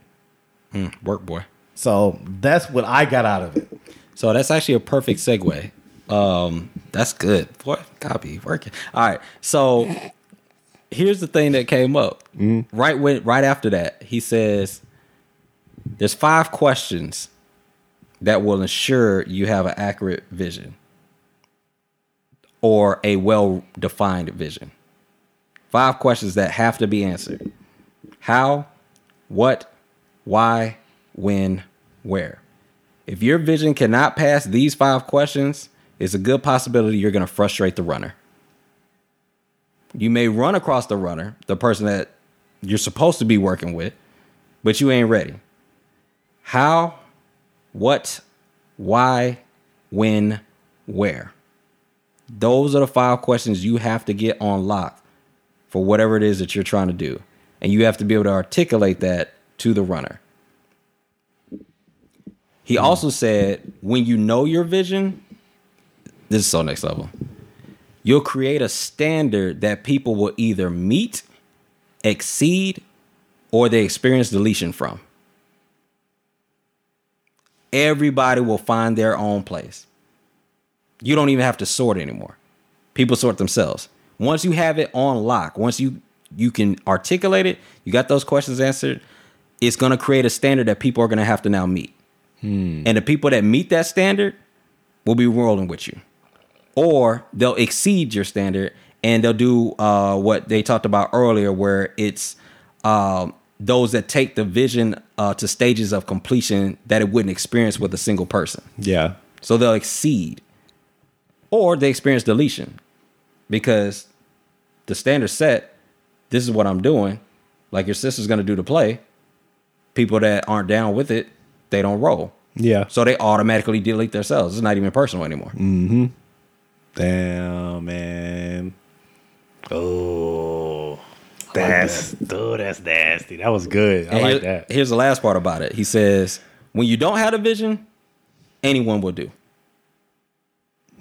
Speaker 1: Work boy.
Speaker 2: So that's what I got out of it.
Speaker 1: So that's actually a perfect segue. Um, that's good. Boy, copy working. All right. So here's the thing that came up right when right after that. He says, "There's five questions that will ensure you have an accurate vision or a well-defined vision. Five questions that have to be answered: how, what, why, when, where." If your vision cannot pass these five questions, it's a good possibility you're going to frustrate the runner. You may run across the runner, the person that you're supposed to be working with, but you ain't ready. How, what, why, when, where? Those are the five questions you have to get on lock for whatever it is that you're trying to do. And you have to be able to articulate that to the runner. He also said, when you know your vision, this is so next level. You'll create a standard that people will either meet, exceed, or they experience deletion from. Everybody will find their own place. You don't even have to sort anymore. People sort themselves. Once you have it on lock, once you you can articulate it, you got those questions answered, it's going to create a standard that people are going to have to now meet. And the people that meet that standard will be rolling with you. Or they'll exceed your standard and they'll do uh, what they talked about earlier, where it's um, those that take the vision uh, to stages of completion that it wouldn't experience with a single person.
Speaker 4: Yeah.
Speaker 1: So they'll exceed. Or they experience deletion because the standard set, this is what I'm doing. Like your sister's going to do the play. People that aren't down with it, they don't roll.
Speaker 4: Yeah.
Speaker 1: So they automatically delete themselves. It's not even personal anymore.
Speaker 4: Damn, man. Oh, that's dude. That's nasty. That was good. I
Speaker 1: And
Speaker 4: like
Speaker 1: here-
Speaker 4: that.
Speaker 1: Here's the last part about it. He says, when you don't have a vision, anyone will do.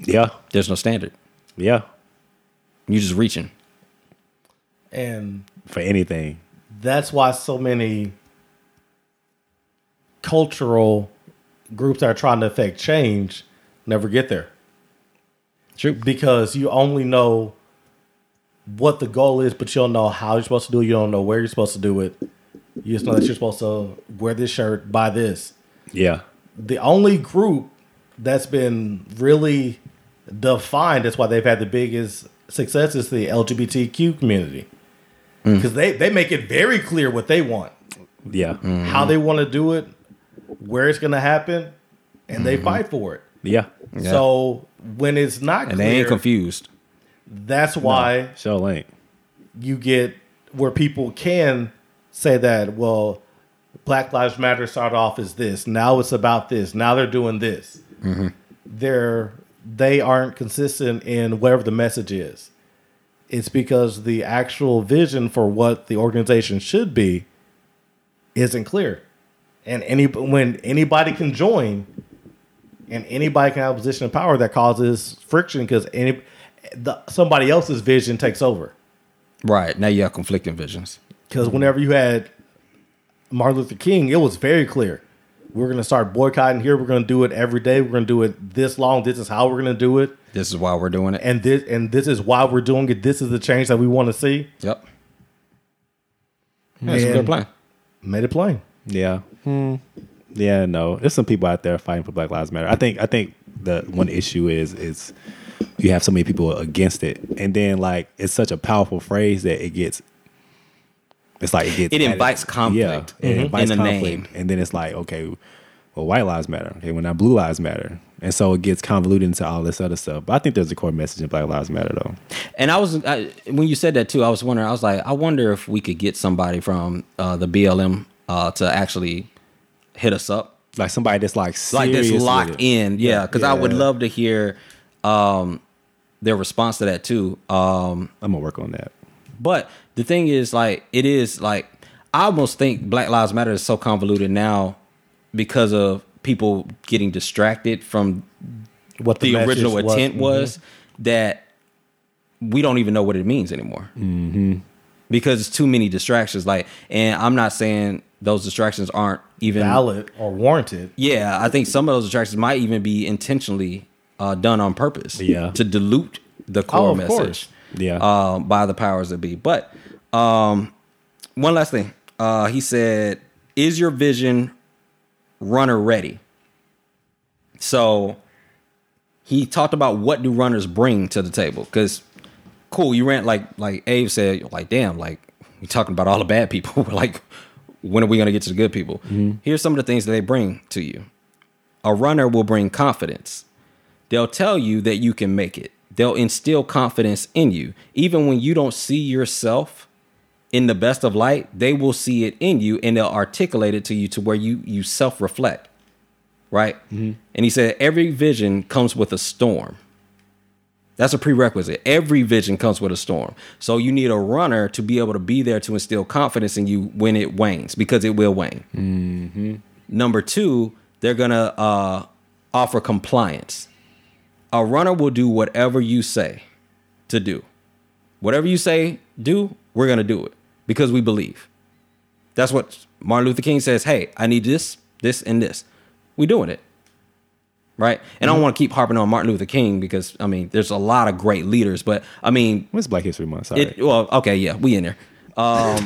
Speaker 4: Yeah,
Speaker 1: There's no standard.
Speaker 4: yeah.
Speaker 1: You're just reaching.
Speaker 2: And
Speaker 4: For anything.
Speaker 2: that's why so many cultural groups that are trying to affect change never get there
Speaker 1: True.
Speaker 2: because you only know what the goal is, but you don't know how you're supposed to do it. You don't know where you're supposed to do it. You just know that you're supposed to wear this shirt, buy this.
Speaker 4: Yeah.
Speaker 2: The only group that's been really defined, that's why they've had the biggest success, is the LGBTQ community.
Speaker 1: Hmm.
Speaker 2: Because they, they make it very clear what they want,
Speaker 4: Yeah.
Speaker 1: Hmm.
Speaker 2: how they want to do it, where it's going to happen, and they
Speaker 1: Hmm.
Speaker 2: fight for it.
Speaker 4: Yeah.
Speaker 2: So when it's not
Speaker 1: And
Speaker 2: clear,
Speaker 1: they ain't confused.
Speaker 2: that's why
Speaker 4: Show ain't.
Speaker 2: you get where people can say that, well, Black Lives Matter started off as this, now it's about this, now they're doing this. They're they aren't consistent in whatever the message is. It's because the actual vision for what the organization should be isn't clear. And any when anybody can join and anybody can have a position of power that causes friction because any the, somebody else's vision takes over.
Speaker 1: Right. Now you have conflicting visions.
Speaker 2: Because whenever you had Martin Luther King, it was very clear. We're going to start boycotting here. We're going to do it every day. We're going to do it this long. This is how we're going to do it.
Speaker 1: This is why we're doing it.
Speaker 2: And this and this is why we're doing it. This is the change that we want to see.
Speaker 1: Yep. That's a
Speaker 2: And-
Speaker 1: good plan.
Speaker 2: Made it plain.
Speaker 4: Yeah. Yeah, no. There's some people out there fighting for Black Lives Matter. I think I think the one issue is is you have so many people against it. And then like it's such a powerful phrase that it gets it's like it gets
Speaker 1: It
Speaker 4: added-
Speaker 1: invites conflict
Speaker 4: Yeah, it
Speaker 1: Mhm.
Speaker 4: invites
Speaker 1: in the
Speaker 4: conflict.
Speaker 1: name.
Speaker 4: And then it's like, okay, well, white lives matter. Okay, well now blue lives matter. And so it gets convoluted into all this other stuff. But I think there's a core message in Black Lives Matter though.
Speaker 1: And I was I, when you said that too. I was wondering. I was like, I wonder if we could get somebody from uh, the BLM uh, to actually hit us up,
Speaker 4: Like somebody that's like serious
Speaker 1: like that's
Speaker 4: with
Speaker 1: locked
Speaker 4: it.
Speaker 1: in. Yeah, because I would
Speaker 4: Yeah.
Speaker 1: love to hear um, their response to that too. Um,
Speaker 4: I'm gonna work on that.
Speaker 1: But the thing is, like, it is like I almost think Black Lives Matter is so convoluted now because of people getting distracted from
Speaker 2: What
Speaker 1: the,
Speaker 2: message
Speaker 1: original
Speaker 2: was. Mm-hmm.
Speaker 1: intent was that we don't even know what it means anymore because it's too many distractions. Like, and I'm not saying those distractions aren't even
Speaker 2: valid or warranted.
Speaker 1: yeah, I think some of those attractions might even be intentionally uh, done on purpose.
Speaker 4: Yeah.
Speaker 1: To dilute the core
Speaker 2: Oh, of
Speaker 1: message.
Speaker 2: course.
Speaker 4: Yeah.
Speaker 1: uh, by the powers that be. But um, one last thing. Uh, he said, Is your vision runner ready? So he talked about what do runners bring to the table? Because cool, you ran like like Abe said, like damn, like we talking about all the bad people. We're like, when are we gonna get to the good people? Here's some of the things that they bring to you. A runner will bring confidence. They'll tell you that you can make it. They'll instill confidence in you. Even when you don't see yourself in the best of light, they will see it in you and they'll articulate it to you to where you you self-reflect. Right? And he said every vision comes with a storm. That's a prerequisite. Every vision comes with a storm. So you need a runner to be able to be there to instill confidence in you when it wanes, because it will wane. Number two, they're gonna uh, offer compliance. A runner will do whatever you say to do. Whatever you say do, we're gonna do it because we believe. That's what Martin Luther King says. Hey, I need this, this, and this. We doing it, right? And I don't want to keep harping on Martin Luther King because I mean, there's a lot of great leaders, but I mean,
Speaker 4: When's Black History Month? Sorry.
Speaker 1: it, well, okay, yeah, we in there. Um,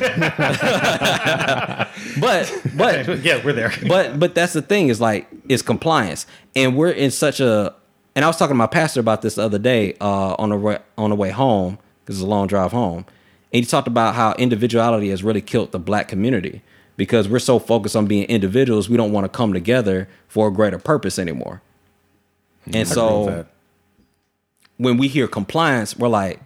Speaker 1: but but
Speaker 2: Yeah, we're there.
Speaker 1: but but that's the thing is like it's compliance, and we're in such a. And I was talking to my pastor about this the other day uh, on the way, on the way home because it's a long drive home, and he talked about how individuality has really killed the black community because we're so focused on being individuals, we don't want to come together for a greater purpose anymore. And so when we hear compliance, we're like,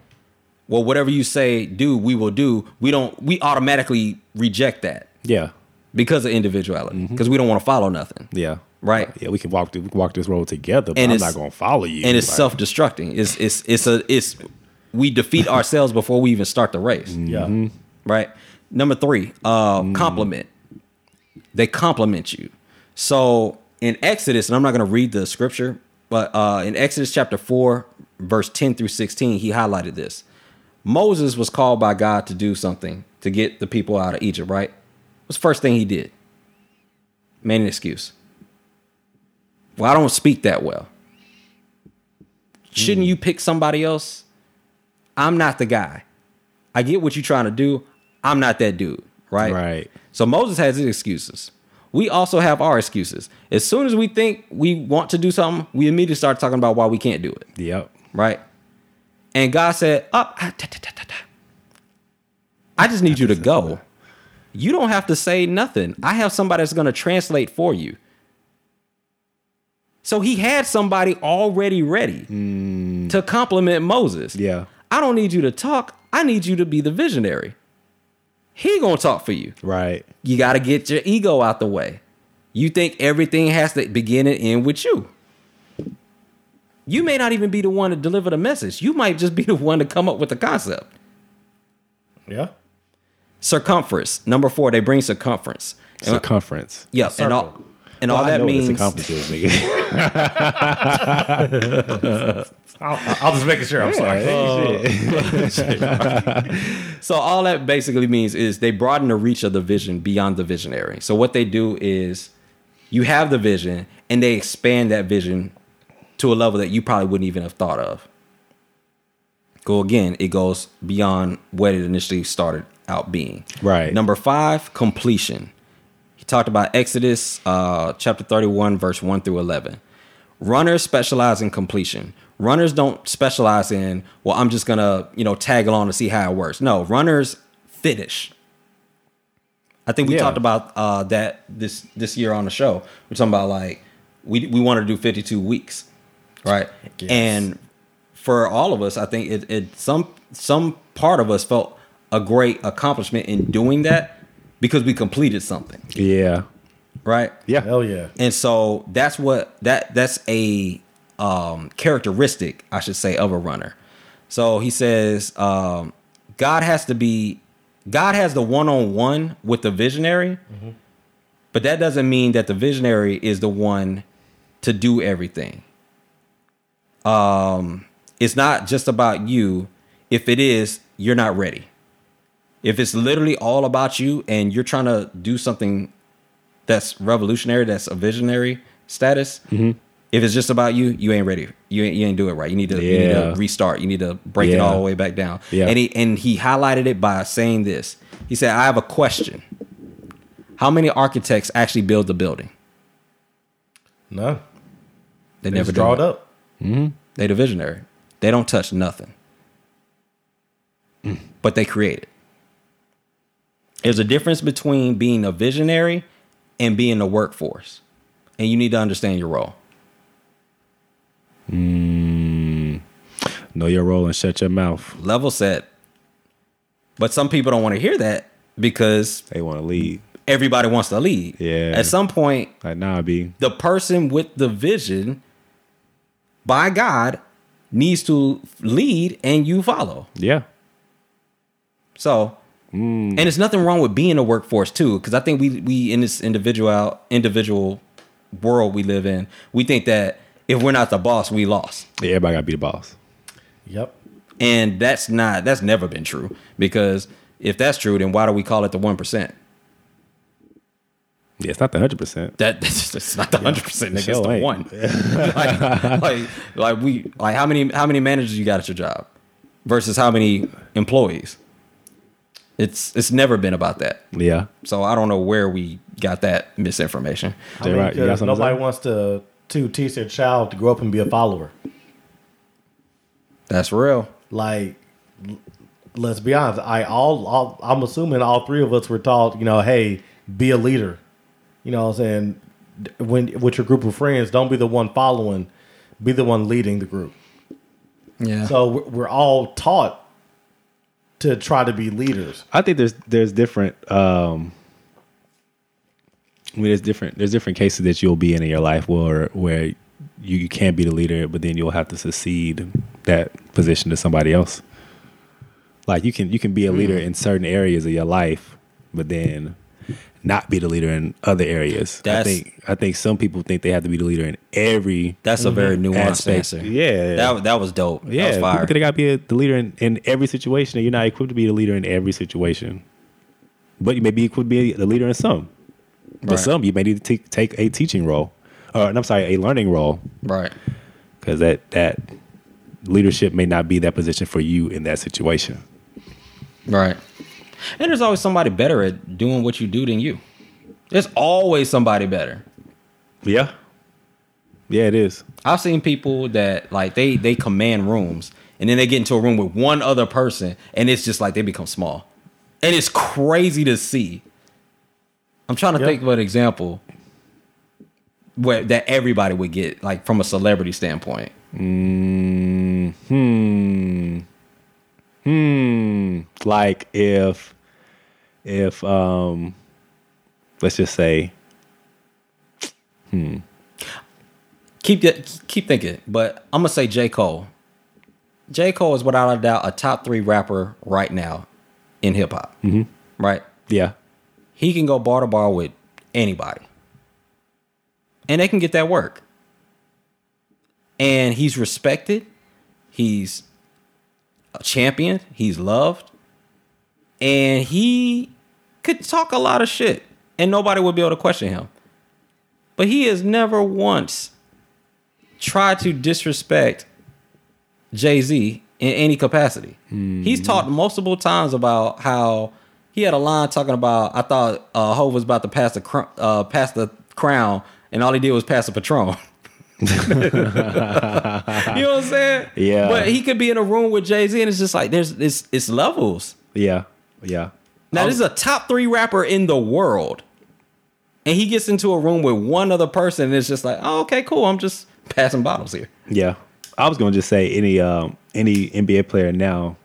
Speaker 1: well, whatever you say, do, we will do. We don't. We automatically reject that
Speaker 4: yeah.
Speaker 1: because of individuality because we don't want to follow nothing
Speaker 4: Mm-hmm. Yeah.
Speaker 1: Right.
Speaker 4: Yeah, we can walk th- we can walk this road together, but
Speaker 1: And
Speaker 4: I'm
Speaker 1: it's-
Speaker 4: not gonna follow you.
Speaker 1: and it's
Speaker 4: Like,
Speaker 1: self-destructing it's it's it's a it's we defeat ourselves before we even start the race
Speaker 4: Mm.
Speaker 2: Yeah.
Speaker 1: right number three uh compliment they compliment you so in exodus and i'm not going to read the scripture but uh in exodus chapter 4 verse 10 through 16 he highlighted this moses was called by god to do something to get the people out of egypt right what's the first thing he did made an excuse well i don't speak that well Shouldn't you pick somebody else? I'm not the guy. I get what you're trying to do. I'm not that dude, right?
Speaker 4: Right.
Speaker 1: So Moses has his excuses. We also have our excuses. As soon as we think we want to do something, we immediately start talking about why we can't do it,
Speaker 4: Yep.
Speaker 1: right? And God said, "Up, ah, ta, ta, ta, ta, ta. I just need you to go. You don't have to say nothing. I have somebody that's going to translate for you." So he had somebody already ready to compliment Moses.
Speaker 4: Yeah.
Speaker 1: I don't need you to talk. I need you to be the visionary. He gonna talk for you.
Speaker 4: Right.
Speaker 1: You gotta get your ego out the way. You think everything has to begin and end with you. You may not even be the one to deliver the message. You might just be the one to come up with the concept.
Speaker 2: Yeah.
Speaker 1: Circumference. Number four, they bring circumference. And,
Speaker 4: Circumference.
Speaker 1: yeah, and all
Speaker 2: circle.
Speaker 1: and all
Speaker 4: I
Speaker 1: that
Speaker 4: know what a
Speaker 1: means
Speaker 4: circumference is, nigga.
Speaker 2: I'll, I'll just making sure. I'm sorry. Um,
Speaker 1: So all that basically means is they broaden the reach of the vision beyond the visionary. So what they do is you have the vision and they expand that vision to a level that you probably wouldn't even have thought of. Go again, it goes beyond what it initially started out being.
Speaker 4: Right.
Speaker 1: Number five, completion. He talked about Exodus uh, chapter 31, verse 1 through 11. Runners specialize in completion. Runners don't specialize in, well, I'm just going to, you know, tag along to see how it works. No, runners finish. I think we
Speaker 4: Yeah.
Speaker 1: talked about uh, that this this year on the show. We're talking about like we we want to do 52 weeks, right? And for all of us, I think it, it some some part of us felt a great accomplishment in doing that because we completed something,
Speaker 4: yeah.
Speaker 1: right?
Speaker 4: Yeah.
Speaker 2: Hell yeah.
Speaker 1: And so that's what that that's a um, characteristic, I should say, of a runner. So he says, um, God has to be, God has the one on one with the visionary, but that doesn't mean that the visionary is the one to do everything. Um, it's not just about you. If it is, you're not ready. If it's literally all about you and you're trying to do something that's revolutionary, that's a visionary status.
Speaker 4: Mm-hmm.
Speaker 1: If it's just about you, you ain't ready. You ain't, you ain't do it right. You need to you need
Speaker 4: Yeah.
Speaker 1: to restart. You need to break it
Speaker 4: Yeah.
Speaker 1: all the way back down.
Speaker 4: Yeah.
Speaker 1: And he and he highlighted it by saying this. He said, "I have a question. How many architects actually build the building?
Speaker 2: No.
Speaker 1: They,
Speaker 2: They
Speaker 1: never
Speaker 2: just draw it
Speaker 1: do it.
Speaker 2: up.
Speaker 1: They the visionary. They don't touch nothing, Mm. but they create it. There's a difference between being a visionary and being the workforce, and you need to understand your role."
Speaker 4: Know your role and shut your mouth.
Speaker 1: level set. But some people don't want to hear that because
Speaker 4: They want to lead.
Speaker 1: everybody wants to lead.
Speaker 4: Yeah.
Speaker 1: At some point,
Speaker 4: Like, nah, B.
Speaker 1: the person with the vision by God needs to lead and you follow.
Speaker 4: Yeah.
Speaker 1: So, and there's nothing wrong with being a workforce too, because I think we we in this individual individual world we live in, we think that if we're not the boss, we lost.
Speaker 4: Yeah, everybody got to be the boss.
Speaker 2: Yep.
Speaker 1: And that's not that's never been true because if that's true, then why do we call it the one percent?
Speaker 4: Yeah, it's not the 100%.
Speaker 1: that that's, that's not the hundred percent. Nigga, it's
Speaker 4: Sure
Speaker 1: the
Speaker 4: ain't.
Speaker 1: one. like, like, like we, like how many, how many managers you got at your job versus how many employees? It's it's never been about that.
Speaker 4: Yeah.
Speaker 1: So I don't know where we got that misinformation.
Speaker 2: I
Speaker 4: Jay
Speaker 2: mean,
Speaker 4: Rock, you got
Speaker 2: 'cause
Speaker 4: something to
Speaker 2: nobody
Speaker 4: say?
Speaker 2: wants to to teach their child to grow up and be a follower.
Speaker 1: That's real.
Speaker 2: Like, l- let's be honest. I all, all I'm assuming all three of us were taught, you know, hey, be a leader. You know, what I'm saying D- when with your group of friends, don't be the one following, be the one leading the group.
Speaker 1: Yeah.
Speaker 2: So we're, we're all taught to try to be leaders.
Speaker 4: I think there's there's different um I mean, there's different there's different cases that you'll be in in your life where where you, you can be the leader, but then you'll have to succeed that position to somebody else. Like you can you can be a
Speaker 1: Mm.
Speaker 4: leader in certain areas of your life, but then not be the leader in other areas.
Speaker 1: That's-
Speaker 4: I think I think some people think they have to be the leader in every Mm-hmm.
Speaker 1: that's a very nuanced
Speaker 4: aspect.
Speaker 1: answer.
Speaker 4: Yeah.
Speaker 1: That that was dope.
Speaker 4: yeah,
Speaker 1: That was
Speaker 4: people
Speaker 1: fire.
Speaker 4: think they gotta be a, the leader in, in every situation, and you're not equipped to be the leader in every situation. But you may be equipped to be the leader in some. But
Speaker 1: Right.
Speaker 4: some you may need to t- take a teaching role, or and I'm sorry, a learning role,
Speaker 1: Right.
Speaker 4: because that that leadership may not be that position for you in that situation.
Speaker 1: Right. And there's always somebody better at doing what you do than you. There's always somebody better.
Speaker 4: Yeah. Yeah, it is.
Speaker 1: I've seen people that like they they command rooms and then they get into a room with one other person and it's just like they become small. And it's crazy to see. I'm trying to
Speaker 2: Yep.
Speaker 1: think of an example where that everybody would get like from a celebrity standpoint.
Speaker 4: Hmm. Hmm. Like if if um let's just say
Speaker 1: Keep that keep thinking, but I'm gonna say J. Cole. J. Cole is without a doubt a top three rapper right now in hip hop. Right?
Speaker 4: yeah.
Speaker 1: he can go bar to bar with anybody. And they can get that work. And he's respected. He's a champion. He's loved. And he could talk a lot of shit. And nobody would be able to question him. But he has never once tried to disrespect Jay Z in any capacity. He's talked multiple times about how he had a line talking about I thought uh, Hov was about to pass the cr- uh, pass the crown, and all he did was pass the patron. you know what I'm saying?
Speaker 4: Yeah.
Speaker 1: But he could be in a room with Jay Z, and it's just like there's it's it's levels.
Speaker 4: Yeah. Yeah.
Speaker 1: Now this is a top three rapper in the world, and he gets into a room with one other person, and it's just like, oh, okay, cool. I'm just passing bottles here.
Speaker 4: Yeah. I was gonna just say any um any NBA player now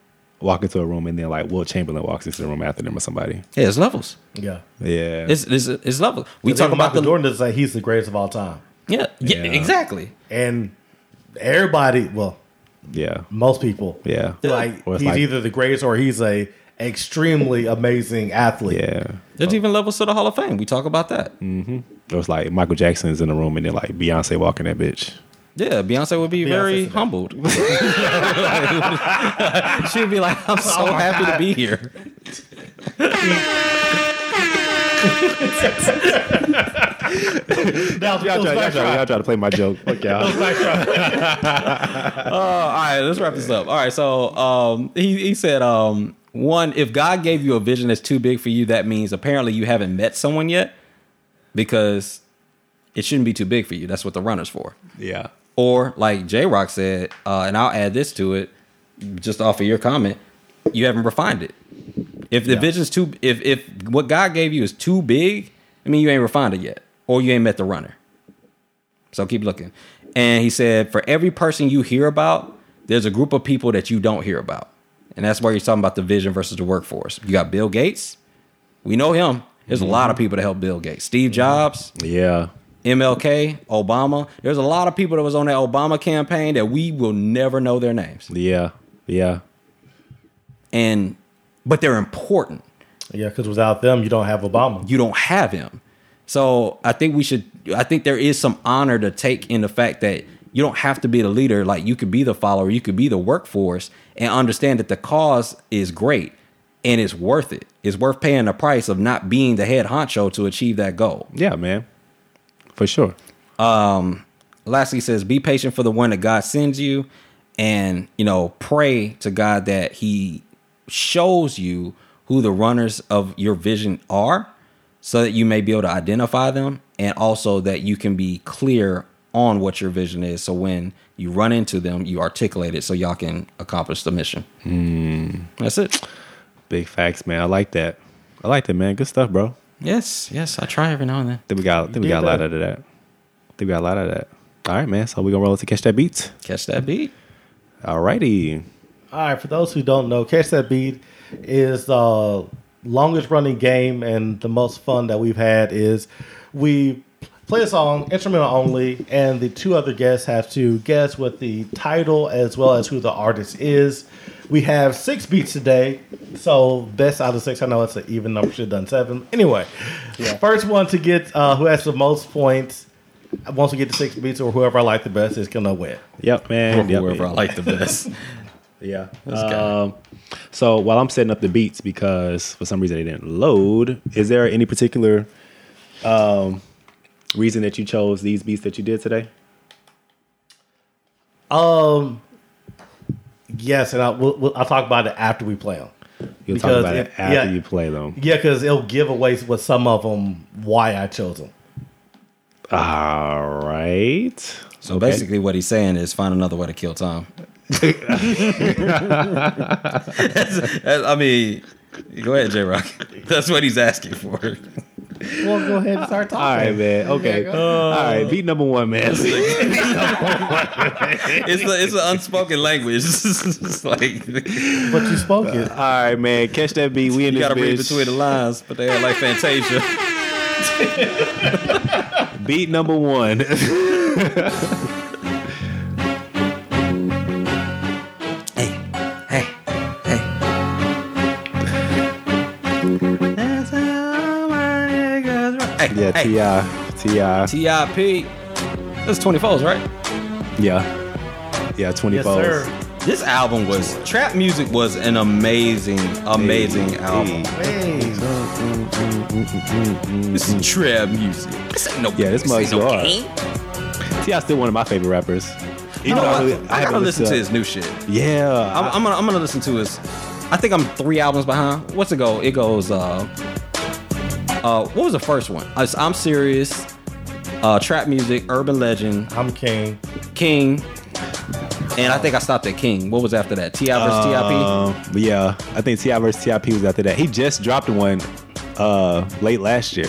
Speaker 4: walk into a room and then like Will Chamberlain walks into the room after them or somebody.
Speaker 1: Yeah, it's levels.
Speaker 2: Yeah.
Speaker 4: Yeah.
Speaker 1: It's it's, it's levels. We
Speaker 2: Talking
Speaker 1: talk about the
Speaker 2: Jordan doesn't say he's the greatest of all time.
Speaker 1: Yeah, yeah,
Speaker 4: Yeah.
Speaker 1: exactly.
Speaker 2: And everybody, well,
Speaker 4: yeah.
Speaker 2: most people,
Speaker 4: Yeah.
Speaker 2: like
Speaker 4: Or
Speaker 2: he's
Speaker 4: it's like-
Speaker 2: either the greatest or he's a extremely amazing athlete.
Speaker 4: Yeah.
Speaker 1: There's even levels to the Hall of Fame. We talk about that.
Speaker 4: It was like Michael Jackson's in the room and then like Beyonce walking that bitch.
Speaker 1: Yeah, Beyonce would be very
Speaker 2: said that.
Speaker 1: humbled. She'd be like, "I'm so happy to be here."
Speaker 2: That was-
Speaker 4: Y'all
Speaker 2: that
Speaker 4: try,
Speaker 2: was
Speaker 4: y'all
Speaker 2: Black
Speaker 4: try,
Speaker 2: Rock.
Speaker 4: y'all try to play my joke. Fuck y'all.
Speaker 1: all right, let's wrap this up. All right, so um, he he said, um, one, if God gave you a vision that's too big for you, that means apparently you haven't met someone yet, because it shouldn't be too big for you. That's what the runner's for.
Speaker 4: Yeah.
Speaker 1: Or like J Rock said, uh, and I'll add this to it, just off of your comment, you haven't refined it. If the vision's too, if if what God gave you is too big, I mean you ain't refined it yet, or you ain't met the runner. So keep looking. And he said, for every person you hear about, there's a group of people that you don't hear about, and that's why you're talking about the vision versus the workforce. You got Bill Gates, we know him. There's a lot of people that help Bill Gates, Steve Jobs.
Speaker 4: Yeah.
Speaker 1: MLK, Obama. There's a lot of people that was on that Obama campaign that we will never know their names.
Speaker 4: Yeah. Yeah.
Speaker 1: And but they're important.
Speaker 2: Yeah, because without them, you don't have Obama.
Speaker 1: You don't have him. So I think we should I think there is some honor to take in the fact that you don't have to be the leader. Like you could be the follower, you could be the workforce and understand that the cause is great and it's worth it. It's worth paying the price of not being the head honcho to achieve that goal.
Speaker 4: Yeah, man. For sure.
Speaker 1: lastly he says be patient for the one that god sends you and you know pray to god that he shows you who the runners of your vision are so that you may be able to identify them and also that you can be clear on what your vision is so when you run into them you articulate it so y'all can accomplish the mission that's it
Speaker 4: Big facts, man. I like that. I like that, man. Good stuff, bro.
Speaker 1: yes yes i try every now and then
Speaker 4: Think we got think we got a lot out of that. Think we got a lot out of that. All right, man. So we gonna roll it to catch that beat.
Speaker 1: catch that beat
Speaker 4: All righty.
Speaker 2: All right, for those who don't know, Catch That Beat is the longest running game and the most fun that we've had is we play a song, instrumental only, and the two other guests have to guess what the title as well as who the artist is. We have six beats today, so best out of six. I know it's an even number, should have done seven. Anyway, first one to get uh, who has the most points, once we get to six beats or whoever I like the best is going to win.
Speaker 4: Yep, man. Yep.
Speaker 1: whoever i like the best
Speaker 4: Yeah.
Speaker 1: guy.
Speaker 4: Um, so while I'm setting up the beats because for some reason they didn't load, is there any particular um, reason that you chose these beats that you did today?
Speaker 2: Yes, and I, we'll, we'll, I'll talk about it after we play them.
Speaker 4: You'll talk about it, after
Speaker 2: yeah,
Speaker 4: you play them.
Speaker 2: Yeah, because it'll give away with some of them why I chose them.
Speaker 4: All right.
Speaker 1: So basically, what he's saying is find another way to kill time. That's- that's- I mean, go ahead, J Rock. That's what he's asking for.
Speaker 2: Well, go ahead and start
Speaker 4: All right,
Speaker 2: talking.
Speaker 4: man. Okay. All right. Beat number one, man.
Speaker 1: It's a, it's an unspoken language. It's like you
Speaker 2: but you spoke it.
Speaker 4: All right, man. Catch that beat. We in this
Speaker 1: gotta
Speaker 4: bitch.
Speaker 1: read between the lines, but they are like Fantasia.
Speaker 4: Beat number one.
Speaker 1: Hey, hey, hey. That's how my niggas rock. Hey,
Speaker 4: Yeah,
Speaker 1: hey.
Speaker 4: Ti. Ti.
Speaker 1: T.I.P. That's 24s, right?
Speaker 4: Yeah. Yeah. Twenty
Speaker 2: yes,
Speaker 4: four.
Speaker 2: sir.
Speaker 1: This album was trap music was an amazing, amazing album.
Speaker 2: Hey,
Speaker 1: This is trap music. This ain't no
Speaker 4: Yeah, this mug's
Speaker 1: ain't no
Speaker 4: hard.
Speaker 1: game.
Speaker 4: Ti still one of my favorite rappers. You
Speaker 1: No, I,
Speaker 4: really-
Speaker 1: I, gotta
Speaker 4: haven't
Speaker 1: listen to
Speaker 4: listened
Speaker 1: his new shit.
Speaker 4: Yeah.
Speaker 1: I'm,
Speaker 4: I-
Speaker 1: I'm gonna I'm gonna listen to his. I think I'm three albums behind. What's it go? It goes. Uh, uh, what was the first one? It's I'm serious. Uh, trap music, urban legend,
Speaker 2: I'm king.
Speaker 1: King, and I think I stopped at King. What was after that? Ti versus Tip.
Speaker 4: Um, but yeah, I think Ti versus Tip was after that. He just dropped one uh late last year.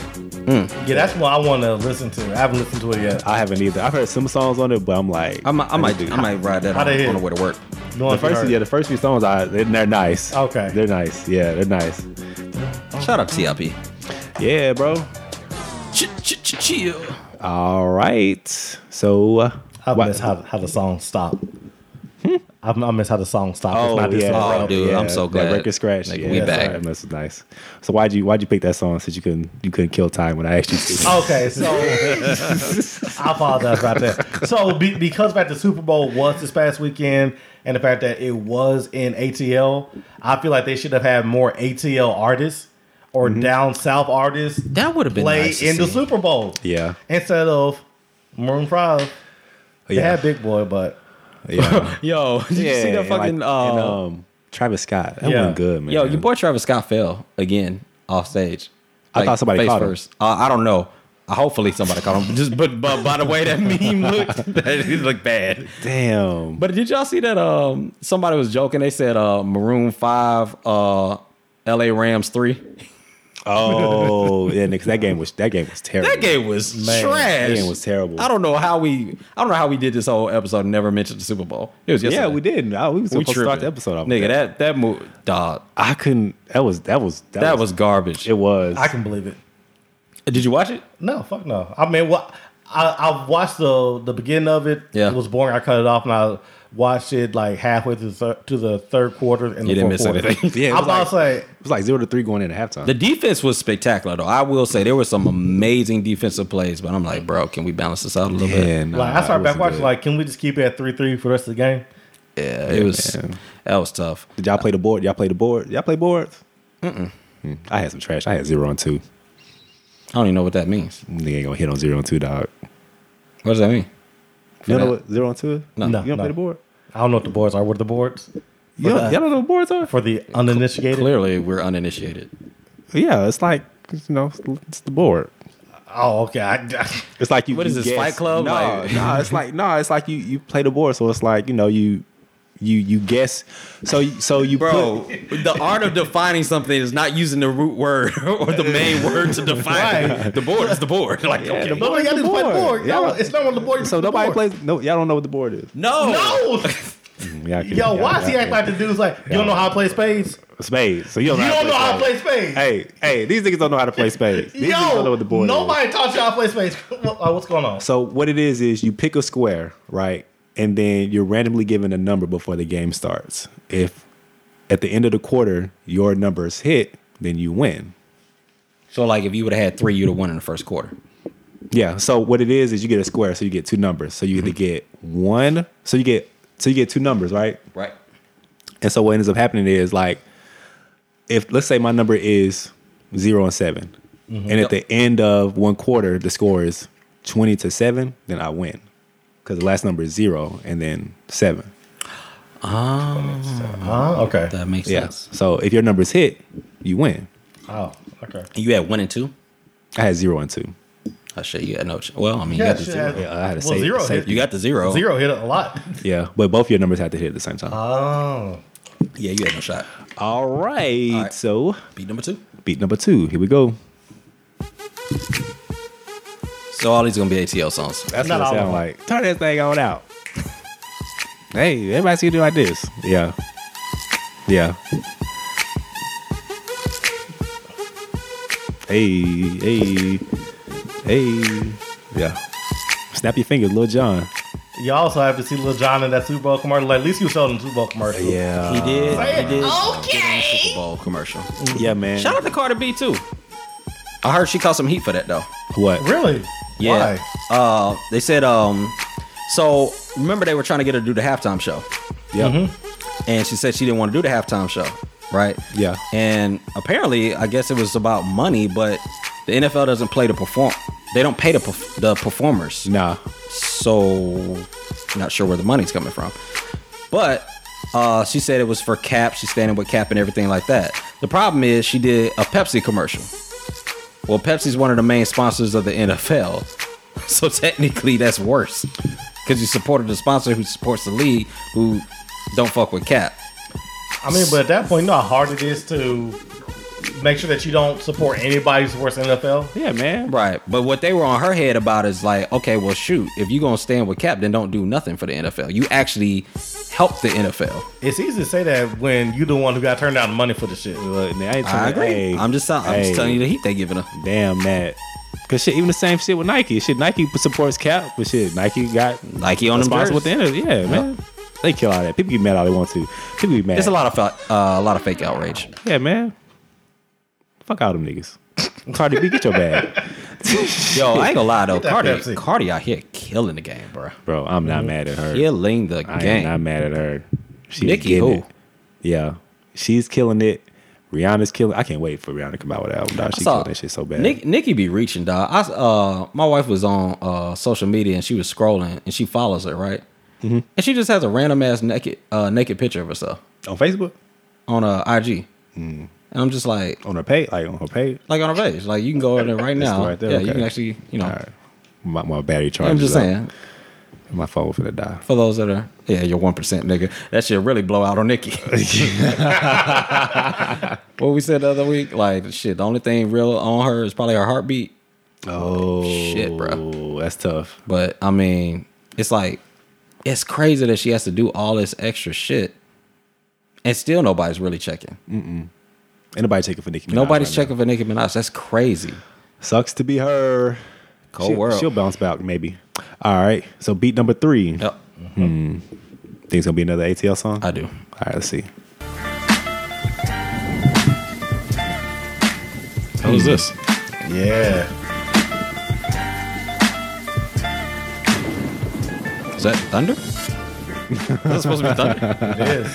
Speaker 2: Yeah, that's what I want to listen to. I haven't listened to it yet.
Speaker 4: I haven't either. I've heard some songs on it, but I'm like,
Speaker 1: I might I might,
Speaker 4: do.
Speaker 1: I might ride that
Speaker 2: How
Speaker 1: on,
Speaker 2: they hit?
Speaker 1: on the way to work.
Speaker 2: You know
Speaker 4: The
Speaker 2: if you
Speaker 4: first,
Speaker 2: heard
Speaker 4: yeah,
Speaker 2: it.
Speaker 4: the first few songs, I they're, they're nice.
Speaker 2: Okay.
Speaker 4: they're nice. Yeah, they're nice.
Speaker 1: Shout out Tip.
Speaker 4: Yeah, bro.
Speaker 1: Chill.
Speaker 4: All right. So, uh,
Speaker 2: I
Speaker 4: what- Hmm?
Speaker 2: miss how, how the song stopped. I, I miss how the song stopped.
Speaker 4: Oh,
Speaker 2: this
Speaker 4: yeah.
Speaker 2: song.
Speaker 1: Oh, dude, I'm so glad.
Speaker 4: That record scratch.
Speaker 1: Like,
Speaker 4: yeah,
Speaker 1: we
Speaker 4: that's
Speaker 1: back.
Speaker 4: right. This is nice. So why'd you why'd you pick that song since you couldn't you couldn't kill time when I asked you
Speaker 1: Oh.
Speaker 4: to?
Speaker 2: Okay, so I apologize about that. So be, because back the Super Bowl was this past weekend, and the fact that it was in ATL, I feel like they should have had more ATL artists or down south artists
Speaker 1: Mm-hmm. That would have been
Speaker 2: play
Speaker 1: nice to
Speaker 2: in the
Speaker 1: see.
Speaker 2: Super Bowl.
Speaker 4: Yeah.
Speaker 2: instead of Maroon Five. They
Speaker 4: Yeah.
Speaker 2: had Big Boy, but
Speaker 4: Yeah.
Speaker 1: Yo, did you see
Speaker 4: Yeah,
Speaker 1: that fucking?
Speaker 4: like,
Speaker 1: uh,
Speaker 4: and, um, Travis Scott. That
Speaker 2: Yeah.
Speaker 4: wasn't good, man.
Speaker 1: Yo, your boy Travis Scott fell again off stage.
Speaker 4: I thought somebody caught him.
Speaker 1: Uh, I don't know. Uh, hopefully somebody caught him. Just but, but by the way that meme looked, that it looked bad.
Speaker 4: Damn.
Speaker 1: But did y'all see that? Um, somebody was joking. They said uh, Maroon Five, uh, L.A. Rams three.
Speaker 4: Oh, yeah, because that game was that game was terrible.
Speaker 1: That game was
Speaker 4: Man,
Speaker 1: trash.
Speaker 4: That game was terrible.
Speaker 1: I don't know how we. I don't know how we did this whole episode. and Never mentioned the Super Bowl. It was yesterday.
Speaker 4: yeah, we didn't. I, we was
Speaker 1: We
Speaker 4: supposed to start
Speaker 1: tripping.
Speaker 4: the episode off. with
Speaker 1: Nigga, that that move, dog.
Speaker 4: I couldn't. That was that was
Speaker 1: That, was, garbage.
Speaker 4: it was.
Speaker 2: I can believe it.
Speaker 1: did you watch it?
Speaker 2: No, fuck no. I mean, what I I watched the the beginning of it.
Speaker 1: Yeah.
Speaker 2: it was boring. I cut it off and I watched it like halfway to the thir- to the third quarter and
Speaker 1: You
Speaker 2: the
Speaker 1: didn't
Speaker 2: fourth
Speaker 1: miss
Speaker 2: quarter.
Speaker 1: anything.
Speaker 4: Yeah, it
Speaker 2: I'm
Speaker 4: was
Speaker 2: about to say
Speaker 4: it was like zero to three going into halftime.
Speaker 1: The defense was spectacular, though. I will say there were some amazing defensive plays, but I'm like, bro, can we balance this out a little bit?
Speaker 4: nah,
Speaker 2: like I
Speaker 4: it
Speaker 2: started back
Speaker 4: wasn't
Speaker 2: watching.
Speaker 4: good.
Speaker 2: Like, can we just keep it at three three for the rest of the game?
Speaker 1: Yeah, it was.
Speaker 4: man.
Speaker 1: That was tough.
Speaker 4: Did y'all play the board? Y'all play the board? Y'all play boards? Mm-mm. I had some trash. I had zero on two.
Speaker 1: I don't even know what that means.
Speaker 4: Nigga ain't gonna hit on zero on two, dog.
Speaker 1: What does that mean?
Speaker 4: You
Speaker 1: that-
Speaker 4: know what zero on two? is?
Speaker 1: No.
Speaker 4: you
Speaker 2: No,
Speaker 4: don't play
Speaker 2: no.
Speaker 4: the board.
Speaker 2: I don't know what the boards are. What are the boards
Speaker 4: You don't,
Speaker 2: that.
Speaker 4: y'all don't know what boards are?
Speaker 2: for the uninitiated?
Speaker 1: Clearly, we're uninitiated.
Speaker 4: Yeah, it's like you know, it's, it's the board.
Speaker 2: Oh, okay. I,
Speaker 4: It's like you.
Speaker 1: What is
Speaker 4: you
Speaker 1: this, Fight Club?
Speaker 4: No,
Speaker 1: Like-
Speaker 4: no, it's like no, it's like you you play the board, so it's like you know you you you guess. So you- so you
Speaker 1: Bro,
Speaker 4: put-
Speaker 1: the art of defining something is not using the root word or the main word to define it. The board is the board. Like, okay.
Speaker 2: no, y'all just play
Speaker 4: board.
Speaker 2: board. Y'all,
Speaker 4: Y'all-
Speaker 2: it's not on the board.
Speaker 4: so
Speaker 2: it's the
Speaker 4: nobody
Speaker 2: board.
Speaker 4: plays. No, y'all don't know what the board is.
Speaker 1: no.
Speaker 2: No.
Speaker 4: Mm, Y'all can-
Speaker 2: Yo,
Speaker 4: y'all-
Speaker 2: why is he
Speaker 4: y'all
Speaker 2: acting like the dude's like, you don't know how to play spades?
Speaker 4: can- spades? So you don't.
Speaker 2: You
Speaker 4: know
Speaker 2: don't know how to
Speaker 4: spades.
Speaker 2: play spades.
Speaker 4: Hey, hey, these niggas don't know how to play spades. These niggas don't know what the board is.
Speaker 2: nobody taught you how to play space. What- uh, What's going on?
Speaker 4: So what it is is you pick a square, right? And then you're randomly given a number before the game starts. If at the end of the quarter your number is hit, then you win.
Speaker 1: So, like, if you would have had three, you'd have won in the first quarter.
Speaker 4: Yeah. So what it is is you get a square, so you get two numbers. So you either get one, so you get so you get two numbers, right?
Speaker 1: Right.
Speaker 4: And so what ends up happening is like, if let's say my number is zero and 7 and at the end of one quarter the score is twenty to seven, then I win because the last number is zero and then seven.
Speaker 2: Huh? Okay.
Speaker 1: That makes
Speaker 4: Yes.
Speaker 1: sense.
Speaker 4: So if your numbers hit, you win.
Speaker 2: Oh, okay.
Speaker 1: And you had one and two.
Speaker 4: I had zero and two.
Speaker 1: I shit, you had no. Ch- well, I mean,
Speaker 2: Yeah,
Speaker 1: you got the
Speaker 2: shit,
Speaker 1: zero.
Speaker 2: I-
Speaker 4: Yeah, I had a
Speaker 2: well,
Speaker 4: safe-
Speaker 2: zero
Speaker 4: safe-
Speaker 2: hit.
Speaker 1: You got the zero.
Speaker 2: Zero hit a lot.
Speaker 4: Yeah, but both your numbers had to hit at the same time.
Speaker 1: Uh,
Speaker 2: Oh,
Speaker 1: Yeah, you had no shot.
Speaker 4: All right.
Speaker 1: All right.
Speaker 4: So
Speaker 1: Beat number two.
Speaker 4: beat number two. Here we go.
Speaker 1: So all these gonna be ATL songs.
Speaker 4: That's
Speaker 2: Not
Speaker 4: what
Speaker 2: all
Speaker 4: it
Speaker 2: of
Speaker 4: sound
Speaker 2: them.
Speaker 4: like. Turn that thing on out. hey, everybody see it like this. Yeah. Yeah. Hey, hey, hey. Yeah. Snap your fingers, Lil John.
Speaker 2: you also have to see Lil John in that Super Bowl commercial. Like, at least he was selling the Super Bowl commercial.
Speaker 4: Yeah.
Speaker 1: He did.
Speaker 2: Say
Speaker 1: he
Speaker 2: it.
Speaker 1: did.
Speaker 6: Okay.
Speaker 1: Super Bowl commercial.
Speaker 4: Yeah, man.
Speaker 1: Shout out to Carter B too. I heard she caught some heat for that though.
Speaker 4: What?
Speaker 2: Really?
Speaker 1: Yeah.
Speaker 2: Why?
Speaker 1: Uh, they said um. So remember they were trying to get her to do the halftime show,
Speaker 4: Yeah.
Speaker 1: Mm-hmm. and she said she didn't want to do the halftime show, right?
Speaker 4: Yeah.
Speaker 1: And apparently, I guess it was about money, but the NFL doesn't play to perform. They don't pay the perf- the performers.
Speaker 4: Nah.
Speaker 1: so not sure where the money's coming from. But uh, she said it was for Cap. She's standing with Cap and everything like that. The problem is she did a Pepsi commercial. Well, Pepsi's one of the main sponsors of the NFL, so technically that's worse because you supported the sponsor who supports the league who don't fuck with Cap.
Speaker 2: I mean, but at that point, you know how hard it is to make sure that you don't support anybody who supports the NFL.
Speaker 4: Yeah, man.
Speaker 1: Right. But what they were on her head about is like, okay, well, shoot, if you're gonna stand with Cap, then don't do nothing for the NFL. You actually help the NFL.
Speaker 2: It's easy to say that when you the one who got turned down the money for the shit.
Speaker 4: Look, man, I ain't
Speaker 1: I
Speaker 4: trying to-
Speaker 1: agree.
Speaker 4: hey,
Speaker 1: I'm just telling. I'm
Speaker 4: hey.
Speaker 1: just telling you the heat they giving her.
Speaker 4: Damn that. Cause shit, even the same shit with Nike. Shit, Nike supports Cap, but shit, Nike got
Speaker 1: Nike on them jerseys.
Speaker 4: responsible with the end. Yeah, man. They kill all that. People get mad all they want to. People get mad.
Speaker 1: It's a lot of fa- uh, a lot of fake outrage.
Speaker 4: Yeah, man. Fuck all them niggas. Cardi B, get your bag,
Speaker 1: Yo, I ain't gonna lie though,
Speaker 2: that
Speaker 1: Cardi,
Speaker 2: Pepsi.
Speaker 1: Cardi out here killing the game, bro.
Speaker 4: bro. I'm not mad at her.
Speaker 1: Killing the
Speaker 4: I am not
Speaker 1: game.
Speaker 4: mad at her. She's
Speaker 1: Nicki
Speaker 4: getting
Speaker 1: who?
Speaker 4: it. Yeah, she's killing it. Rihanna's killing. I can't wait for Rihanna to come out with an album. Dog. She's killing that shit so bad.
Speaker 1: Nick, Nikki be reaching, dog. I, s- uh, my wife was on uh, social media and she was scrolling and she follows her right,
Speaker 4: Mm-hmm.
Speaker 1: and she just has a random ass naked uh, naked picture of herself
Speaker 4: on Facebook,
Speaker 1: on uh, IG,
Speaker 4: Mm.
Speaker 1: and I'm just like,
Speaker 4: on her page, like on her page.
Speaker 1: like on her page, like you can go in there right
Speaker 4: It's
Speaker 1: now.
Speaker 4: right there,
Speaker 1: yeah,
Speaker 4: okay.
Speaker 1: you can actually, you know.
Speaker 4: All right. My, my battery charge.
Speaker 1: I'm just saying,
Speaker 4: My phone finna die.
Speaker 1: for those that are, yeah, you're one percent nigga. That should really blow out on Nikki. what we said the other week, like shit. The only thing real on her is probably her heartbeat.
Speaker 4: Oh
Speaker 1: Shit, bro.
Speaker 4: that's tough.
Speaker 1: But I mean, it's like it's crazy that she has to do all this extra shit, and still nobody's really checking.
Speaker 4: Anybody checking for Nicki? Minaj
Speaker 1: Nobody's
Speaker 4: right
Speaker 1: checking for Nicki Minaj. That's crazy.
Speaker 4: now. Sucks to be her.
Speaker 1: Cold
Speaker 4: she'll,
Speaker 1: world.
Speaker 4: She'll bounce back maybe. All right. So beat number three.
Speaker 1: Yep,
Speaker 4: Think it's gonna be another ATL song.
Speaker 1: I do.
Speaker 4: All right. Let's see.
Speaker 1: Who's this?
Speaker 2: Yeah.
Speaker 1: Is that Thunder? Is that supposed to be Thunder?
Speaker 2: It is.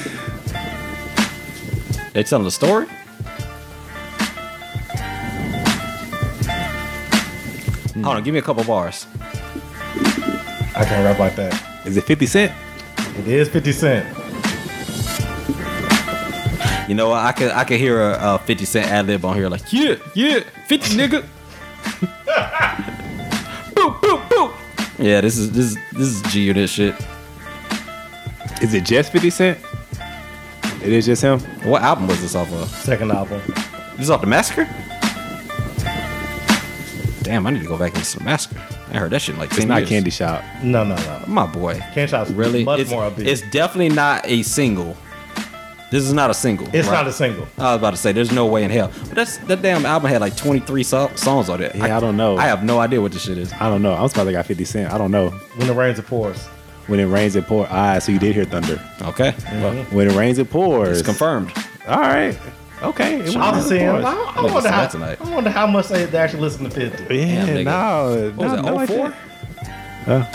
Speaker 1: They telling a story? Hold on, give me a couple bars.
Speaker 2: I can't rap like that.
Speaker 4: Is it Fifty Cent?
Speaker 2: It is 50 Cent.
Speaker 1: You know, I could I could hear a, uh 50 Cent ad lib on here like, yeah, yeah, 50 nigga. boop, boop, boop. Yeah, this is this is this is G unit shit.
Speaker 4: Is it just Fifty Cent? It is just him.
Speaker 1: What album was this off of?
Speaker 2: Second album.
Speaker 1: This is off the Massacre? Damn, I need to go back and listen to Massacre. I heard that shit in like 10
Speaker 4: It's not
Speaker 1: years.
Speaker 4: Candy Shop.
Speaker 2: No, no, no.
Speaker 1: My boy.
Speaker 2: Can't Shop's
Speaker 1: Really?
Speaker 2: much
Speaker 1: it's,
Speaker 2: more upbeat.
Speaker 1: it's definitely not a single. This is not a single.
Speaker 2: It's
Speaker 1: right?
Speaker 2: not a single.
Speaker 1: I was about to say, there's no way in hell. But that's that damn album had like 23 so- songs on it.
Speaker 4: Yeah, I don't know.
Speaker 1: I have no idea what this shit is.
Speaker 4: I don't know. I'm surprised they got Fifty Cent. I don't know.
Speaker 2: When the rains it pours.
Speaker 4: When it rains, it pours. Ah, so you did hear thunder.
Speaker 1: Okay, well,
Speaker 4: When it rains, it pours.
Speaker 1: Hmm. it's confirmed.
Speaker 4: All right. Okay. It
Speaker 2: I was
Speaker 4: was- it
Speaker 2: seeing. I,
Speaker 4: pours.
Speaker 2: I
Speaker 1: Nigga
Speaker 2: wonder
Speaker 1: said
Speaker 2: how,
Speaker 1: that tonight.
Speaker 2: I wonder how much they they actually listen to 50.
Speaker 4: Yeah,
Speaker 1: Damn, nigga.
Speaker 4: no.
Speaker 1: What was oh
Speaker 4: no, no, I
Speaker 1: it,
Speaker 4: think-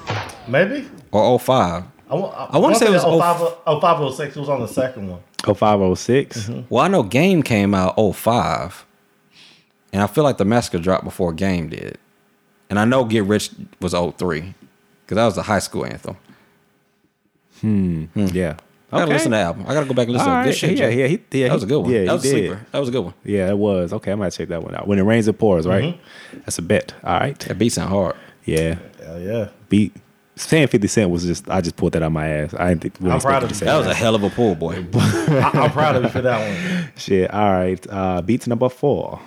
Speaker 1: 04?
Speaker 2: Um, maybe.
Speaker 1: Or 05?
Speaker 2: I, wa- I,
Speaker 1: wanna say it was
Speaker 2: oh five oh five oh six. It was on the second one.
Speaker 4: 0506.
Speaker 1: Well, I know Game came out 05, and I feel like the Massacre dropped before Game did. oh And I know Get Rich was 03, because that was the high school anthem.
Speaker 4: Yeah.
Speaker 1: I gotta listen to the album. I gotta go back and listen
Speaker 4: All
Speaker 1: to it. good shit.
Speaker 4: right. Yeah,
Speaker 1: Jay.
Speaker 4: yeah, he, yeah.
Speaker 1: That was a good one.
Speaker 4: Yeah,
Speaker 1: that was
Speaker 4: he
Speaker 1: a
Speaker 4: did.
Speaker 1: sleeper. That was a good one.
Speaker 4: Yeah, it was. Okay, I might check that one out. When it rains, it pours. Right. That's a bet. All right.
Speaker 1: That beat sound hard.
Speaker 4: Yeah.
Speaker 2: Hell yeah.
Speaker 4: Beat. Saying Fifty Cent was just. I just pulled that out my ass. I didn't think.
Speaker 2: I'm proud of
Speaker 4: expect
Speaker 2: you.
Speaker 1: That was a hell of a pull, boy.
Speaker 2: I, I'm proud of you for that one.
Speaker 4: you to say that. shit. All right. Uh, beats number four.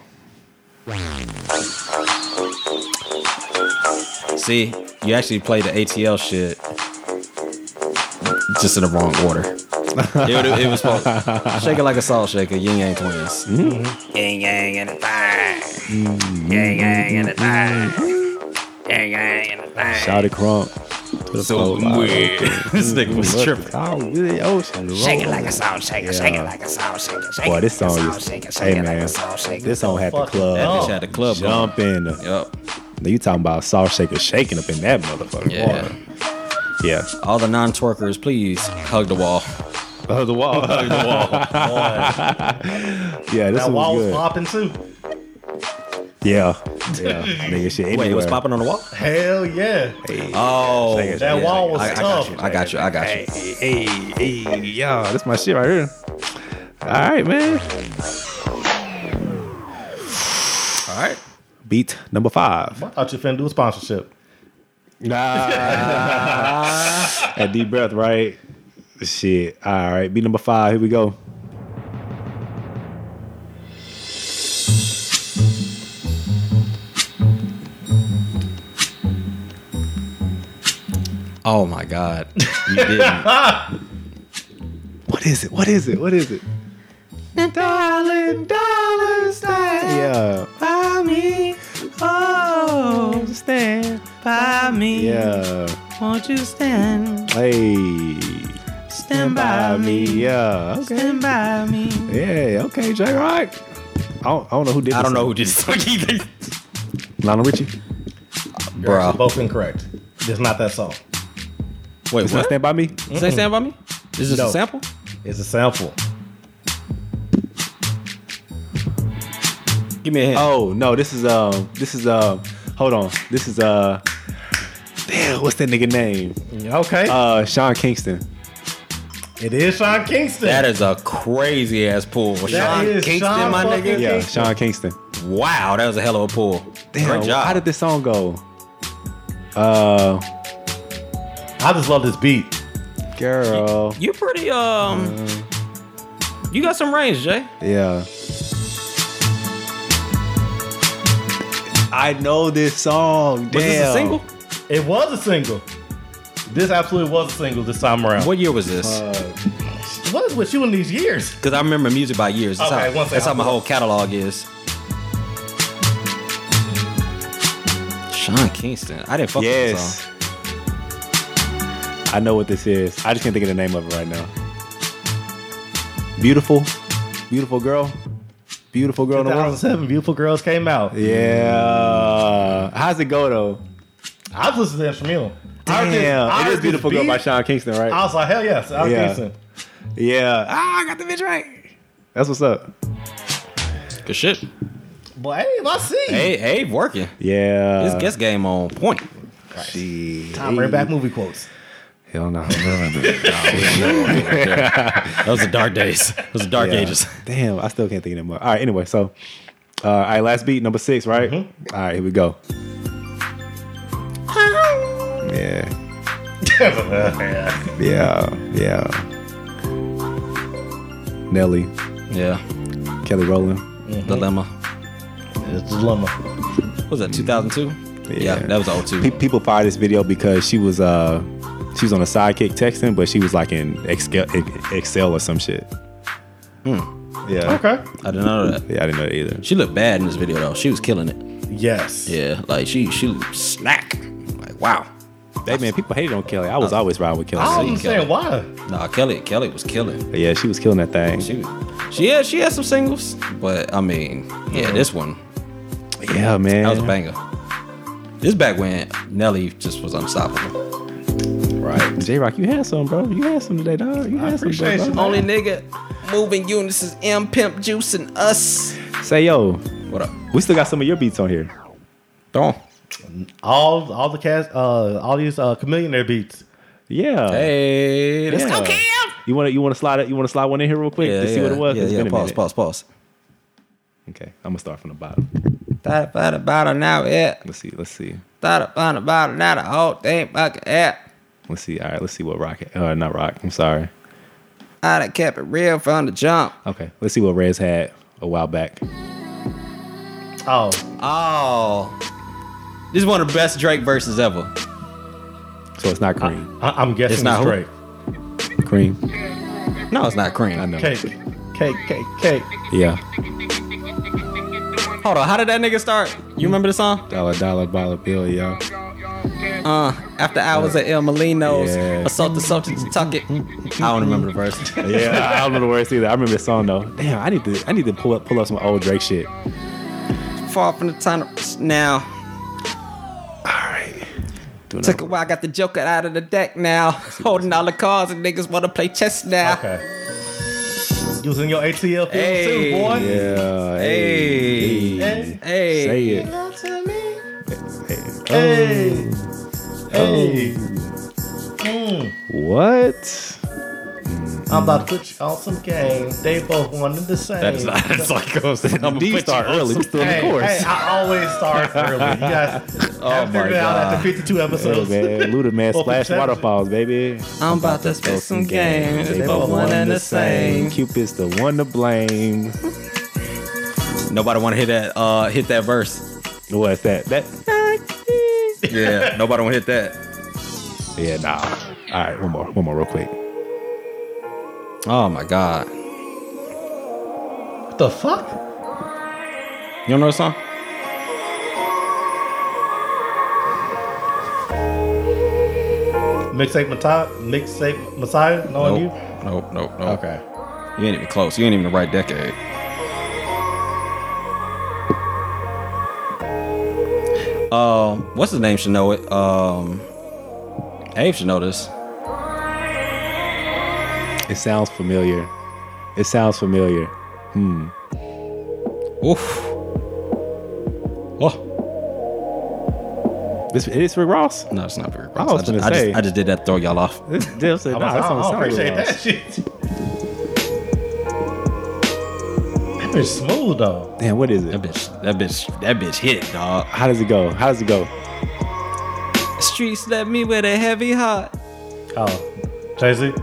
Speaker 1: See, you actually played the ATL shit just in the wrong order. it, would- it was supposed shake it like a salt shaker. Yin Yang Twins.
Speaker 6: Yang yang in the thang.
Speaker 4: Mm-hmm.
Speaker 6: Yang yang in the thang. Yang yang in the thang.
Speaker 4: Shout it, crump.
Speaker 5: So weird. this nigga was tripping.
Speaker 4: Oh, really? Ocean.
Speaker 6: Shake it like a salt shaker, shake it like a salt shaker, shake
Speaker 4: Boy,
Speaker 6: it
Speaker 4: this
Speaker 6: like a
Speaker 4: song
Speaker 6: salt
Speaker 4: is-
Speaker 6: shaker,
Speaker 4: hey,
Speaker 6: shake it like
Speaker 4: man.
Speaker 6: a salt shaker.
Speaker 4: This song had the
Speaker 2: Fucking
Speaker 4: club
Speaker 2: dumb.
Speaker 1: Bitch had the club going.
Speaker 4: jumping.
Speaker 1: Yup.
Speaker 4: Now You talking about salt shaker shaking up in that motherfucker?
Speaker 1: Yeah.
Speaker 4: Boy. Yeah.
Speaker 1: All the non-twerkers, please hug the wall.
Speaker 4: Oh, the wall.
Speaker 2: Boy,
Speaker 4: yeah, this
Speaker 2: that
Speaker 4: one
Speaker 2: wall
Speaker 4: was
Speaker 2: was
Speaker 4: good.
Speaker 2: popping too.
Speaker 4: Yeah. Yeah. Nigga shit. Anywhere.
Speaker 1: Wait, it was popping on the wall.
Speaker 2: Hell yeah.
Speaker 1: Oh,
Speaker 4: Shake it,
Speaker 1: I,
Speaker 2: That
Speaker 4: yeah,
Speaker 2: wall was
Speaker 1: I
Speaker 2: tough.
Speaker 1: got you. I got you. I got you.
Speaker 4: Hey, hey, hey, yo, that's my shit right here. All right, man.
Speaker 1: All right.
Speaker 4: Beat number five.
Speaker 2: I thought you finna do a sponsorship.
Speaker 4: Nah. A deep breath, right? Shit. All right, beat number five. Here we go.
Speaker 1: Oh my God. You didn't.
Speaker 4: What is it? What is it? What is it? darling, darling, stand yeah. by me. Oh, stand by me. Yeah.
Speaker 7: Won't you stand,
Speaker 4: Hey.
Speaker 7: stand
Speaker 4: By
Speaker 7: by
Speaker 4: me.
Speaker 7: me,
Speaker 4: Yeah. Okay.
Speaker 7: stand by me?
Speaker 4: Yeah, okay, J Rock. I don't, I don't know who did
Speaker 1: I don't know who
Speaker 4: song.
Speaker 1: did this song either.
Speaker 4: Lionel Richie.
Speaker 2: You're
Speaker 1: Bro.
Speaker 2: both incorrect. It's not that song.
Speaker 1: Wait,
Speaker 4: It's
Speaker 1: what? Mm.
Speaker 4: not Stand By Me?
Speaker 1: Is that Stand By Me? Is this
Speaker 2: No.
Speaker 1: a sample?
Speaker 2: It's a sample.
Speaker 1: Give me a hint.
Speaker 4: Oh, no, this is, um, this is, um, hold on. This is, uh, damn, what's that nigga name?
Speaker 2: Okay.
Speaker 4: Uh, Sean Kingston.
Speaker 2: it is Sean Kingston.
Speaker 1: That is a crazy ass pull. Sean
Speaker 2: is
Speaker 1: Kingston,
Speaker 2: Sean
Speaker 1: my
Speaker 2: fucking
Speaker 1: nigga.
Speaker 4: Yeah,
Speaker 2: Kingston.
Speaker 4: Sean Kingston.
Speaker 1: Wow, that was a hell of a pull.
Speaker 4: Damn,
Speaker 1: Great job.
Speaker 4: how did this song go? Uh,
Speaker 2: I just love this beat.
Speaker 4: girl.
Speaker 1: you pretty um
Speaker 7: Uh-huh.
Speaker 1: you got some range, Jay.
Speaker 4: Yeah. I know this song. Damn.
Speaker 1: Was this a single?
Speaker 2: It was a single. This absolutely was a single this time around.
Speaker 1: What year was
Speaker 4: Uh,
Speaker 1: this?
Speaker 2: what is with you in these years?
Speaker 1: Because I remember music by years. That's,
Speaker 2: Okay,
Speaker 1: how,
Speaker 2: one second.
Speaker 1: that's how my whole catalog is. Sean Kingston. I didn't fuck with this
Speaker 4: Yes.
Speaker 1: song.
Speaker 4: I know what this is. I just can't think of the name of it right now. Beautiful, beautiful girl, beautiful girl in the world.
Speaker 2: 2007, Beautiful Girls came out.
Speaker 4: Yeah. How's it go though?
Speaker 2: I was listening to the instrumental. I heard this- I
Speaker 4: Damn, it
Speaker 2: heard
Speaker 4: is
Speaker 2: this
Speaker 4: beautiful girl
Speaker 2: beat.
Speaker 4: by Sean Kingston, right?
Speaker 2: I was like, hell yes, Sean
Speaker 4: Yeah.
Speaker 2: Kingston.
Speaker 4: yeah. Ah, I got the bitch right. That's what's up.
Speaker 1: Good shit.
Speaker 2: But hey, I see.
Speaker 1: Hey, hey, working.
Speaker 4: Yeah.
Speaker 1: This guest game on point.
Speaker 4: Shit.
Speaker 2: Time bring back movie quotes.
Speaker 4: Hell no. Yeah.
Speaker 1: That was the dark days. Those are dark ages.
Speaker 4: Damn, I still can't think of it more. All right. Anyway, so. Uh, all right, last beat, number six, right? All right, here we go. Yeah. Yeah, yeah. Nelly,
Speaker 1: Yeah.
Speaker 4: Kelly Rowland.
Speaker 1: Dilemma.
Speaker 2: it's dilemma.
Speaker 1: What was that, 2002? Yeah. that was 02.
Speaker 4: Pe- people fired this video because she was uh she was on a sidekick texting, but she was like in Excel, Excel or some shit. Hmm. Yeah.
Speaker 2: Okay.
Speaker 1: I didn't know that.
Speaker 4: Yeah, I didn't know that either.
Speaker 1: She looked bad in this video though. She was killing it.
Speaker 2: Yes.
Speaker 1: Yeah, like she she looked snack. Like wow.
Speaker 4: Hey man, people hated on Kelly. I was always riding with Kelly.
Speaker 2: I don't
Speaker 1: you
Speaker 2: understand
Speaker 1: can't.
Speaker 2: why.
Speaker 1: Nah, Kelly Kelly was killing.
Speaker 4: But yeah, she was killing that thing.
Speaker 1: She was, she had she had some singles, but I mean, yeah,
Speaker 7: Mm-hmm.
Speaker 1: this one
Speaker 4: Yeah, man.
Speaker 1: that was a banger. This back when Nelly just was unstoppable.
Speaker 4: Right. J Rock, you had some, bro. You had some today, dog. You had some,
Speaker 2: appreciate
Speaker 4: bro.
Speaker 2: you,
Speaker 4: Only-
Speaker 1: Only nigga moving units is M Pimp Juice and us.
Speaker 4: Say yo,
Speaker 1: What up?
Speaker 4: we still got some of your beats on here.
Speaker 1: Don't.
Speaker 2: All all the cast, uh, all these uh, chameleonaire beats.
Speaker 4: Yeah.
Speaker 7: Hey, let's
Speaker 4: Yeah.
Speaker 7: go.
Speaker 4: You want to you want to slide it? You want to slide one in here real quick
Speaker 7: Yeah,
Speaker 4: to see
Speaker 7: yeah,
Speaker 4: what it was?
Speaker 7: Yeah,
Speaker 4: It's
Speaker 7: yeah.
Speaker 4: been a
Speaker 7: Pause,
Speaker 4: minute.
Speaker 7: pause, pause.
Speaker 4: Okay, I'm gonna start from the bottom.
Speaker 7: Thought about it, about it now, yeah.
Speaker 4: Let's see. Let's see.
Speaker 7: Thought about it, about it now, the whole thing fucking yeah.
Speaker 4: Let's see. All right. Let's see what Rocket. Uh, not Rock. I'm sorry.
Speaker 7: I'd have kept it real from the jump.
Speaker 4: Okay. Let's see what Rez had a while back.
Speaker 2: Oh,
Speaker 7: Oh. This is one of the best Drake verses ever.
Speaker 4: So it's not cream.
Speaker 2: I, I'm guessing
Speaker 7: It's
Speaker 2: it's,
Speaker 7: not who?
Speaker 2: straight.
Speaker 4: Cream.
Speaker 7: No, it's not cream.
Speaker 4: I know.
Speaker 2: Cake, cake, cake, cake.
Speaker 4: Yeah.
Speaker 7: Hold on, how did that nigga start? You remember the song?
Speaker 4: Dollar dollar dollar bill, yo.
Speaker 7: Uh, after hours at El Molino's,
Speaker 4: Yeah.
Speaker 7: assault the subject to tuck it. I don't remember the verse.
Speaker 4: Yeah. I don't know the words either. I remember this song though. Damn. I need to I need to pull up pull up some old Drake shit.
Speaker 7: Far from the tunnel now.
Speaker 4: Do not-
Speaker 7: Took a while, got the Joker out of the deck now. Holding all the cards and niggas wanna play chess now.
Speaker 2: Okay. Using your ATL field too,
Speaker 7: Hey.
Speaker 2: boy.
Speaker 4: Yeah.
Speaker 7: Hey.
Speaker 2: Hey.
Speaker 7: Hey.
Speaker 4: Say it.
Speaker 2: Hey. Hey. Mm,
Speaker 4: What?
Speaker 2: I'm about to put you on some game. They both wanted the same.
Speaker 8: That is not. It's like goes. I'm gonna
Speaker 4: D
Speaker 8: put
Speaker 4: start
Speaker 8: you on
Speaker 4: early.
Speaker 8: some-
Speaker 4: We still in the
Speaker 2: Hey,
Speaker 4: course.
Speaker 2: hey, I always start early. You guys oh have
Speaker 7: my
Speaker 2: figured it out after 52
Speaker 4: Hey,
Speaker 2: episodes.
Speaker 4: man, Luda man,
Speaker 2: Well,
Speaker 4: splash
Speaker 2: perception.
Speaker 4: waterfalls, baby.
Speaker 7: I'm about to spit some games. They both one and the same.
Speaker 4: Cupid's the one to blame.
Speaker 7: Nobody wanna hit that uh hit that verse.
Speaker 4: What's that? That?
Speaker 7: Yeah, nobody wanna hit that.
Speaker 4: Yeah, nah. All right, one more, one more, real quick.
Speaker 7: Oh my god.
Speaker 2: What the fuck?
Speaker 7: You don't know the song?
Speaker 2: Mixtape Messiah? Mixtape Messiah? Knowing you?
Speaker 7: Nope, nope,
Speaker 1: Oh.
Speaker 7: nope. Okay. You ain't even close. You ain't even the right decade. Um, what's his name should know it. Um, Abe should know this.
Speaker 4: It sounds familiar. It sounds familiar.
Speaker 7: Oof. Oh.
Speaker 4: This it is Rick Ross.
Speaker 7: No, it's not very
Speaker 4: I
Speaker 7: right.
Speaker 4: was
Speaker 7: just,
Speaker 4: gonna
Speaker 7: I,
Speaker 4: say.
Speaker 7: just, I just did that to throw y'all off.
Speaker 4: This, this, nah,
Speaker 2: I,
Speaker 4: this song
Speaker 2: was, oh, I, I
Speaker 4: sound Rick
Speaker 2: appreciate that
Speaker 4: Ross.
Speaker 2: shit. That bitch smooth though.
Speaker 4: Damn, what is
Speaker 7: That
Speaker 4: it?
Speaker 7: bitch, that bitch, that bitch hit it, dog.
Speaker 4: How does it go? How does it go?
Speaker 7: Streets left me with a heavy heart.
Speaker 2: Oh, Jay Z.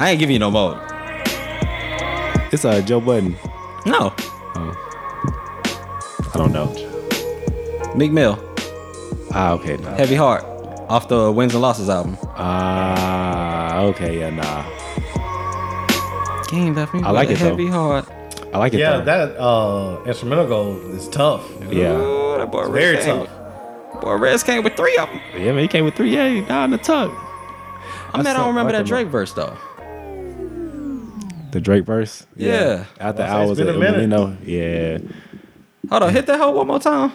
Speaker 7: I ain't giving you no mode.
Speaker 4: It's uh Joe Budden.
Speaker 7: No.
Speaker 4: I don't know.
Speaker 7: Meek Mill,
Speaker 4: Ah, okay, nah.
Speaker 7: Heavy Heart, off the Wins and Losses album.
Speaker 4: Ah, okay, yeah, nah.
Speaker 7: Game left me
Speaker 4: I like
Speaker 7: with
Speaker 4: it,
Speaker 7: a
Speaker 4: though.
Speaker 7: heavy heart.
Speaker 4: I like it.
Speaker 2: Yeah,
Speaker 4: though.
Speaker 2: that uh, instrumental goal is tough.
Speaker 4: Yeah,
Speaker 7: Ooh, that boy
Speaker 2: Very
Speaker 7: Rez came
Speaker 2: tough.
Speaker 7: with, boy Rez came with three of them.
Speaker 4: yeah, man. He came with three. Yeah, he died in the tuck.
Speaker 7: I'm mad I
Speaker 4: so-
Speaker 7: don't remember
Speaker 4: I like
Speaker 7: that
Speaker 4: them.
Speaker 7: Drake verse though.
Speaker 4: The Drake verse?
Speaker 7: Yeah.
Speaker 4: After
Speaker 2: Well, it's
Speaker 4: hours
Speaker 2: been
Speaker 4: at
Speaker 2: a minute.
Speaker 4: Emilino. Yeah.
Speaker 7: Hold on, hit that hoe one more time.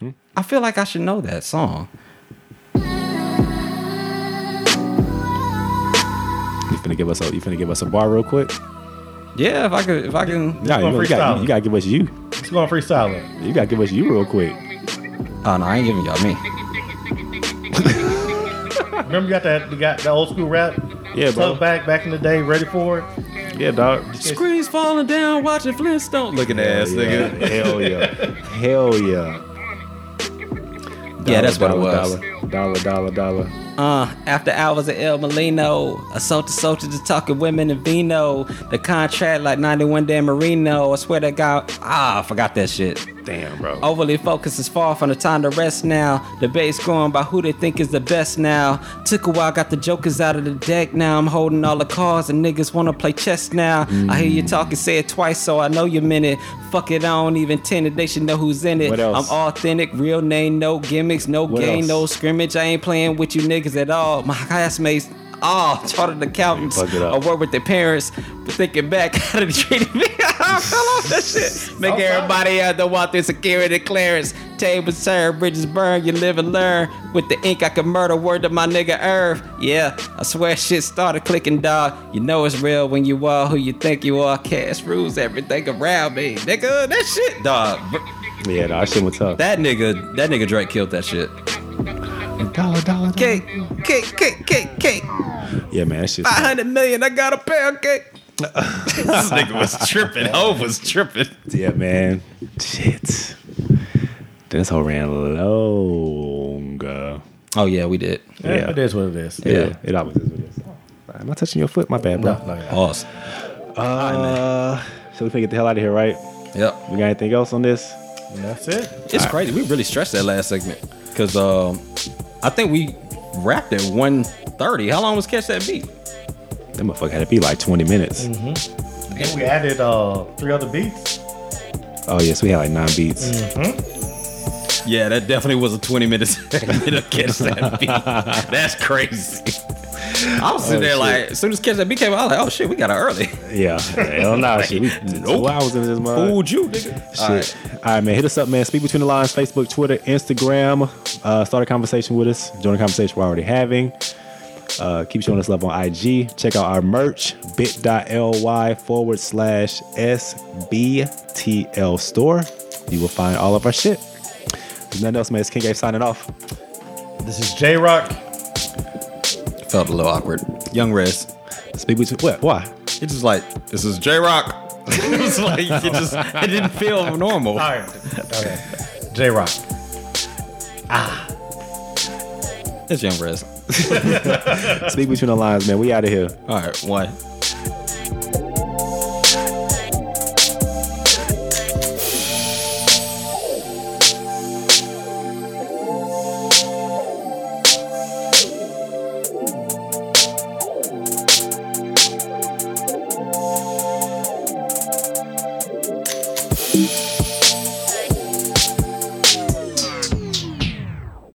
Speaker 4: Hmm?
Speaker 7: I feel like I should know that song.
Speaker 4: You finna give us a you finna give us a bar real quick?
Speaker 7: Yeah, if I could, if I can.
Speaker 4: Nah,
Speaker 2: gonna
Speaker 4: you, you got,
Speaker 2: freestyle.
Speaker 4: you gotta give us you.
Speaker 2: It's going freestyle. it.
Speaker 4: You gotta give us you real quick.
Speaker 7: Oh no, I ain't giving y'all me.
Speaker 2: Remember, you got that you got the old school rap.
Speaker 4: Yeah, bro.
Speaker 2: Tuck back back in the day, ready for it.
Speaker 4: Yeah, dog.
Speaker 7: Screens falling down, watching Flintstone. Look at that ass
Speaker 4: Yeah,
Speaker 7: nigga.
Speaker 4: hell yeah. Hell yeah.
Speaker 7: Yeah, that's what it
Speaker 4: Dollar,
Speaker 7: was.
Speaker 4: Dollar, dollar, dollar, dollar.
Speaker 7: Uh, after hours at El Molino, assault assaulted to talking women and vino. The contract like 91 Dan Marino. I swear to God, ah, I forgot that shit.
Speaker 4: Damn, bro.
Speaker 7: Overly focused is far from the time to rest now. Debate's going by who they think is the best now. Took a while, got the jokers out of the deck now. I'm holding all the cards and niggas wanna play chess now. I hear you talking, say it twice, so I know you meant it. Fuck it, I don't even tend it, they should know who's in it.
Speaker 4: What else?
Speaker 7: I'm authentic, real name, no gimmicks, no
Speaker 4: What
Speaker 7: game,
Speaker 4: else?
Speaker 7: no scrimmage. I ain't playing with you niggas at all. My classmates. Oh, chartered accountants.
Speaker 4: Fuck it up.
Speaker 7: I work with their parents. But thinking back, how did you treat me? I fell off that shit. Make everybody out there walk through security clearance. Tables turn, bridges burn. You live and learn. With the ink, I can murder. Word to my nigga Irv. Yeah, I swear shit started clicking, dog. You know it's real when you are who you think you are. Cash rules everything around me, nigga. That shit, dog.
Speaker 4: Yeah, no, that shit was tough.
Speaker 1: That nigga, that nigga Drake killed that shit.
Speaker 4: dollar, dollar, dollar.
Speaker 1: Cake, cake, cake, cake, cake.
Speaker 4: Yeah, man, that shit.
Speaker 1: Five hundred million. I got a pound cake.
Speaker 5: This nigga was tripping. Hove was tripping.
Speaker 4: Yeah, man. Shit. This whole ran long. Yeah,
Speaker 1: Oh yeah, we did.
Speaker 2: Yeah, it is what it is.
Speaker 1: Yeah.
Speaker 4: it always is what it is. Am I touching your foot? My bad, bro.
Speaker 2: No, no, yeah.
Speaker 1: Awesome.
Speaker 4: Uh, so we can get the hell out of here, right?
Speaker 1: Yep.
Speaker 4: We got anything else on this?
Speaker 2: That's it.
Speaker 1: It's crazy. We really stretched that last segment because um, I think we wrapped at one thirty. How long was catch that beat?
Speaker 4: That motherfucker had to be like 20 minutes.
Speaker 2: And we added uh, three other beats.
Speaker 4: Oh, yes, we had like nine beats.
Speaker 5: Yeah, that definitely was a 20 minute segment of catch that beat. That's crazy.
Speaker 1: I was sitting there like, as soon as catch that beat came out, I was like, oh shit, we got it early.
Speaker 4: Yeah. hell no, shit. We, Two hours into this mug.
Speaker 1: Fooled you, nigga. All right.
Speaker 4: Shit. All right. man. Hit us up, man. Speak Between the Lines, Facebook, Twitter, Instagram. Uh, start a conversation with us. Join the conversation we're already having. Uh, keep showing us love on IG. Check out our merch, bit.ly forward slash SBTL store. You will find all of our shit. There's nothing else, man. It's King Gabe signing off.
Speaker 2: This is J Rock.
Speaker 1: Felt a little awkward. Young Rez.
Speaker 4: Speak Between. What? Why?
Speaker 1: It's just like,
Speaker 5: This is J Rock.
Speaker 1: it was like, it just, it didn't feel normal.
Speaker 2: All right. Okay. J Rock.
Speaker 1: It's Young Rez.
Speaker 4: Speak Between the Lines, man. We out of here.
Speaker 1: All right, one.